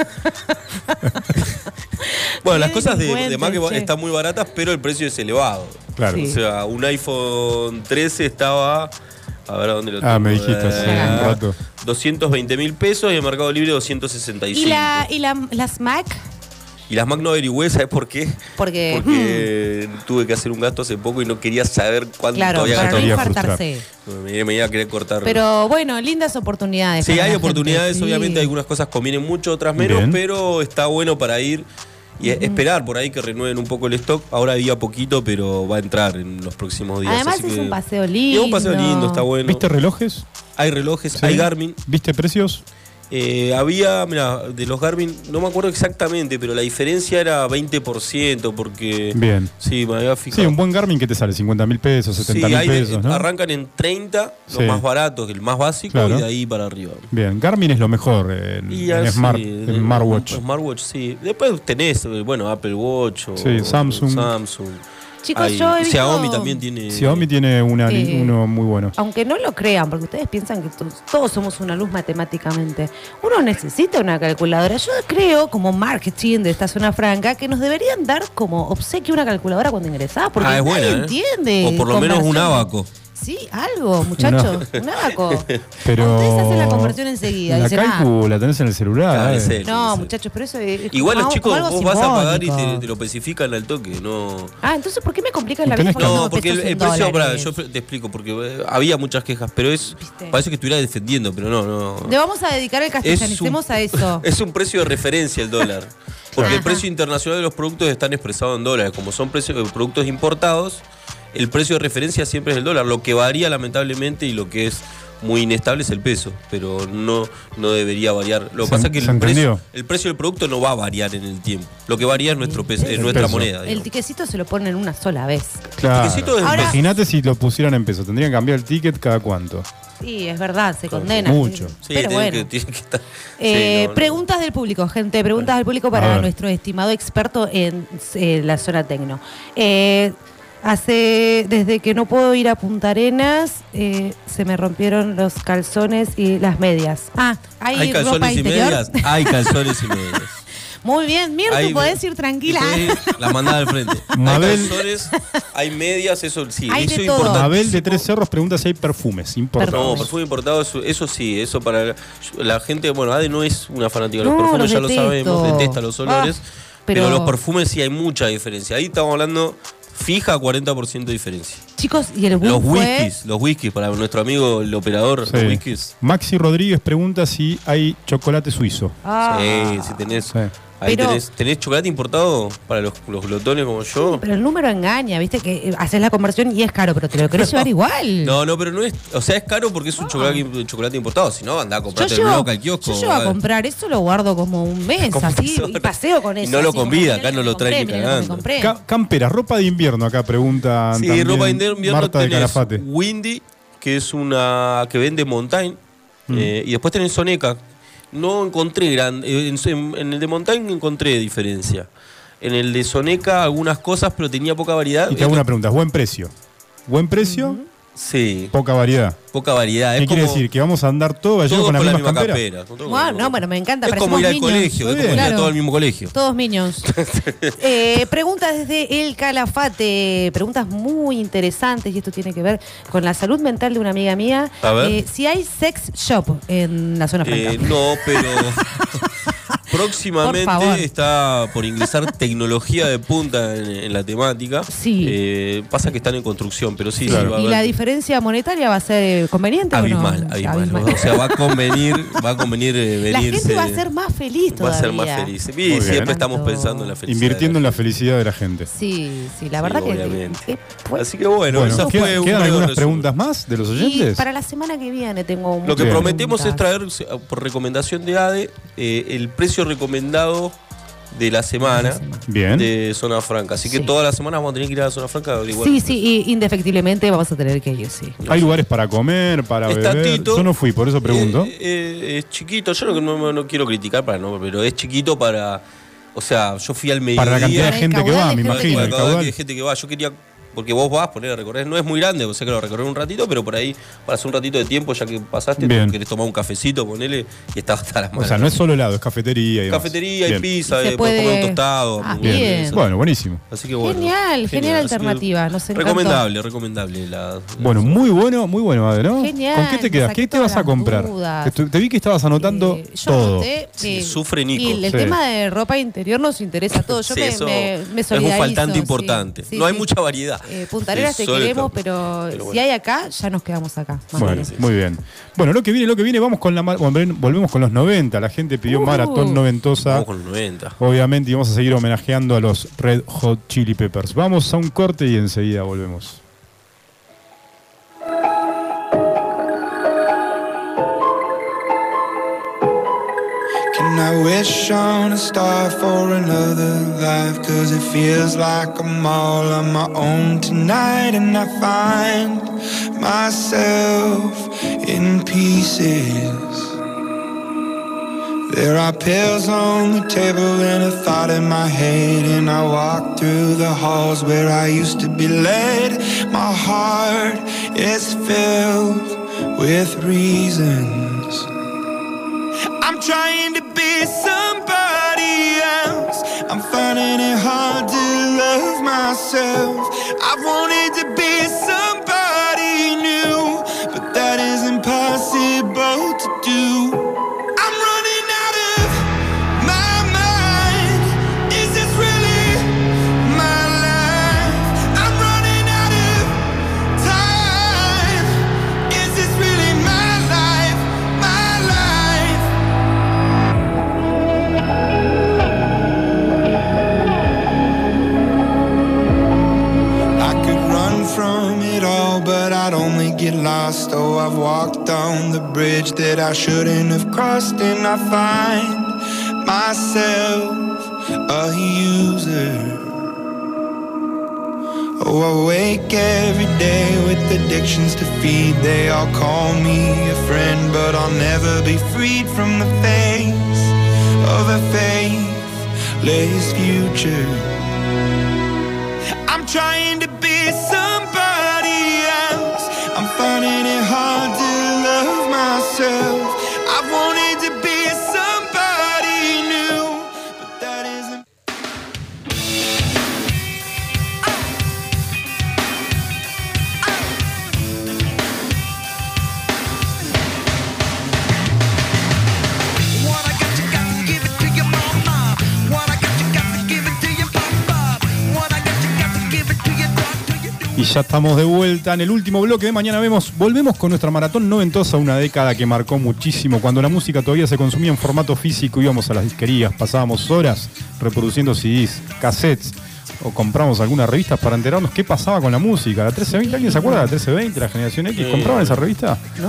bueno, las Qué cosas de, de delincuentes, Mac che. están muy baratas, pero el precio es elevado. Claro. Sí. O sea, un iPhone 13 estaba. A ver, ¿a ¿dónde lo tengo? Ah, me dijiste hace Eh, un rato. 220 mil pesos y en Mercado Libre 265. ¿Y, la, y la- las Mac? Y las Mac no averigüé, ¿sabes por qué? Porque- mm, Porque tuve que hacer un gasto hace poco y no quería saber cuánto Claro, había para no gastado. Estaría infartarse. Me, me iba a querer cortar. Pero bueno, lindas oportunidades. Sí, para hay la gente, oportunidades, sí. obviamente algunas cosas convienen mucho, otras menos, Bien. pero está bueno para ir y e- esperar por ahí que renueven un poco el stock. Ahora había poquito, pero va a entrar en los próximos días. Además así es que- un paseo Y lindo. es un paseo lindo, está bueno. ¿Viste relojes? Hay relojes, Sí. hay Garmin. ¿Viste precios? Eh, había, mira, de los Garmin, no me acuerdo exactamente, pero la diferencia era 20% porque... Bien. Sí, me había fijado. Sí, un buen Garmin que te sale 50 mil pesos, 70 Sí, mil hay de- pesos, ¿no? arrancan en 30, los Sí. más baratos, el más básico, Claro. y de ahí para arriba. Bien, Garmin es lo mejor eh, en, Y en así, smart, de- en de- smartwatch. Smartwatch, sí. Después tenés, eh, bueno, Apple Watch o Sí, Samsung. Samsung. Chicos, yo he visto- Xiaomi también tiene. Xiaomi tiene una, Sí. uno muy bueno. Aunque no lo crean, porque ustedes piensan que to- todos somos una luz matemáticamente. Uno necesita una calculadora. Yo creo, como marketing de esta zona franca, que nos deberían dar como obsequio una calculadora cuando ingresás, porque Ah, es nadie buena, ¿eh? entiende. O por lo menos un conversión. abaco. Sí, algo, muchachos. Un abaco. Pero. Ah, Ustedes hacen la conversión enseguida. La dicen, ah, calcu la tenés en el celular. Claro, eh. es él, es no, él. muchachos, pero eso es. es Igual como los algo- chicos, como algo vos vas a pagar y te, simbólico. te lo especifican al toque, no. Ah, entonces, ¿por qué me complican la No vida? tenés pagando No, porque el, pesos el en precio, pará, dólares? yo te explico, porque eh, había muchas quejas, pero es. Viste. Parece que estuviera defendiendo, pero no, no. Le vamos a dedicar el castellanicemos a eso. es un precio de referencia el dólar. Porque el Ajá. precio internacional de los productos están expresados en dólares. Como son precios- eh, productos importados, el precio de referencia siempre es el dólar. Lo que varía lamentablemente y lo que es muy inestable es el peso, pero no, no debería variar. Lo que Se- pasa es que se el precio, entendió. el precio del producto no va a variar en el tiempo. Lo que varía es nuestro peso, es El nuestra peso. moneda. El digamos. tiquecito se lo ponen una sola vez. Claro. tiquecito es en Ahora- pesos. Imagínate si lo pusieran en pesos. Tendrían que cambiar el ticket cada cuánto. Sí, es verdad, se condena. Mucho. Sí, Pero tiene bueno. que- tiene que estar- sí, Eh, no, no. Preguntas del público, gente. Preguntas del público A para ver. nuestro estimado experto en eh, la zona tecno. Eh, hace desde que no puedo ir a Punta Arenas, eh, se me rompieron los calzones y las medias. Ah, hay, Hay ropa calzones y interior. medias. Hay calzones y medias. Muy bien, Mirtu, Ahí- podés ir tranquila. y podés- La mandada al frente. Mabel- Hay calzones, hay medias, eso sí. Hay eso de es todo. importante. Abel de Tres Cerros pregunta si hay perfumes. Importa. No, Perfumes. perfume importado, eso, eso sí, eso para la, la gente, bueno, Ade no es una fanática de los No, perfumes, los ya detesto. lo sabemos, detesta los olores, Ah, pero- pero... los perfumes sí hay mucha diferencia. Ahí estamos hablando fija 40% de diferencia. Chicos, y el Los boom fue- whiskies, los whiskies, para nuestro amigo el operador, Sí. los whiskies. Maxi Rodríguez pregunta si hay chocolate suizo. Ah. Sí, eh, si tenés, Sí. ahí Pero- tenés, tenés chocolate importado para los, los glotones como yo. Pero el número engaña, viste que eh, haces la conversión y es caro, pero te lo querés llevar igual. No, no, pero no es. O sea, es caro porque es un chocolate, chocolate importado. Si no, andá a Ah. Yo comprarte el llevo, bloque al kiosco. yo llevo a vale. comprar eso, lo guardo como un mes, Como así, eso, y ¿no? paseo con Y eso. no lo así, como, convida, mirá acá que no lo me trae ni compré, mirá que me cagando. compré. Ca- campera, ropa de invierno acá pregunta. Sí, también ropa de invierno Marta de tenés Calafate. Windy, que es una que vende Montaigne. Mm. eh, y después tenés Soneca. No encontré gran. eh, En, en- en el de Montaigne encontré diferencia. En el de Soneca algunas cosas, pero tenía poca variedad. Y te hago una pregunta, ¿es buen precio? ¿Buen precio? Sí, Poca variedad. poca variedad. ¿Qué Es quiere como decir? ¿Que vamos a andar todos todos gallegos con, con, las la mismas misma camperas? campera. son todos con Bueno, la misma- Ah, no, bueno, me encanta, Es como parecemos ir al niños. colegio, es Está como ir a bien. todo el mismo colegio. Todos minions. Eh, preguntas desde el calafate, preguntas muy interesantes y esto tiene que ver con la salud mental de una amiga mía. A ver. Eh, si hay sex shop en la zona franca. Eh, no, pero Por favor. próximamente está por ingresar tecnología de punta en, en la temática. Sí. Eh, pasa que están en construcción, pero sí, sí, va a ¿Y haber- la diferencia monetaria va a ser conveniente? Abismal, o no? abismal. O sea, va a convenir, va a convenir eh, la venirse. gente va a ser más feliz va a todavía. ser más feliz. Y bien. siempre estamos Tanto. pensando en la felicidad. Invirtiendo en la felicidad de la gente. Sí, sí, la Sí, verdad que- obviamente. que... pues, Así que bueno, Bueno, eso ¿queda- fue un ¿quedan breve algunas resumen. preguntas más de los y oyentes? para la semana que viene tengo un Lo que Bien. prometemos es traer, eh, por recomendación de ADE, eh, el precio recomendado de la semana Bien. de Zona Franca. Así que Sí. todas las semanas vamos a tener que ir a la Zona Franca. a averiguar. Sí, sí, y indefectiblemente vamos a tener que ir, sí. Hay lugares para comer, para Está beber. Tito. Yo no fui, por eso pregunto. Eh, eh, es chiquito, yo no, no- no quiero criticar para no, pero es chiquito para. O sea, yo fui al mediodía. para la cantidad de el gente que caudal va, de me gente que imagino. Para el cada vez que hay caudal. gente que va, yo quería. Porque vos vas, poner a recorrer, no es muy grande, o sea que lo recorrer un ratito, pero por ahí, para hacer un ratito de tiempo, ya que pasaste, Bien. querés tomar un cafecito, ponele, y está hasta las O manos. sea, no es solo helado, es cafetería y demás. Cafetería y Bien. pizza, Y se eh, podés puede- comer un tostado. Ah, un- bien. eso. Bueno, buenísimo. Así que bueno. Genial, genial Así que alternativa, nos encantó. Recomendable, recomendable. La, la- Bueno, muy bueno, muy bueno, Ade, ¿no? Genial, ¿Con qué te nos quedas? sacó ¿Qué te vas a todas las comprar? dudas. Estu- Te vi que estabas anotando Eh, yo todo. noté Sí, que- sufre Nico. Y el, el Sí. tema de ropa interior nos interesa a todos. Yo Sí, me, eso me, me es un solidarizo, faltante sí. importante. No hay mucha variedad. Eh, puntareras Sí, te solo el queremos, campo. pero, Pero si bueno. hay acá, ya nos quedamos acá. más o Bueno, menos. muy bien. Bueno, lo que viene, lo que viene, vamos con la mar- volven- volvemos con los 90. La gente pidió Uh. maratón noventosa. Vamos con los 90. Obviamente, y vamos a seguir homenajeando a los Red Hot Chili Peppers. Vamos a un corte y enseguida volvemos. Can I wish on a star for another life? Cause it feels like I'm all on my own tonight, and I find myself in pieces. There are pills on the table and a thought in my head, and I walk through the halls where I used to be led. My heart is filled with reasons. I'm trying to be somebody else. I'm finding it hard to love myself. I wanted to be somebody new, but that is impossible to do. I'm running out of my mind. Is this really my life? I'm running out of time. Is this really my life? My life. I could run from it all, but I'd only get lost. Oh, I've walked on the bridge that I shouldn't have crossed, and I find myself a user. Oh, I wake every day with addictions to feed. They all call me a friend, but I'll never be freed from the face of a faithless future. I'm trying to be somebody else. I'm finding it hard to love myself. I wanted to be somebody new, but that isn't. What I got, you got to give it to your mama. What I got, you got to give it to your papa. What I got, you got to give it to your doctor. You do Y ya estamos de vuelta en el último bloque de Mañana Vemos. Volvemos con nuestra maratón noventosa, una década que marcó muchísimo. Cuando la música todavía se consumía en formato físico, íbamos a las disquerías, pasábamos horas reproduciendo CDs, cassettes o compramos algunas revistas para enterarnos qué pasaba con la música. La 1320, ¿alguien se acuerda de la 1320, la generación X? ¿Compraban esa revista? No,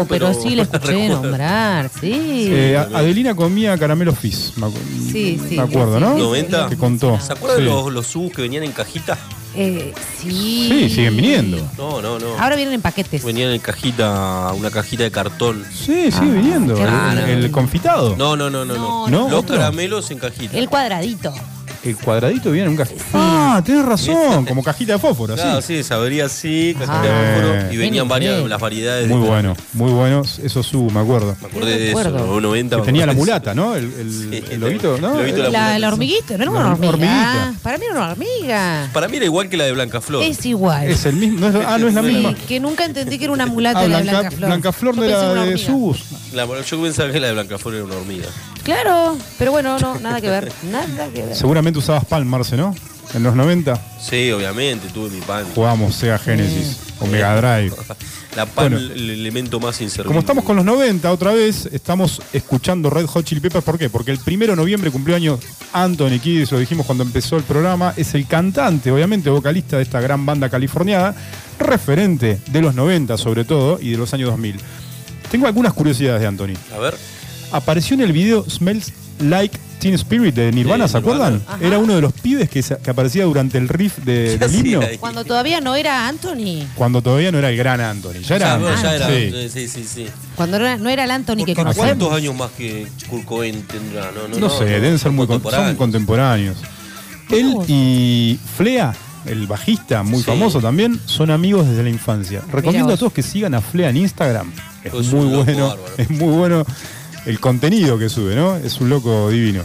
No, pero, pero sí le escuché recuerdo. nombrar, sí. Eh, a- Adelina comía caramelo fizz, me, acu- Sí, sí, me acuerdo, sí, ¿no? sí, sí. 90. Que contó. ¿Se acuerdan Sí. los, los subs que venían en cajita? Eh, sí. Sí, siguen viniendo. No, no, no. Ahora vienen en paquetes. Venían en cajita, una cajita de cartón. Sí, sigue viniendo. Ah, eh, qué El, rico. el confitado. No, no, no, no. no. No, no, Los otro. caramelos en cajita. El cuadradito. El el cuadradito viene en un cajito. Ah, tenés razón, como cajita de fósforo, así. Claro, Ah, sí, sabría así, cajita de Ah. fósforo, y Bien, venían varias, bien. las variedades. Muy de- este bueno, muy bueno. Eso subo, me acuerdo. Me acordé de Me eso, acuerdo. los 90. Que me tenía la acuerdo. mulata, ¿no? El, el- Sí, el lobito, ¿no? el lobito de la La, la hormiguita, no era una Una hormiga. hormiguita. Para mí era una hormiga. Para mí era igual que la de Blanca Flor. Es igual. Es el mismo. no es- ah, no es la Sí, misma. que nunca entendí que era una mulata Ah, la Blanca, Blanca Flor. Blancaflor no era de Subus. La- yo pensaba que la de Blanca Flor era una hormiga. Claro, pero bueno, no, nada que ver. Nada que ver. Seguramente usabas Palm, Marce, ¿no? En los 90 Sí, obviamente, tuve mi pan. jugábamos Sega Genesis o Mega Drive. La pan, Bueno. el elemento más inservible. Como estamos con los 90 otra vez, estamos escuchando Red Hot Chili Peppers. ¿Por qué? Porque el primero de noviembre cumplió años Anthony Kiddis, lo dijimos cuando empezó el programa. Es el cantante, obviamente, vocalista de esta gran banda californiana, referente de los 90 sobre todo y de los años 2000. Tengo algunas curiosidades de Anthony. A ver, apareció en el video Smells Like Teen Spirit de Nirvana, Sí, ¿se acuerdan? Nirvana. Era uno de los pibes que, se- que aparecía durante el riff de, ¿qué del himno, hacía ahí? Cuando todavía no era Anthony. cuando todavía no era el gran Anthony. Ya era, Ah, bueno, ya Sí. Ah. era. Sí, sí, sí. Cuando era- no era el Anthony Porque que conocemos. ¿Cuántos años más que Kurt Cobain tendrá? No, no, No, sé, deben ser muy con- son contemporáneos. contemporáneos. Él y Flea, el bajista muy Sí. famoso también, son amigos desde la infancia. Recomiendo a vos. todos que sigan a Flea en Instagram. Es Pues Es muy un loco bueno, bárbaro. es muy bueno el contenido que sube, ¿no? Es un loco divino.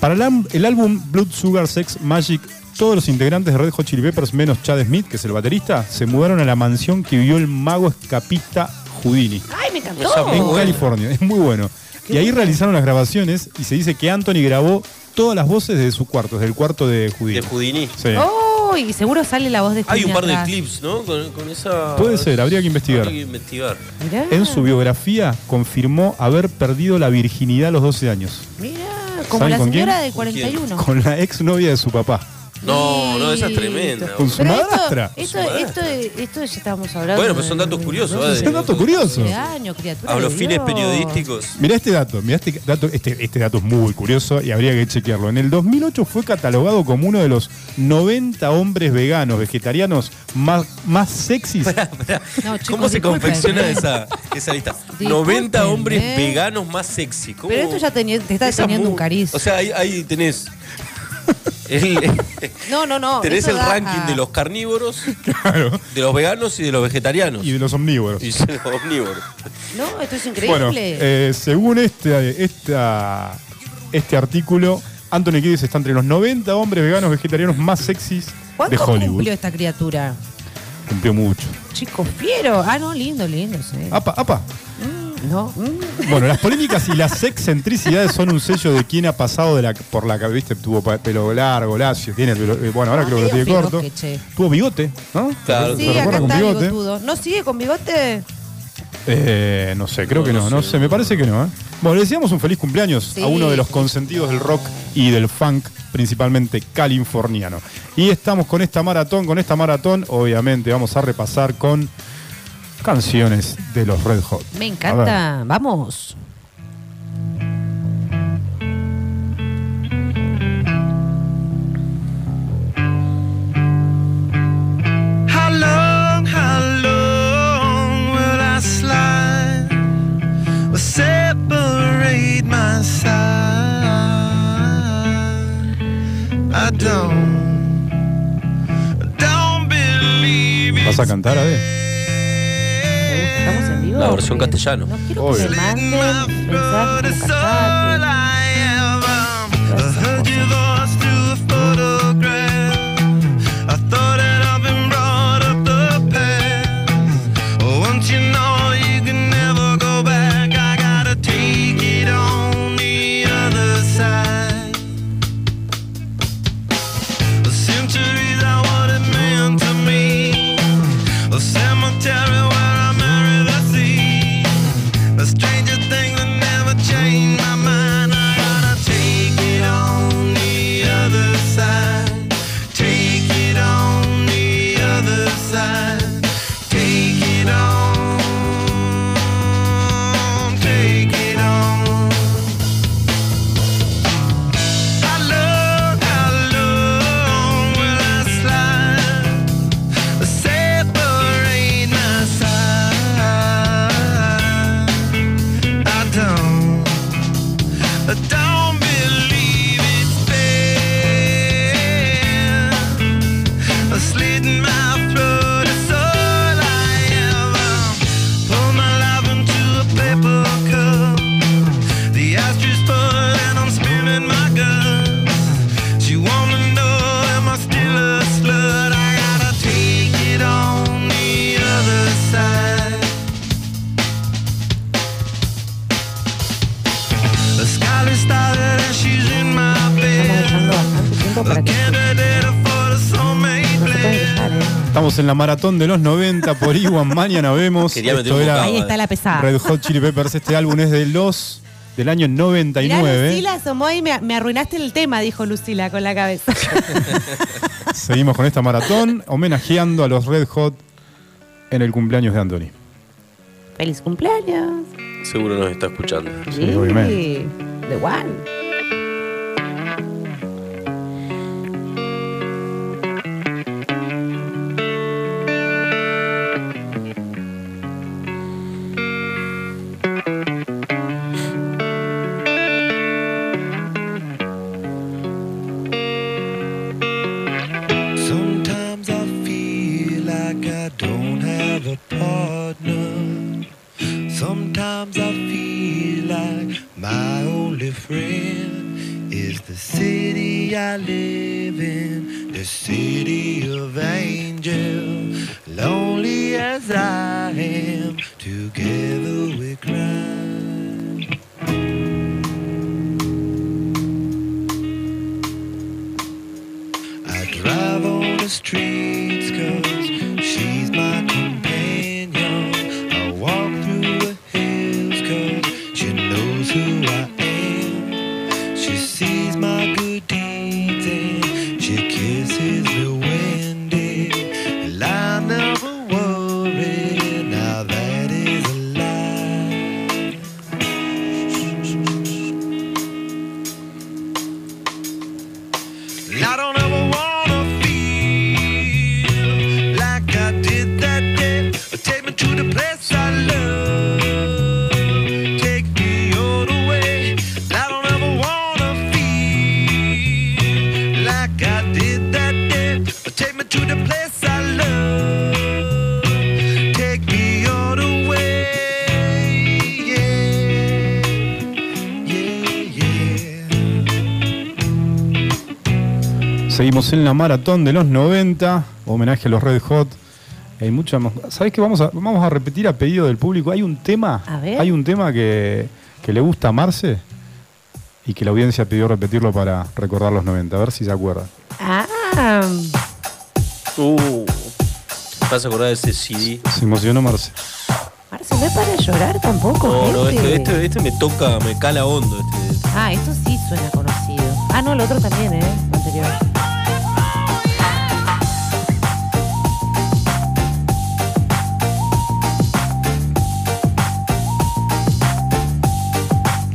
Para el, am- el álbum Blood Sugar Sex Magic, todos los integrantes de Red Hot Chili Peppers, menos Chad Smith, que es el baterista, se mudaron a la mansión que vivió el mago escapista Houdini Ay, me encantó. Esa en Muy bueno. California. Es muy bueno. Y ahí realizaron las grabaciones y se dice que Anthony grabó todas las voces desde su cuarto, desde el cuarto de De Judith. Houdini. Sí. Oh, y seguro sale la voz de Hay Juli un par de atrás. clips, ¿no? Con, con esa. Puede ser, habría que investigar. Habría que investigar. Mirá, En su biografía confirmó haber perdido la virginidad a los 12 años mirá, como ¿Saben la con señora quién? de 41. con la exnovia de su papá. No, no, esa es Listo. tremenda. Con su Pero madrastra. Esto, Su esto, esto, esto ya estábamos hablando. Bueno, pero son de- datos curiosos. Es ¿eh? un dato curioso. de años, criatura A los de fines Dios. periodísticos. Mirá este dato, mirá este dato, este, este dato es muy curioso y habría que chequearlo. En el 2008 fue catalogado como uno de los 90 hombres veganos, vegetarianos más, más sexys No, chicos, ¿Cómo se disculpen, confecciona ¿eh? esa, esa lista? Disculpen, 90 hombres ¿eh? veganos más sexy. ¿Cómo? Pero esto ya teni- te está Esa teniendo mu- un cariz. O sea, ahí, ahí tenés. el- no, no, no. tenés eso el da ah, ranking a- de los carnívoros, de los veganos y de los vegetarianos. y Y, de los omnívoros. de los omnívoros. No, esto es Bueno, increíble. eh, según este, esta, este artículo, Anthony Kiedis está entre los 90 hombres veganos vegetarianos más sexys de ¿Cuánto Hollywood. cumplió esta criatura? Cumplió mucho. Chico, fiero. Ah, no, lindo, lindo, sí. Apa, apa. No, mm, Bueno, las polémicas y las excentricidades son un sello de quién ha pasado de la, por la cabeza. Tuvo pa- pelo largo, lacio, tiene el pelo, eh, bueno, ahora Ah, creo que lo medio tiene corto. firoque, che. Tuvo bigote, ¿no? Claro. ¿Se Sí, acá recuerda con está bigote? bigotudo. ¿No sigue con bigote? Eh, no sé, creo No, que no, no no sé. sé, me parece que no. ¿eh? Bueno, le deseamos un feliz cumpleaños Sí. a uno de los consentidos del rock y del funk, principalmente californiano. Y estamos con esta maratón, con esta maratón, obviamente vamos a repasar con canciones de los Red Hot. Me A ver. encanta. Vamos. How long, how long will I slide? Will separate my side? I don't, don't believe it. ¿Vas a cantar a ver? Estamos en vivo. La versión porque castellano. No quiero que Obvio. me manden mensajes como All cantate. I am, I'm Todas a esas hundred lost through a photograph. I thought that I've been brought up the past. Oh, once you know you can never go back, I gotta take it on the other side. The centuries I what it meant to me. The cemetery where I married the sea. The stranger things that never change my mind. Estamos en la maratón de los 90 por Iwan. Mañana vemos. Quería meter un bocado. Ahí está la pesada. Red Hot Chili Peppers. Este álbum es de los del año Mirá, 99. Lucila asomó y me, me arruinaste el tema, dijo Lucila con la cabeza. Seguimos con esta maratón homenajeando a los Red Hot en el cumpleaños de Anthony. Feliz cumpleaños. Seguro nos está escuchando. Sí, obviamente. The One. Sometimes I feel like I don't have a partner. Sometimes I feel like my only friend is the city I live in, the city of angels. Lonely as I am, together we cry. I drive on the streets cause she's my companion. I walk through the hills cause she knows who I am. She sees my good deeds and she kisses the wind. And I never worry, now that is a lie. I don't ever wanna feel like I did that day. Take me to the place I love. Take me all the way. I don't ever wanna feel like I did that day. Take me to the place I love. Take me all the way. Yeah, yeah, yeah. Seguimos en la maratón de los 90, homenaje a los Red Hot. Hay mucha más. ¿Sabes qué? Vamos a, vamos a repetir a pedido del público. Hay un tema, A ver. hay un tema que, que le gusta a Marce y que la audiencia pidió repetirlo para recordar los 90. A ver si se acuerdan. Ah, Uh. ¿Te vas a acordar de ese CD? Se emocionó Marce. Marce, no es para llorar tampoco. No, no, gente. este, este, este me toca, me cala hondo. Este. Ah, esto sí suena conocido. Ah, no, el otro también, ¿eh? Anterior.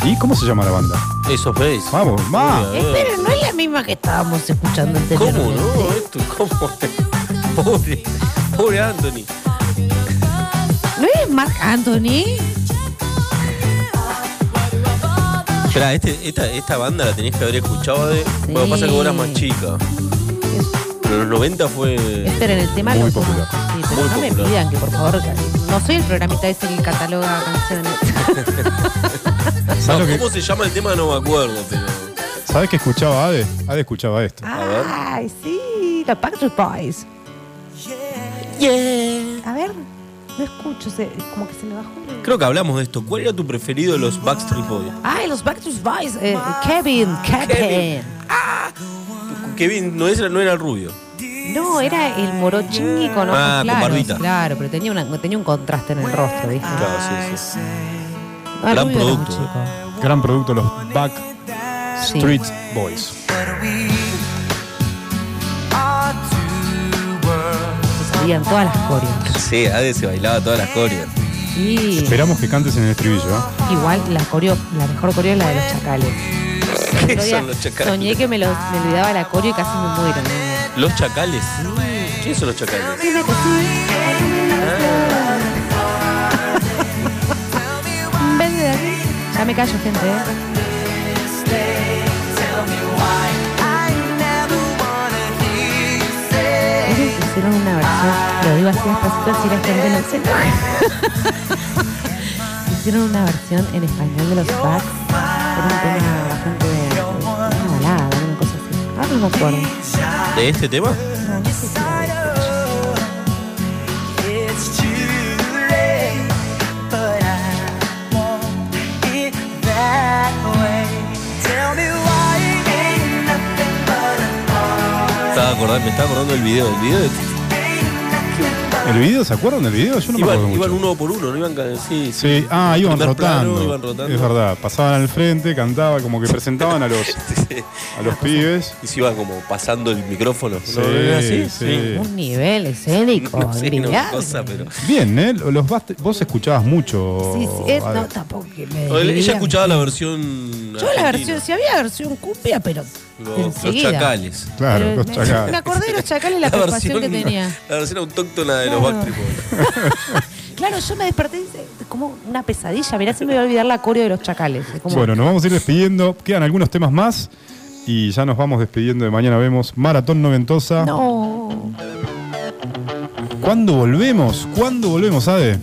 ¿Y cómo se llama la banda? Eso es. Vamos, va. Espera, Eh, no es la misma que estábamos escuchando anteriormente. ¿Cómo no? Esto, ¿Cómo? Pobre, pobre Anthony. ¿No es Marc Anthony? Esperá, este- esta, esta banda la tenés que haber escuchado de. Bueno, Sí. pasa que vos eras más chica. Pero en los 90 fue. Esperen, Este el tema Muy lo conozco, popular. Sí, pero Muy no me popular. pidan que por favor. que- No soy el programita ese que cataloga canciones. No, ¿Sabes lo que, ¿Cómo se llama el tema? No me acuerdo, pero. sabes que escuchaba Ade? Ade escuchaba esto. ver. Ay, sí, los Backstreet Boys. A ver, no escucho, se- como que se me bajó. el- Creo que hablamos de esto. ¿Cuál era tu preferido de los Backstreet Boys? Ay, los Backstreet Boys. eh, Kevin, Kevin. Kevin no, ese no era el rubio. No, era el morochingui con ojos Ah, con claros. barbita. Claro, pero tenía, una, tenía un contraste en el rostro, ¿viste? Claro, sí, sí. Ah, gran rubio era muy producto, chico. Gran producto, los Backstreet Sí. Boys. Se sabían todas las coreas. Sí, Ade se bailaba todas las coreas. Sí. Esperamos que cantes en el estribillo. ¿eh? Igual la coreo, la mejor coreo es la de los chacales. ¿Qué Otro día son los chacales? Soñé que me, los, me olvidaba la coreo y casi me muero. ¿no? ¿Los chacales? ¿Quiénes son los chacales? Ven de aquí. Ya me callo, gente. ¿eh? Ellos hicieron una versión, lo digo así despacito si la gente no se enoja. Hicieron una versión en español de los Bats. Era un tema bastante. una balada, una cosa así. Ahora no me acuerdo. ¿De este tema? No, no sé si la había escuchado. It's too late, but I want it that way. Tell me why it ain't nothing but a Estaba acordando, me estaba acordando del video. El video de ¿El video? ¿Se acuerdan del video? Yo no me acuerdo Iban, mucho. iban uno por uno, no iban. ca- Sí, sí. Sí, ah, iban Primer plano, rotando. iban rotando. Es verdad, pasaban al frente, cantaba, como que presentaban a los, a los pibes. Y se iban como pasando el micrófono. Sí, ¿No era así? sí. Un nivel escénico, No sé, no, envidiable. cosa, pero. Bien, ¿eh? Los bast- vos escuchabas mucho. Sí, sí, es- Ale. no, tampoco que me Ella digan. escuchaba la versión. Yo la argentina, versión, si había versión cumbia, pero Los, los enseguida. chacales. Claro, Pero los me- chacales. Me acordé de los chacales la, preocupación que tenía. La versión autóctona de los Claro. Backstreet Boys. Claro, yo me desperté y dice, como una pesadilla. Mirá, se me va a olvidar la coreo de los chacales. Es como- Bueno, nos vamos a ir despidiendo. Quedan algunos temas más. Y ya nos vamos despidiendo de mañana. Vemos Maratón Noventosa. no. ¿Cuándo volvemos? ¿Cuándo volvemos, Ade?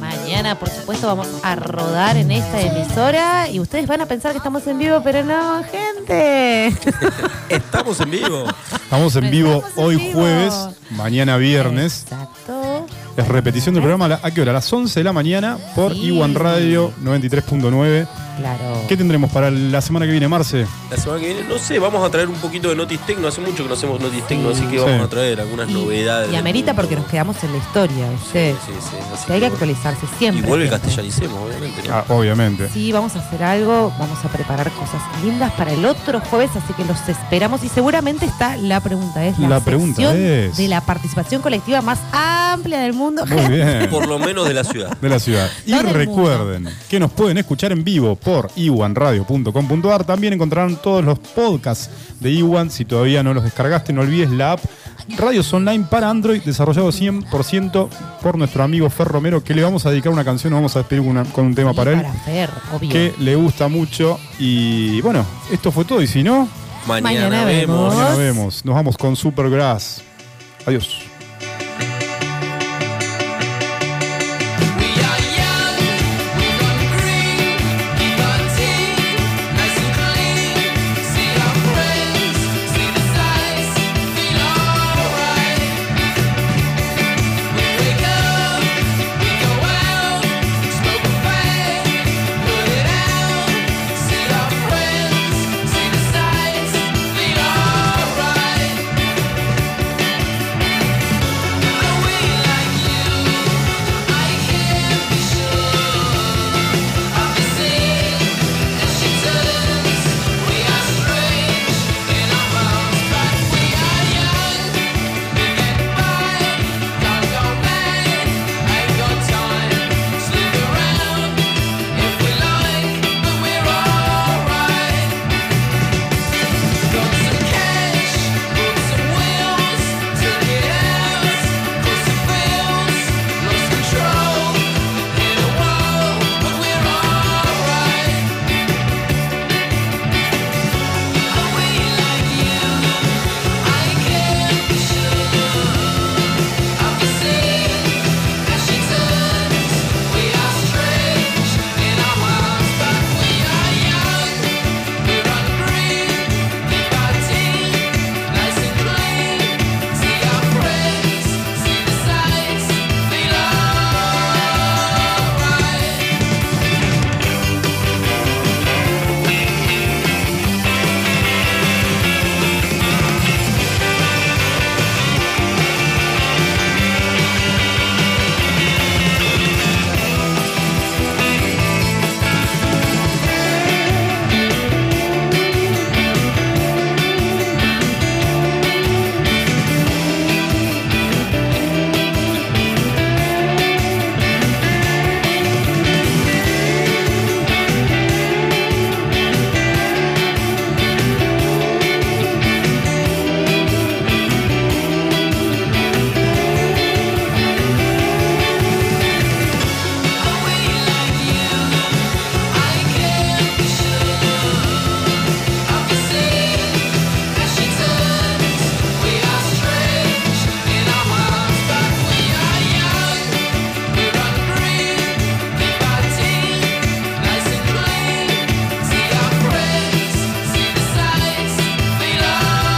Mañana, por supuesto, vamos a rodar en esta emisora y ustedes van a pensar que estamos en vivo, pero no, gente. Estamos en vivo. Estamos en vivo Estamos en hoy vivo. jueves, mañana viernes. Exacto. Es repetición del programa. ¿A la- ¿A qué hora? A las 11 de la mañana por Sí. Oh. Iwan Radio 93.9. Claro. ¿Qué tendremos para la semana que viene, Marce? La semana que viene, no sé, vamos a traer un poquito de Notis Tecno. Hace mucho que no hacemos Notis Tecno, así que vamos Sí. a traer algunas Y- novedades. Y del amerita mundo. porque nos quedamos en la historia, ¿viste? Sí, sí, así Que hay que bueno. actualizarse siempre. Y vuelve el siempre. castellanicemos, obviamente. ¿no? Ah, obviamente. Sí, vamos a hacer algo, vamos a preparar cosas lindas para el otro jueves, así que los esperamos y seguramente está la pregunta es la, La pregunta sección es. de la participación colectiva más amplia del mundo. Muy bien. Por lo menos de la ciudad. de la ciudad. Y No del recuerden que nos pueden escuchar en vivo por iwanradio.com.ar. También encontrarán todos los podcasts de Iwan. Si todavía no los descargaste, no olvides la app Radios Online para Android, desarrollado 100% por nuestro amigo Fer Romero, que le vamos a dedicar una canción, nos vamos a despedir con, una- con un tema Y para él, Para Fer, obvio. que le gusta mucho. Y bueno, esto fue todo. Y si no, Mañana, Mañana vemos. vemos. mañana vemos. Nos vamos con Supergrass. Adiós. We are young, we run green, keep our team nice and clean. See our friends, see the sights, feel alright. We wake up, we go out, smoke a fag, put it out. See our friends, see the sights, feel alright. Away like you. I can't be sure of the same as she turns. We are strange in our bones, but we are young. We get by, can't go back. Ain't got time. Sleep around if we like, but we're alright. Got some cash, put some wheels, took it out, put some bills, lost control, hit a wall, but we're alright. Away like you, I can't be sure. I'll be seen as she turns. We are strange in our worlds, but we are young. We run free, keep our team nice and clean. See our friends, see the sights, feel alright. Away like you, I can't be sure. I'll be seen as she turns. We are strange in our worlds, but we are young. We run free, keep our team nice and clean. See our friends, see the sights, feel alright.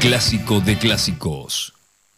Clásico de clásicos.